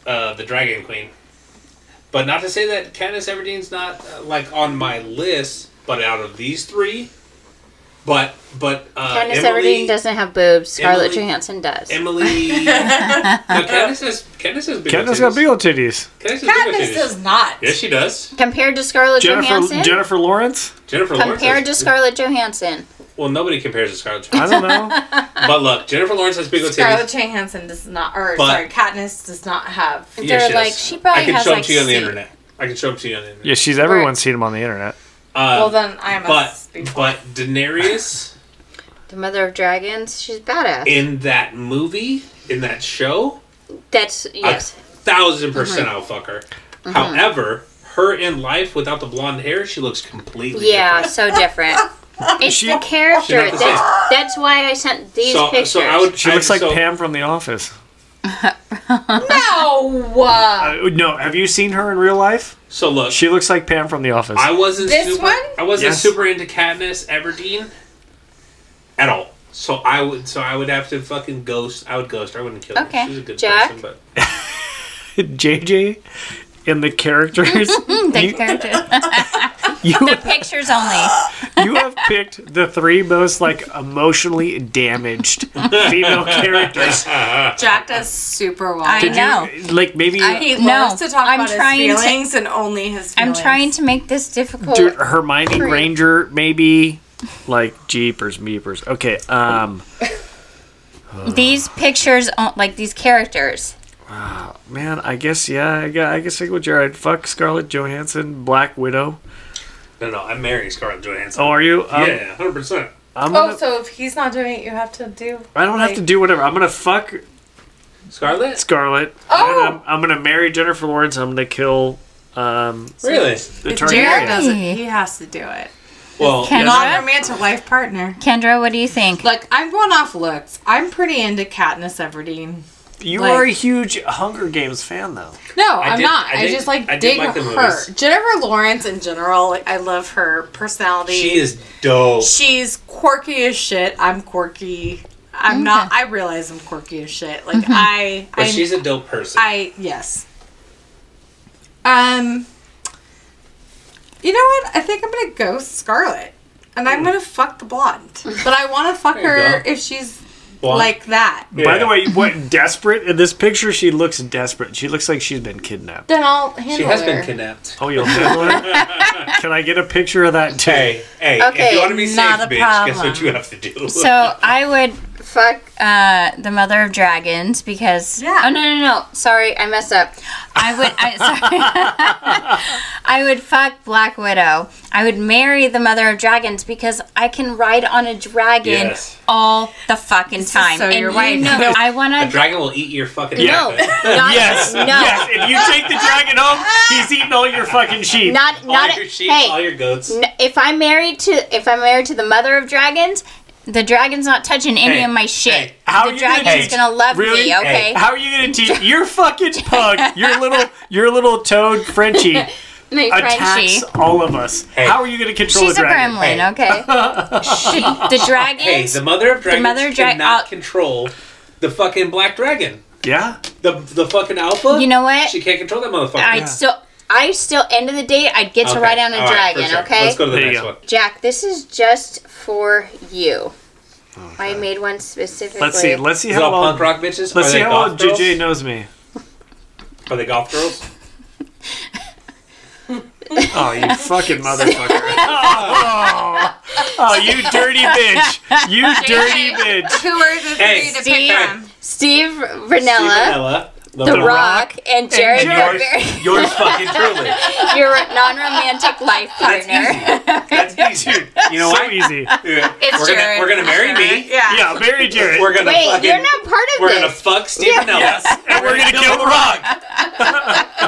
Speaker 1: uh, the Dragon Queen. But not to say that Candice Everdeen's not uh, like on my list, but out of these three, but but uh,
Speaker 3: Katniss
Speaker 1: Emily,
Speaker 3: Everdeen doesn't have boobs. Scarlett
Speaker 1: Emily-
Speaker 3: Johansson does.
Speaker 1: Emily. no, Candice has Candice has big
Speaker 2: Katniss
Speaker 1: titties.
Speaker 2: got big old titties.
Speaker 1: Candice has big
Speaker 4: Katniss
Speaker 1: titties.
Speaker 4: does not.
Speaker 1: Yes, she does.
Speaker 3: Compared to Scarlett
Speaker 2: Jennifer
Speaker 3: Johansson?
Speaker 2: Jennifer Lawrence.
Speaker 1: Jennifer Lawrence.
Speaker 3: Compared to
Speaker 1: has-
Speaker 3: Scarlett Johansson.
Speaker 1: Well, nobody compares to Scarlett
Speaker 2: I
Speaker 1: Johansson.
Speaker 2: don't know.
Speaker 1: but look, Jennifer Lawrence has big old
Speaker 4: Scarlett
Speaker 1: titties.
Speaker 4: Johansson does not, or
Speaker 1: But-
Speaker 4: sorry, Katniss does not have.
Speaker 1: Yeah,
Speaker 3: They're
Speaker 1: she
Speaker 3: like,
Speaker 1: does.
Speaker 3: she probably
Speaker 1: I can
Speaker 3: has,
Speaker 1: show them
Speaker 3: like,
Speaker 1: to you on the
Speaker 3: seat.
Speaker 1: internet. I can show them to you on the internet.
Speaker 2: Yeah, she's everyone's seen him on the internet.
Speaker 1: Uh,
Speaker 4: Well, then I must
Speaker 1: but
Speaker 4: be.
Speaker 1: but Daenerys
Speaker 3: The Mother of Dragons. She's badass.
Speaker 1: in that movie, in that show,
Speaker 3: That's, yes.
Speaker 1: a thousand percent
Speaker 3: Mm-hmm.
Speaker 1: I'll fuck her. However, her in life without the blonde hair, she looks completely
Speaker 3: Yeah, so different. It's
Speaker 2: She-
Speaker 3: the character.
Speaker 1: She's not the
Speaker 3: That's, that's why I sent these
Speaker 1: different. So,
Speaker 3: pictures.
Speaker 1: so I would.
Speaker 2: She
Speaker 1: I-
Speaker 2: looks like
Speaker 1: so-
Speaker 2: Pam from The Office.
Speaker 4: no, uh,
Speaker 2: Uh, no, have you seen her in real life?
Speaker 1: So look,
Speaker 2: She looks like Pam from The Office.
Speaker 1: I wasn't
Speaker 4: This
Speaker 1: super,
Speaker 4: one?
Speaker 1: I wasn't
Speaker 2: Yes.
Speaker 1: super into Katniss Everdeen at all. So I would so I would have to fucking ghost. I would ghost. her. I wouldn't kill
Speaker 3: Okay.
Speaker 1: her. She's a good
Speaker 3: Jack?
Speaker 1: person, but
Speaker 2: JJ in the characters.
Speaker 3: the
Speaker 2: you,
Speaker 3: character.
Speaker 2: you,
Speaker 3: pictures only.
Speaker 2: you have picked the three most like emotionally damaged female characters.
Speaker 4: Jack does super well.
Speaker 3: I know.
Speaker 2: Like maybe
Speaker 4: he
Speaker 3: No,
Speaker 4: loves to talk
Speaker 3: I'm
Speaker 4: about
Speaker 3: trying to-
Speaker 4: his feelings and only his.
Speaker 3: I'm
Speaker 4: Feelings.
Speaker 3: trying to make this difficult.
Speaker 2: dude, Hermione Granger, maybe like Jeepers Meepers. Okay, um,
Speaker 3: These pictures, on, like these characters.
Speaker 2: man, I guess yeah, I guess I guess I go with Jared. Fuck Scarlett Johansson, Black Widow.
Speaker 1: no, no, I'm marrying Scarlett Johansson.
Speaker 2: Oh, are you? Um,
Speaker 1: yeah, hundred percent.
Speaker 2: I'm
Speaker 4: Oh,
Speaker 2: gonna,
Speaker 4: so if he's not doing it, you have to do.
Speaker 2: I don't have to do whatever. I'm gonna fuck
Speaker 1: Scarlett,
Speaker 2: Scarlett.
Speaker 4: Oh!
Speaker 2: and I'm, I'm gonna marry Jennifer Lawrence. I'm gonna kill um,
Speaker 1: really?
Speaker 2: the
Speaker 4: Jared
Speaker 2: Targaryen.
Speaker 4: does it. He has to do it.
Speaker 1: Well,
Speaker 4: Not
Speaker 3: Kendra,
Speaker 4: romantic life partner.
Speaker 3: Kendra, what do you think?
Speaker 10: Look,
Speaker 4: I'm going off looks. I'm pretty into Katniss Everdeen.
Speaker 2: You
Speaker 4: Like-
Speaker 2: are a huge Hunger Games fan, though.
Speaker 4: No,
Speaker 1: I
Speaker 4: I am
Speaker 1: did-
Speaker 4: not.
Speaker 1: I
Speaker 4: I,
Speaker 1: did-
Speaker 4: just like
Speaker 1: I did
Speaker 4: dig
Speaker 1: like the movies.
Speaker 4: her. Jennifer Lawrence in general, like, I love her personality.
Speaker 1: she is dope.
Speaker 4: She's quirky as shit. I'm quirky. I'm not. I realize I'm quirky as shit. Like I,
Speaker 1: But
Speaker 4: I,
Speaker 1: she's a dope person.
Speaker 4: I yes. Um. You know what? I think I'm gonna ghost Scarlet, and I'm gonna fuck the blonde. But I want to fuck
Speaker 1: There you
Speaker 4: her
Speaker 1: go.
Speaker 4: if she's
Speaker 1: Blonde.
Speaker 4: like that.
Speaker 2: By
Speaker 1: Yeah.
Speaker 2: the way, what desperate in this picture? She looks desperate. She looks like she's been kidnapped.
Speaker 4: Then I'll
Speaker 1: she
Speaker 4: handle
Speaker 1: has
Speaker 4: her.
Speaker 1: been kidnapped.
Speaker 2: Oh, you'll handle it. Can I get a picture of that too?
Speaker 1: Hey, hey! if
Speaker 3: Okay,
Speaker 1: you want to be safe,
Speaker 4: not a
Speaker 1: bitch, guess what
Speaker 4: problem.
Speaker 1: you have to do.
Speaker 3: So I would fuck uh, the mother of dragons because.
Speaker 4: Yeah.
Speaker 3: Oh no no no! Sorry, I messed up. I would. I, sorry. I would fuck Black Widow. I would marry the mother of dragons because I can ride on a dragon
Speaker 1: Yes.
Speaker 3: all the fucking time.
Speaker 4: so your
Speaker 3: and
Speaker 4: wife.
Speaker 3: you know, I
Speaker 1: a
Speaker 3: want to.
Speaker 1: dragon will eat your fucking.
Speaker 3: No,
Speaker 1: outfit.
Speaker 3: not,
Speaker 2: Yes,
Speaker 3: no,
Speaker 2: yes. If you take the dragon home, he's eating all your fucking sheep.
Speaker 3: not
Speaker 1: all
Speaker 3: not.
Speaker 1: your sheep,
Speaker 3: hey,
Speaker 1: all your goats.
Speaker 3: N- if I'm married to if I'm married to the mother of dragons, the dragon's not touching any
Speaker 1: Hey,
Speaker 3: of my shit.
Speaker 1: hey,
Speaker 2: How are
Speaker 3: the
Speaker 2: you gonna
Speaker 3: dragon's
Speaker 2: teach-
Speaker 3: gonna love
Speaker 2: really?
Speaker 3: me, okay?
Speaker 2: How are you gonna teach your fucking pug, your little, your little toad Frenchie,
Speaker 3: My
Speaker 2: attacks
Speaker 3: Frenchie.
Speaker 2: all of us?
Speaker 1: Hey.
Speaker 2: How are you gonna control
Speaker 3: She's
Speaker 2: the
Speaker 3: a
Speaker 2: dragon?
Speaker 3: gremlin, okay? the, the dragons
Speaker 1: Hey, the mother of dragons
Speaker 3: mother of dra-
Speaker 1: cannot
Speaker 3: uh,
Speaker 1: control the fucking black dragon.
Speaker 2: Yeah.
Speaker 1: The the fucking alpha.
Speaker 3: You know what?
Speaker 1: She can't control that motherfucker.
Speaker 3: I'd still I still end of the day I'd get
Speaker 1: Okay,
Speaker 3: to ride on a
Speaker 1: all right, for
Speaker 3: dragon,
Speaker 1: sure.
Speaker 3: okay?
Speaker 1: Let's go to the
Speaker 2: There you
Speaker 1: next
Speaker 2: go.
Speaker 1: one.
Speaker 3: Jack, this is just for you. I made one specifically.
Speaker 2: Let's see. Let's see
Speaker 1: Is it all
Speaker 2: how long.
Speaker 1: punk rock bitches?
Speaker 2: Let's
Speaker 1: Are
Speaker 2: see
Speaker 1: they
Speaker 2: how
Speaker 1: golf
Speaker 2: well
Speaker 1: girls?
Speaker 2: JJ knows me.
Speaker 1: Are they golf girls?
Speaker 2: Oh, you fucking motherfucker. Oh, oh, you dirty bitch. You dirty bitch.
Speaker 6: Who are the
Speaker 1: Hey,
Speaker 6: three to
Speaker 1: Steve.
Speaker 6: pick from?
Speaker 5: Steve Ranella,
Speaker 1: Ella,
Speaker 5: The Rock, and Jared
Speaker 1: yours,
Speaker 5: Berger,
Speaker 1: yours fucking truly.
Speaker 5: your non-romantic life partner.
Speaker 1: That's easy. You know
Speaker 2: So
Speaker 1: what?
Speaker 2: easy.
Speaker 1: Yeah.
Speaker 4: It's
Speaker 1: we're gonna,
Speaker 4: Jared.
Speaker 1: we're gonna marry me.
Speaker 4: Uh, Yeah.
Speaker 2: Yeah, Barry Jarrett.
Speaker 1: We're gonna
Speaker 5: Wait,
Speaker 1: fucking.
Speaker 5: you're not part of
Speaker 1: we're
Speaker 5: this.
Speaker 1: gonna fuck Stephen Ellis.
Speaker 2: and we're gonna kill
Speaker 1: The Rock.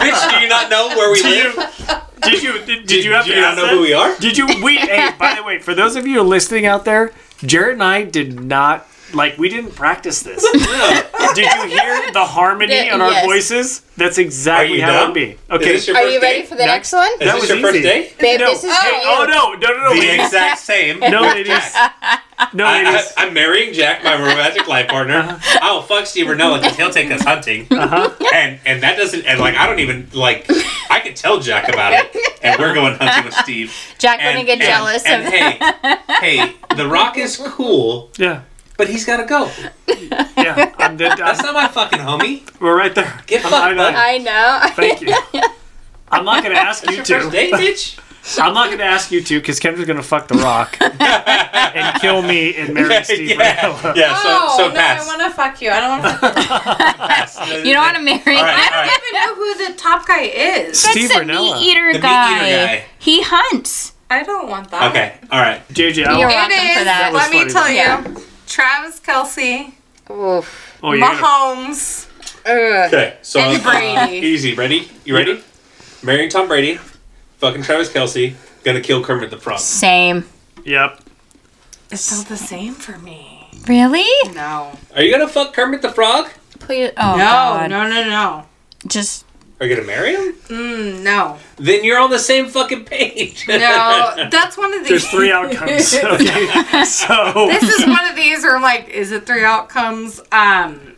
Speaker 1: Bitch, do you not know where we live?
Speaker 2: Did you did, did you have
Speaker 1: do
Speaker 2: to
Speaker 1: you not
Speaker 2: ask
Speaker 1: know
Speaker 2: that?
Speaker 1: who we are?
Speaker 2: Did you? We hey. By the way, for those of you listening out there, Jared and I did not like. We didn't practice this.
Speaker 1: No.
Speaker 2: did you hear the harmony
Speaker 5: Yeah,
Speaker 2: in our
Speaker 5: yes.
Speaker 2: voices? That's exactly
Speaker 1: you
Speaker 2: how
Speaker 1: dumb?
Speaker 2: it would be.
Speaker 1: Is
Speaker 2: Okay.
Speaker 1: this your
Speaker 5: Are
Speaker 1: first
Speaker 5: you ready
Speaker 1: date?
Speaker 5: for the next,
Speaker 2: Next-
Speaker 5: one?
Speaker 1: Is
Speaker 2: That
Speaker 1: this
Speaker 2: was
Speaker 1: your first
Speaker 2: easy.
Speaker 1: date?
Speaker 5: Babe,
Speaker 2: no.
Speaker 5: this is for
Speaker 2: Hey,
Speaker 5: you.
Speaker 2: oh no, no, no, no,
Speaker 1: The
Speaker 2: ladies.
Speaker 1: exact same.
Speaker 2: no, ladies, no, Uh-huh.
Speaker 1: I, I,
Speaker 2: ladies.
Speaker 1: I'm marrying Jack, my romantic life partner. I'll fuck Steve Renella because he'll take us hunting,
Speaker 2: Uh-huh.
Speaker 1: and and that doesn't and like I don't even like I could tell Jack about it, and we're going hunting with Steve.
Speaker 5: Jack
Speaker 1: And,
Speaker 5: gonna get
Speaker 1: and-
Speaker 5: jealous
Speaker 1: and
Speaker 5: of
Speaker 1: hey, hey, The Rock is cool,
Speaker 2: Yeah,
Speaker 1: but he's gotta go.
Speaker 2: yeah. I'm, the- I'm-
Speaker 1: That's not my fucking homie.
Speaker 2: we're right there.
Speaker 1: Get
Speaker 2: I'm
Speaker 1: fucked,
Speaker 2: eye to
Speaker 1: bud.
Speaker 2: eye.
Speaker 5: I know.
Speaker 2: Thank you. I'm not gonna ask you
Speaker 1: Your
Speaker 2: to.
Speaker 1: first date, bitch.
Speaker 2: I'm not gonna ask you to because Kendra's gonna fuck the rock and kill me and marry Steve
Speaker 1: yeah,
Speaker 2: Ranella.
Speaker 1: yeah.
Speaker 4: Oh,
Speaker 1: So so
Speaker 4: no,
Speaker 1: pass.
Speaker 4: I want to fuck you. I don't want to fuck
Speaker 1: pass.
Speaker 5: You don't want to marry
Speaker 1: All right, all right.
Speaker 4: you. I don't even know who the top guy is.
Speaker 2: Steve
Speaker 3: That's a meat
Speaker 2: Ranella.
Speaker 3: eater,
Speaker 1: The meat eater
Speaker 3: guy.
Speaker 1: guy.
Speaker 3: He hunts.
Speaker 4: I don't want that.
Speaker 1: Okay, all right.
Speaker 2: JJ,
Speaker 5: You're
Speaker 2: I
Speaker 5: right.
Speaker 4: It
Speaker 5: Welcome for
Speaker 4: is.
Speaker 5: that.
Speaker 2: That was
Speaker 4: Let me
Speaker 2: funny,
Speaker 4: tell
Speaker 2: though.
Speaker 4: you.
Speaker 5: Yeah.
Speaker 4: Travis Kelsey,
Speaker 5: Oof.
Speaker 2: oh, you're gonna,
Speaker 4: Mahomes.
Speaker 5: Ugh.
Speaker 1: Okay, so
Speaker 4: And
Speaker 1: uh,
Speaker 4: Brady.
Speaker 1: easy. Ready? You ready? Marrying Tom Brady, fucking Travis Kelsey, gonna kill Kermit the Frog.
Speaker 3: Same.
Speaker 2: yep.
Speaker 4: It's still the same for me.
Speaker 3: Really?
Speaker 4: No.
Speaker 1: Are you gonna fuck Kermit the Frog?
Speaker 3: Please. Oh
Speaker 4: No.
Speaker 3: God.
Speaker 4: No. No. No.
Speaker 3: Just
Speaker 1: Are you gonna marry him?
Speaker 4: Mm, no.
Speaker 1: Then you're on the same fucking page.
Speaker 4: No. That's one of these.
Speaker 2: There's three outcomes. Okay, so
Speaker 4: this is one of these where I'm like, is it three outcomes? Um,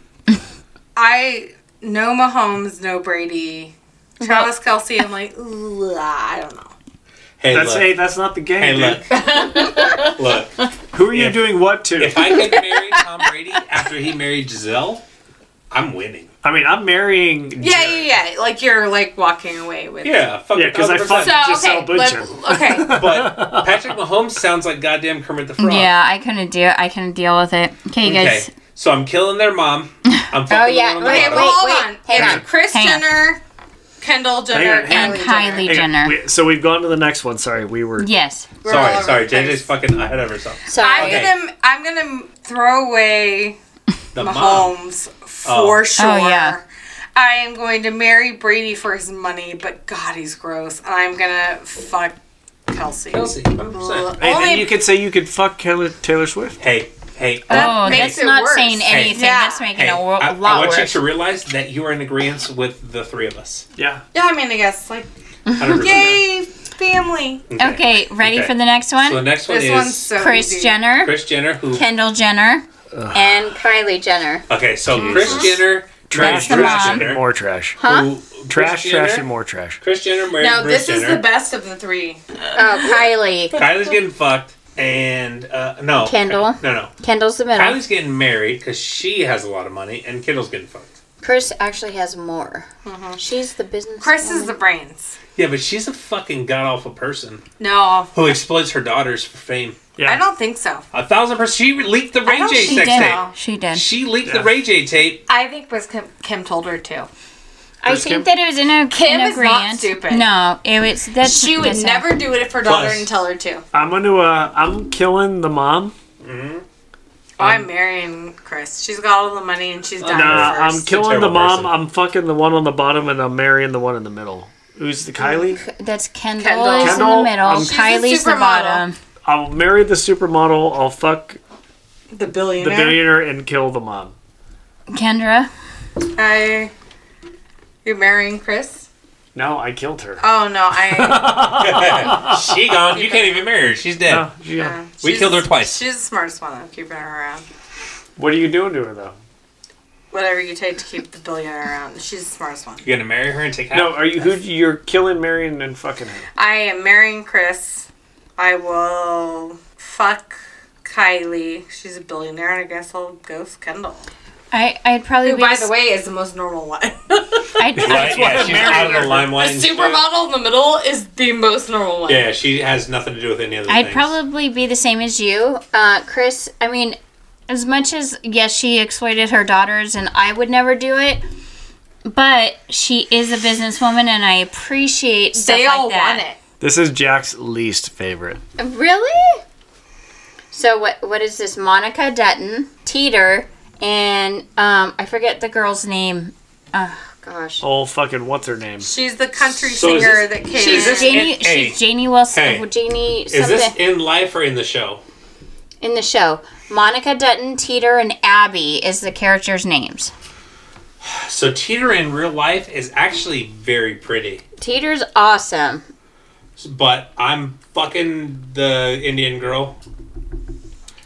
Speaker 4: I no Mahomes, no Brady, Travis Kelsey. I'm like, "Ugh, I don't know.
Speaker 1: hey,
Speaker 2: that's
Speaker 1: look.
Speaker 2: hey, that's not the game.
Speaker 1: hey,
Speaker 2: dude.
Speaker 1: look. look.
Speaker 2: Who are you
Speaker 1: If-
Speaker 2: doing what to?
Speaker 1: If I could marry Tom Brady after he married Giselle, I'm winning.
Speaker 2: I mean, I'm marrying.
Speaker 4: Yeah, yeah, yeah. Like you're like walking away with.
Speaker 1: Yeah, fucking
Speaker 2: Yeah, 'cause I
Speaker 1: 100%.
Speaker 2: fucked-
Speaker 4: So
Speaker 2: Giselle
Speaker 4: okay, let-
Speaker 2: Bundchen.
Speaker 4: okay.
Speaker 1: But Patrick Mahomes sounds like goddamn Kermit the Frog.
Speaker 3: yeah. I couldn't do. I couldn't deal with it. Okay, you
Speaker 1: Okay.
Speaker 3: guys.
Speaker 1: So I'm killing their mom. I'm fucking
Speaker 5: Oh, yeah.
Speaker 1: the
Speaker 5: Wait,
Speaker 1: daughter.
Speaker 4: Well, hold
Speaker 5: wait,
Speaker 4: on.
Speaker 5: hang
Speaker 4: It's
Speaker 5: on,
Speaker 4: Chris
Speaker 3: hang on.
Speaker 4: Jenner, Kendall Jenner,
Speaker 2: on, hang
Speaker 4: and
Speaker 2: on.
Speaker 4: Kylie.
Speaker 3: Kylie
Speaker 2: Hey,
Speaker 3: Jenner.
Speaker 2: we- so we've gone to the next one. Sorry, we were.
Speaker 3: Yes.
Speaker 1: Sorry,
Speaker 5: all
Speaker 1: sorry.
Speaker 5: over the
Speaker 1: JJ's fucking ahead of herself.
Speaker 5: Sorry.
Speaker 4: I'm
Speaker 1: Okay.
Speaker 4: gonna I'm gonna throw away
Speaker 1: The mom.
Speaker 4: Mahomes for sure.
Speaker 3: Oh, yeah.
Speaker 4: I am going to marry Brady for his money, but God, he's gross. And I'm gonna fuck Kelsey.
Speaker 1: Kelsey, 100%.
Speaker 2: Hey,
Speaker 4: Only-
Speaker 2: then you could say you could fuck Taylor, Taylor Swift.
Speaker 1: Hey, hey.
Speaker 3: oh,
Speaker 4: makes
Speaker 3: that's
Speaker 4: it
Speaker 3: not
Speaker 4: worse.
Speaker 3: saying
Speaker 4: Hey,
Speaker 3: anything.
Speaker 4: yeah.
Speaker 3: That's making
Speaker 1: Hey,
Speaker 3: it a, wor-
Speaker 1: I, I
Speaker 3: a lot
Speaker 1: want
Speaker 3: worse.
Speaker 1: you to realize that you are in agreement with the three of us.
Speaker 2: Yeah.
Speaker 4: Yeah, I mean, I guess like
Speaker 1: 100%.
Speaker 4: yay family.
Speaker 3: okay, ready
Speaker 1: Okay.
Speaker 3: for the next
Speaker 1: So the
Speaker 3: one?
Speaker 1: next one
Speaker 4: This
Speaker 1: is
Speaker 4: one's so
Speaker 3: Chris
Speaker 4: easy.
Speaker 3: Jenner,
Speaker 1: Chris Jenner. Who?
Speaker 3: Kendall Jenner.
Speaker 5: And Kylie Jenner.
Speaker 1: Okay, so Chris Jenner.
Speaker 2: Trash,
Speaker 1: married Bruce
Speaker 2: trash,
Speaker 1: Jenner,
Speaker 2: and more trash.
Speaker 1: who- Chris
Speaker 2: Trash, trash,
Speaker 1: Jenner-
Speaker 2: and more trash.
Speaker 1: Chris Jenner married
Speaker 4: Now
Speaker 1: Bruce
Speaker 4: this is
Speaker 1: Jenner.
Speaker 4: the best of the three.
Speaker 5: Oh, Kylie.
Speaker 1: Kylie's getting fucked, and uh, no,
Speaker 5: Kendall.
Speaker 1: No, no.
Speaker 5: Kendall's the middle.
Speaker 1: Kylie's getting married because she has a lot of money, and Kendall's getting fucked.
Speaker 5: Chris actually has more. She's the business.
Speaker 4: Mm-hmm. Chris is the brains.
Speaker 1: Yeah, but she's a fucking god awful person
Speaker 4: No,
Speaker 1: who exploits her daughters for fame.
Speaker 2: Yeah.
Speaker 4: I don't think so.
Speaker 1: A thousand percent. She leaked the Ray
Speaker 4: don't
Speaker 1: J
Speaker 4: think
Speaker 1: sex
Speaker 4: so.
Speaker 1: tape.
Speaker 3: She did.
Speaker 1: She leaked the
Speaker 2: Yeah.
Speaker 1: Ray J tape.
Speaker 4: I think was Kim, Kim told her too.
Speaker 3: I
Speaker 2: Chris
Speaker 3: think
Speaker 2: Kim?
Speaker 3: that it was in a in
Speaker 4: Kim is not
Speaker 3: agreement.
Speaker 4: stupid.
Speaker 3: No, it was that
Speaker 4: She would never do it if her daughter
Speaker 1: Plus-
Speaker 4: didn't tell her to. Oh,
Speaker 2: I'm gonna. Uh, I'm killing the mom.
Speaker 1: um,
Speaker 4: I'm marrying Chris. She's got all the money and she's dying
Speaker 2: Nah,
Speaker 4: first.
Speaker 2: I'm killing the
Speaker 1: terrible
Speaker 2: mom.
Speaker 1: person.
Speaker 2: I'm fucking the one on the bottom, and I'm marrying the one in the middle. Who's the Kylie?
Speaker 4: Mm.
Speaker 3: That's Kendall,
Speaker 4: Kendall.
Speaker 3: is in
Speaker 2: Kendall,
Speaker 3: the middle.
Speaker 2: um, She's
Speaker 4: a
Speaker 3: Kylie's the
Speaker 4: supermodel.
Speaker 3: bottom.
Speaker 2: I'll marry the supermodel. I'll fuck
Speaker 4: the
Speaker 2: the
Speaker 4: billionaire.
Speaker 2: billionaire and kill the mom.
Speaker 3: Kendra.
Speaker 4: I. You're marrying Chris?
Speaker 2: No, I killed her.
Speaker 4: Oh no, I.
Speaker 1: she gone. You can't even marry her. She's dead.
Speaker 2: No, she-
Speaker 1: We
Speaker 4: yeah, uh, she's-
Speaker 1: killed her twice.
Speaker 4: She's the smartest one. I'm keeping her around.
Speaker 2: What are you doing to her though?
Speaker 4: Whatever you take to keep the billionaire around, she's the smartest one.
Speaker 1: You're gonna marry her and take half.
Speaker 2: No, are you who you're killing, marrying, and fucking her?
Speaker 4: I am marrying Chris. I will fuck Kylie. She's a billionaire, and I guess I'll ghost Kendall.
Speaker 3: I I'd probably
Speaker 4: Who,
Speaker 3: be
Speaker 4: by the way, is the most normal one.
Speaker 3: I,
Speaker 1: Right? Yeah, she's out of the limelight.
Speaker 11: The
Speaker 1: and shit.
Speaker 11: supermodel in the middle is the most normal one.
Speaker 1: Yeah, she has nothing to do with any of the
Speaker 3: I'd
Speaker 1: things.
Speaker 3: probably be the same as you, uh, Chris. I mean, as much as yes, she exploited her daughters, and I would never do it. But she is a businesswoman, and I appreciate stuff
Speaker 11: They
Speaker 3: like
Speaker 11: all
Speaker 3: that.
Speaker 11: want it.
Speaker 2: This is Jack's least favorite.
Speaker 3: Really? So what what is this? Monica Dutton, Teeter, and um, I forget the girl's name. Oh gosh.
Speaker 2: Oh fucking what's her name?
Speaker 11: She's the country
Speaker 1: So is
Speaker 11: singer
Speaker 1: this-
Speaker 11: that came.
Speaker 3: She's
Speaker 1: this
Speaker 3: Janie.
Speaker 1: in- hey.
Speaker 3: she's Janie Wilson.
Speaker 1: Hey.
Speaker 3: Janie
Speaker 1: Is
Speaker 3: something
Speaker 1: this in life or in the show?
Speaker 3: in the show. Monica Dutton, Teeter, and Abby is the characters' names.
Speaker 1: So Teeter in real life is actually very pretty,
Speaker 3: Teeter's awesome.
Speaker 1: but I'm fucking the Indian girl,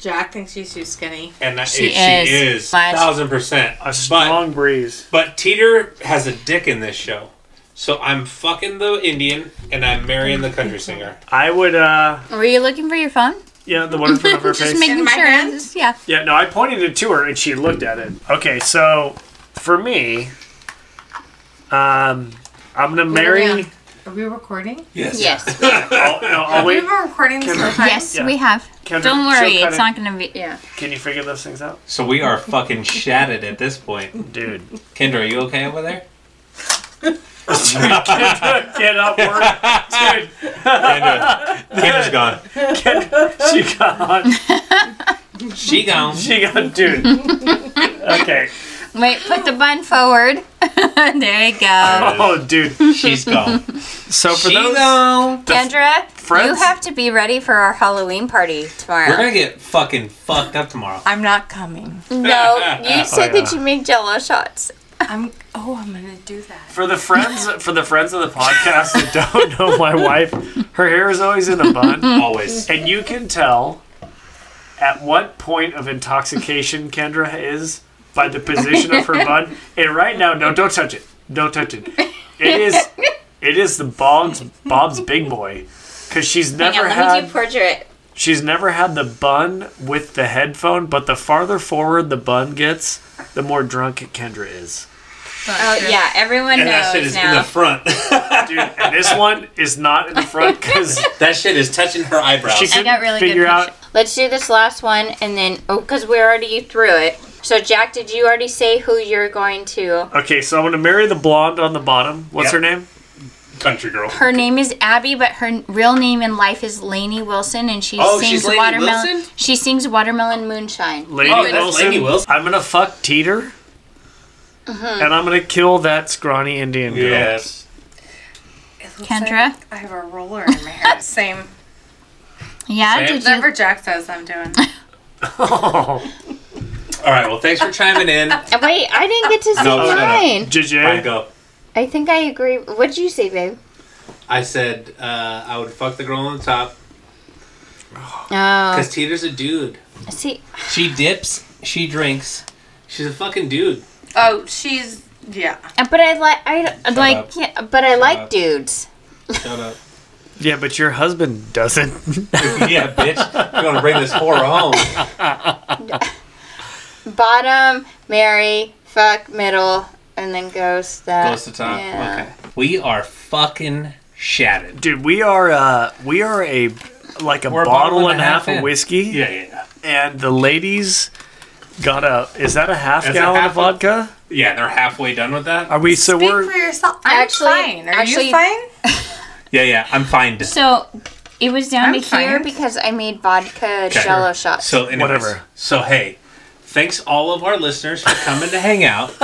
Speaker 4: Jack thinks she's too skinny.
Speaker 1: and that,
Speaker 3: She
Speaker 1: she, is,
Speaker 3: is. Much.
Speaker 1: thousand percent.
Speaker 2: A strong breeze.
Speaker 1: But, but Teeter has a dick in this show, so I'm fucking the Indian and I'm marrying the country singer.
Speaker 2: I would uh
Speaker 3: Were you looking for your phone?
Speaker 2: yeah, the one in front of her face.
Speaker 3: Just making
Speaker 11: In my
Speaker 3: sure.
Speaker 11: hand?
Speaker 3: Just- Yeah.
Speaker 2: Yeah, no, I pointed it to her and she looked at it. Okay, so for me, um, I'm gonna marry.
Speaker 6: Leon. Are we recording?
Speaker 3: Yes.
Speaker 2: Oh, no, I'll
Speaker 6: We
Speaker 2: wait.
Speaker 6: were recording this whole time.
Speaker 3: yes,
Speaker 2: Yeah.
Speaker 3: we have.
Speaker 2: Kendra,
Speaker 3: Don't worry,
Speaker 2: she'll cut
Speaker 3: it's
Speaker 2: it.
Speaker 3: not gonna be. Yeah.
Speaker 2: Can you figure those things out,
Speaker 1: So we are fucking shattered at this point.
Speaker 2: dude?
Speaker 1: Kendra, are you okay over there?
Speaker 2: Get up, work, dude.
Speaker 1: Kendra, Kendra's gone.
Speaker 2: She got,
Speaker 1: She gone.
Speaker 2: she got, dude. Okay.
Speaker 3: Wait, put the bun forward. there you go.
Speaker 2: Oh, dude.
Speaker 1: She's gone.
Speaker 2: So for
Speaker 1: She
Speaker 2: those,
Speaker 1: gone.
Speaker 3: Kendra, you
Speaker 2: friends-
Speaker 3: have to be ready for our Halloween party tomorrow.
Speaker 1: We're gonna get fucking fucked up tomorrow.
Speaker 4: I'm not coming.
Speaker 3: No, you said
Speaker 2: yeah.
Speaker 3: that you make jello shots.
Speaker 4: I'm. Oh, I'm gonna do that.
Speaker 2: for the friends, for the friends of the podcast that don't know my wife, her hair is always in a bun.
Speaker 1: Always.
Speaker 2: And you can tell at what point of intoxication Kendra is by the position of her bun. And right now, no, don't touch it. Don't touch it. It is, it is the Bob's Bob's Big Boy, because she's
Speaker 3: Yeah,
Speaker 2: never
Speaker 3: let me do
Speaker 2: had
Speaker 3: portrait.
Speaker 2: she's never had the bun with the headphone. But the farther forward the bun gets, the more drunk Kendra is.
Speaker 3: Oh yeah, everyone
Speaker 1: And that shit
Speaker 3: knows
Speaker 1: is in the
Speaker 3: now.
Speaker 1: front.
Speaker 2: Dude, and this one is not in the front because
Speaker 1: that shit is touching her eyebrows.
Speaker 2: she couldn't
Speaker 3: got really good
Speaker 2: figure out.
Speaker 3: Let's do this last one and then oh, because we're already through it. So Jack, did you already say who you're going to?
Speaker 2: Okay, so I'm gonna marry the blonde on the bottom. What's
Speaker 1: Yep.
Speaker 2: her name?
Speaker 1: Country girl.
Speaker 3: Her name is Abby, but her n- real name in life is Lainey Wilson, and she
Speaker 1: Oh, she's
Speaker 3: sings
Speaker 1: Lainey
Speaker 3: watermelon.
Speaker 1: Wilson?
Speaker 3: She sings watermelon moonshine.
Speaker 2: Lady
Speaker 1: Oh, that's
Speaker 2: Wilson.
Speaker 1: Lady Wilson.
Speaker 2: I'm gonna fuck Teeter, and I'm gonna kill that scrawny Indian girl.
Speaker 1: Yes.
Speaker 3: Kendra,
Speaker 4: I have a roller in my hair. Same.
Speaker 3: yeah,
Speaker 1: Sam?
Speaker 3: did you?
Speaker 4: Whatever Jack says, I'm doing.
Speaker 2: Oh,
Speaker 1: All right. Well, thanks for chiming in.
Speaker 3: Wait, I didn't get to say
Speaker 1: Oh, No, no, no.
Speaker 3: mine.
Speaker 1: I
Speaker 2: JJ.
Speaker 1: go.
Speaker 3: I think I agree. What'd you say, babe?
Speaker 1: I said uh, I would fuck the girl on the top
Speaker 3: Oh,
Speaker 1: because Teeter's a dude.
Speaker 3: see,
Speaker 1: She dips. She drinks. She's a fucking dude.
Speaker 4: Oh, she's yeah.
Speaker 3: uh, but I like I like
Speaker 1: up.
Speaker 3: yeah, but I like
Speaker 1: up.
Speaker 3: dudes.
Speaker 1: Shut up.
Speaker 2: Yeah, but your husband doesn't.
Speaker 1: yeah, bitch. You're gonna bring this whore home.
Speaker 3: Bottom, Mary, fuck, middle, and then goes that.
Speaker 1: Close to top.
Speaker 3: Yeah.
Speaker 1: Okay. We are fucking shattered.
Speaker 2: Dude, we are uh, we are a like a
Speaker 1: We're a
Speaker 2: bottle, and a half,
Speaker 1: in.
Speaker 2: of whiskey,
Speaker 1: Yeah, yeah, yeah.
Speaker 2: and the ladies got a. Is that a half
Speaker 1: That's a
Speaker 2: gallon
Speaker 1: half
Speaker 2: of
Speaker 1: of-
Speaker 2: vodka?
Speaker 1: Yeah, they're halfway done with that.
Speaker 2: Are we? So
Speaker 4: Speak
Speaker 2: we're
Speaker 4: for yourself. I'm
Speaker 3: Actually-
Speaker 4: fine. Are
Speaker 3: actually-
Speaker 4: you fine?
Speaker 1: Yeah, yeah. I'm fine.
Speaker 3: So it was down
Speaker 4: I'm
Speaker 3: to here
Speaker 4: fine.
Speaker 3: because I made vodka
Speaker 1: Okay.
Speaker 3: jello shots.
Speaker 1: So anyways,
Speaker 2: Whatever.
Speaker 1: So hey, thanks all of our listeners for coming to hang out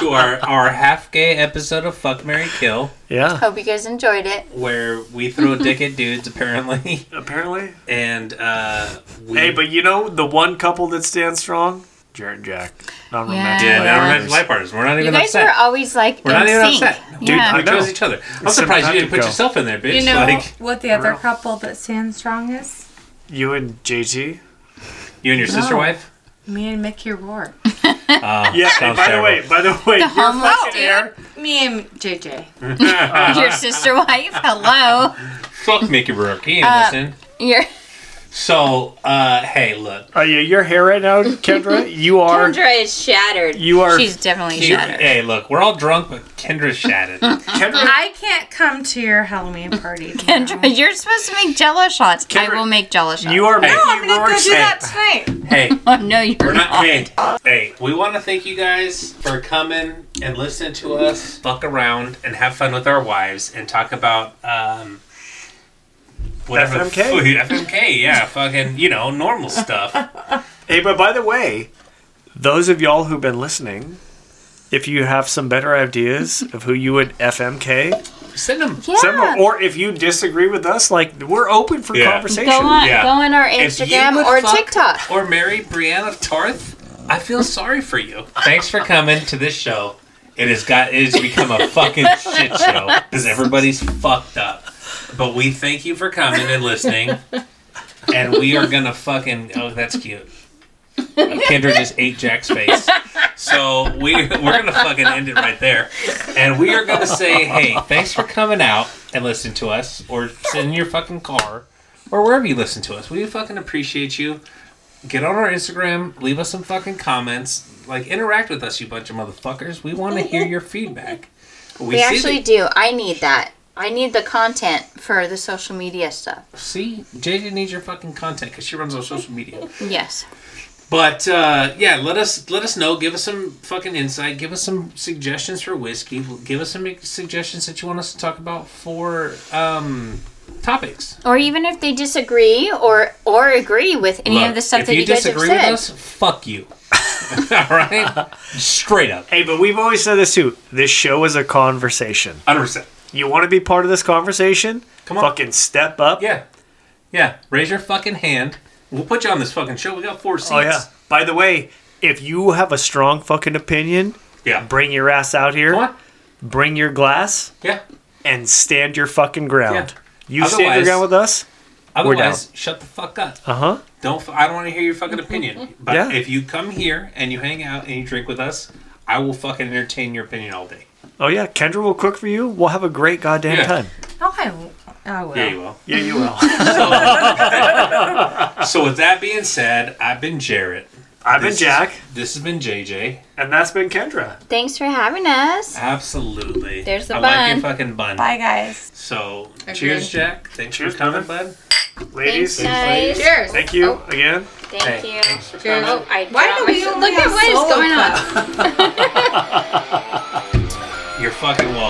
Speaker 1: to our our half gay episode of Fuck Mary Kill,
Speaker 2: yeah.
Speaker 3: Hope you guys enjoyed it.
Speaker 1: where we throw a dick at dudes apparently,
Speaker 2: Apparently.
Speaker 1: and uh, we,
Speaker 2: Hey, but you know the one couple that stands strong, Jarrett and Jack, non-romantic.
Speaker 1: yeah,
Speaker 2: life
Speaker 1: they're
Speaker 2: partners.
Speaker 1: romantic life partners. We're not
Speaker 3: You
Speaker 1: even
Speaker 3: guys
Speaker 1: upset.
Speaker 3: were always like
Speaker 1: We're
Speaker 3: in
Speaker 1: not even
Speaker 3: sync.
Speaker 1: upset. No,
Speaker 3: yeah.
Speaker 1: we
Speaker 2: I know.
Speaker 1: chose each other. I'm
Speaker 2: It's
Speaker 1: surprised you didn't put
Speaker 2: sympathetic.
Speaker 1: yourself in there, bitch.
Speaker 4: You know
Speaker 1: like
Speaker 4: what the other
Speaker 2: real.
Speaker 4: couple that stands strong is?
Speaker 2: You and JT.
Speaker 1: you and your sister
Speaker 4: No.
Speaker 1: wife.
Speaker 4: Me and Mickey Rourke.
Speaker 1: Uh,
Speaker 2: Yeah, and
Speaker 1: sounds
Speaker 2: by
Speaker 1: terrible.
Speaker 2: the way, by the way, your
Speaker 3: homeless
Speaker 4: Oh,
Speaker 2: fucking hair.
Speaker 4: Me and JJ.
Speaker 3: Your sister wife. Hello.
Speaker 4: Uh,
Speaker 1: fuck Mickey Rourke. He ain't listening.
Speaker 3: Your
Speaker 1: So, uh, hey, look.
Speaker 2: Uh, yeah, your hair right now, Kendra. You are.
Speaker 5: Kendra is shattered.
Speaker 2: You are.
Speaker 3: She's definitely
Speaker 1: You-
Speaker 3: shattered.
Speaker 1: hey, look. We're all drunk, but Kendra's shattered.
Speaker 2: Kendra.
Speaker 4: I can't come to your Halloween party.
Speaker 3: Kendra, You're supposed to make jello shots. I
Speaker 2: Kendra,
Speaker 3: will make jello shots.
Speaker 2: You are making
Speaker 4: I'm gonna go
Speaker 2: Rourke
Speaker 4: do
Speaker 2: say-
Speaker 4: that tonight.
Speaker 1: hey,
Speaker 3: no, you're
Speaker 1: we're
Speaker 3: not.
Speaker 1: not. Hey, hey. We want to thank you guys for coming and listening to us, fuck around, and have fun with our wives, and talk about um, whatever
Speaker 2: FMK.
Speaker 1: food- FMK, yeah, fucking, you know, normal stuff.
Speaker 2: Hey, but by the way, those of y'all who've been listening, if you have some better ideas of who you would FMK,
Speaker 1: Send them.
Speaker 2: send them- or if you disagree with us, like we're open for
Speaker 1: Yeah.
Speaker 2: conversation.
Speaker 5: Go on,
Speaker 1: Yeah.
Speaker 5: go on our
Speaker 1: If you
Speaker 5: Instagram
Speaker 1: would
Speaker 5: or
Speaker 1: fuck-
Speaker 5: TikTok.
Speaker 1: or marry Brianna Tarth, I feel sorry for you. Thanks for coming to this show. It has got it has become a fucking shit show because everybody's fucked up. But we thank you for coming and listening, and we are gonna fucking oh that's cute. Kendra just ate Jack's face. So we we're gonna fucking end it right there, and we are gonna say hey thanks for coming out and listening to us or sitting in your fucking car or wherever you listen to us. We fucking appreciate you get on our Instagram, leave us some fucking comments, like interact with us, you bunch of motherfuckers. We want to hear your feedback.
Speaker 5: We
Speaker 1: see
Speaker 5: actually
Speaker 1: that-
Speaker 5: do. I need that. I need the content for the social media stuff.
Speaker 1: see JJ needs your fucking content because she runs on social media.
Speaker 5: Yes.
Speaker 1: But uh, yeah, let us let us know. Give us some fucking insight. Give us some suggestions for whiskey. Give us some suggestions that you want us to talk about for um, topics.
Speaker 5: Or even if they disagree or or agree with any of the stuff
Speaker 1: if
Speaker 5: that you,
Speaker 1: you,
Speaker 5: guys have
Speaker 1: disagree with
Speaker 5: said.
Speaker 1: us, fuck you. All right, straight up,
Speaker 2: Hey, but we've always said this too. This show is a conversation.
Speaker 1: hundred percent.
Speaker 2: You want to be part of this conversation?
Speaker 1: Come on.
Speaker 2: Fucking step up.
Speaker 1: Yeah. Yeah. Raise your fucking hand. We'll put you on this fucking show. We got four seats.
Speaker 2: Oh yeah. By the way, if you have a strong fucking opinion,
Speaker 1: Yeah.
Speaker 2: bring your ass out here.
Speaker 1: Come on.
Speaker 2: Bring your glass
Speaker 1: Yeah.
Speaker 2: and stand your fucking ground.
Speaker 1: Yeah.
Speaker 2: You stand your
Speaker 1: Otherwise-
Speaker 2: ground with us.
Speaker 1: Otherwise, shut the fuck up.
Speaker 2: Uh huh.
Speaker 1: Don't. F- I don't want to hear your fucking opinion. But
Speaker 2: Yeah.
Speaker 1: if you come here and you hang out and you drink with us, I will fucking entertain your opinion all day.
Speaker 2: Oh yeah, Kendra will cook for you. We'll have a great goddamn
Speaker 1: Yeah.
Speaker 2: time.
Speaker 4: No, I, won't. I will.
Speaker 1: Yeah, you will.
Speaker 2: Yeah, you will.
Speaker 1: So with that being said, I've been Jarrett.
Speaker 2: I've been
Speaker 1: This-
Speaker 2: Jack,
Speaker 1: This has been JJ.
Speaker 2: and that's been Kendra.
Speaker 5: Thanks for having us.
Speaker 1: Absolutely.
Speaker 5: There's the
Speaker 1: I like your fucking bun.
Speaker 4: Bye, guys.
Speaker 1: So cheers, Jack. Thanks
Speaker 2: Cheers,
Speaker 1: for coming, bud.
Speaker 2: Ladies,
Speaker 5: guys. Oh.
Speaker 11: Cheers.
Speaker 2: thank you again.
Speaker 5: Thank
Speaker 1: Hey,
Speaker 5: you.
Speaker 1: Thanks for
Speaker 11: Cheers.
Speaker 1: coming.
Speaker 5: Oh, I
Speaker 4: Oh, Why
Speaker 5: dropped
Speaker 4: do
Speaker 5: my-
Speaker 4: we only
Speaker 5: Look at what
Speaker 4: have
Speaker 5: is going
Speaker 4: solo
Speaker 5: on.
Speaker 1: You're fucking welcome.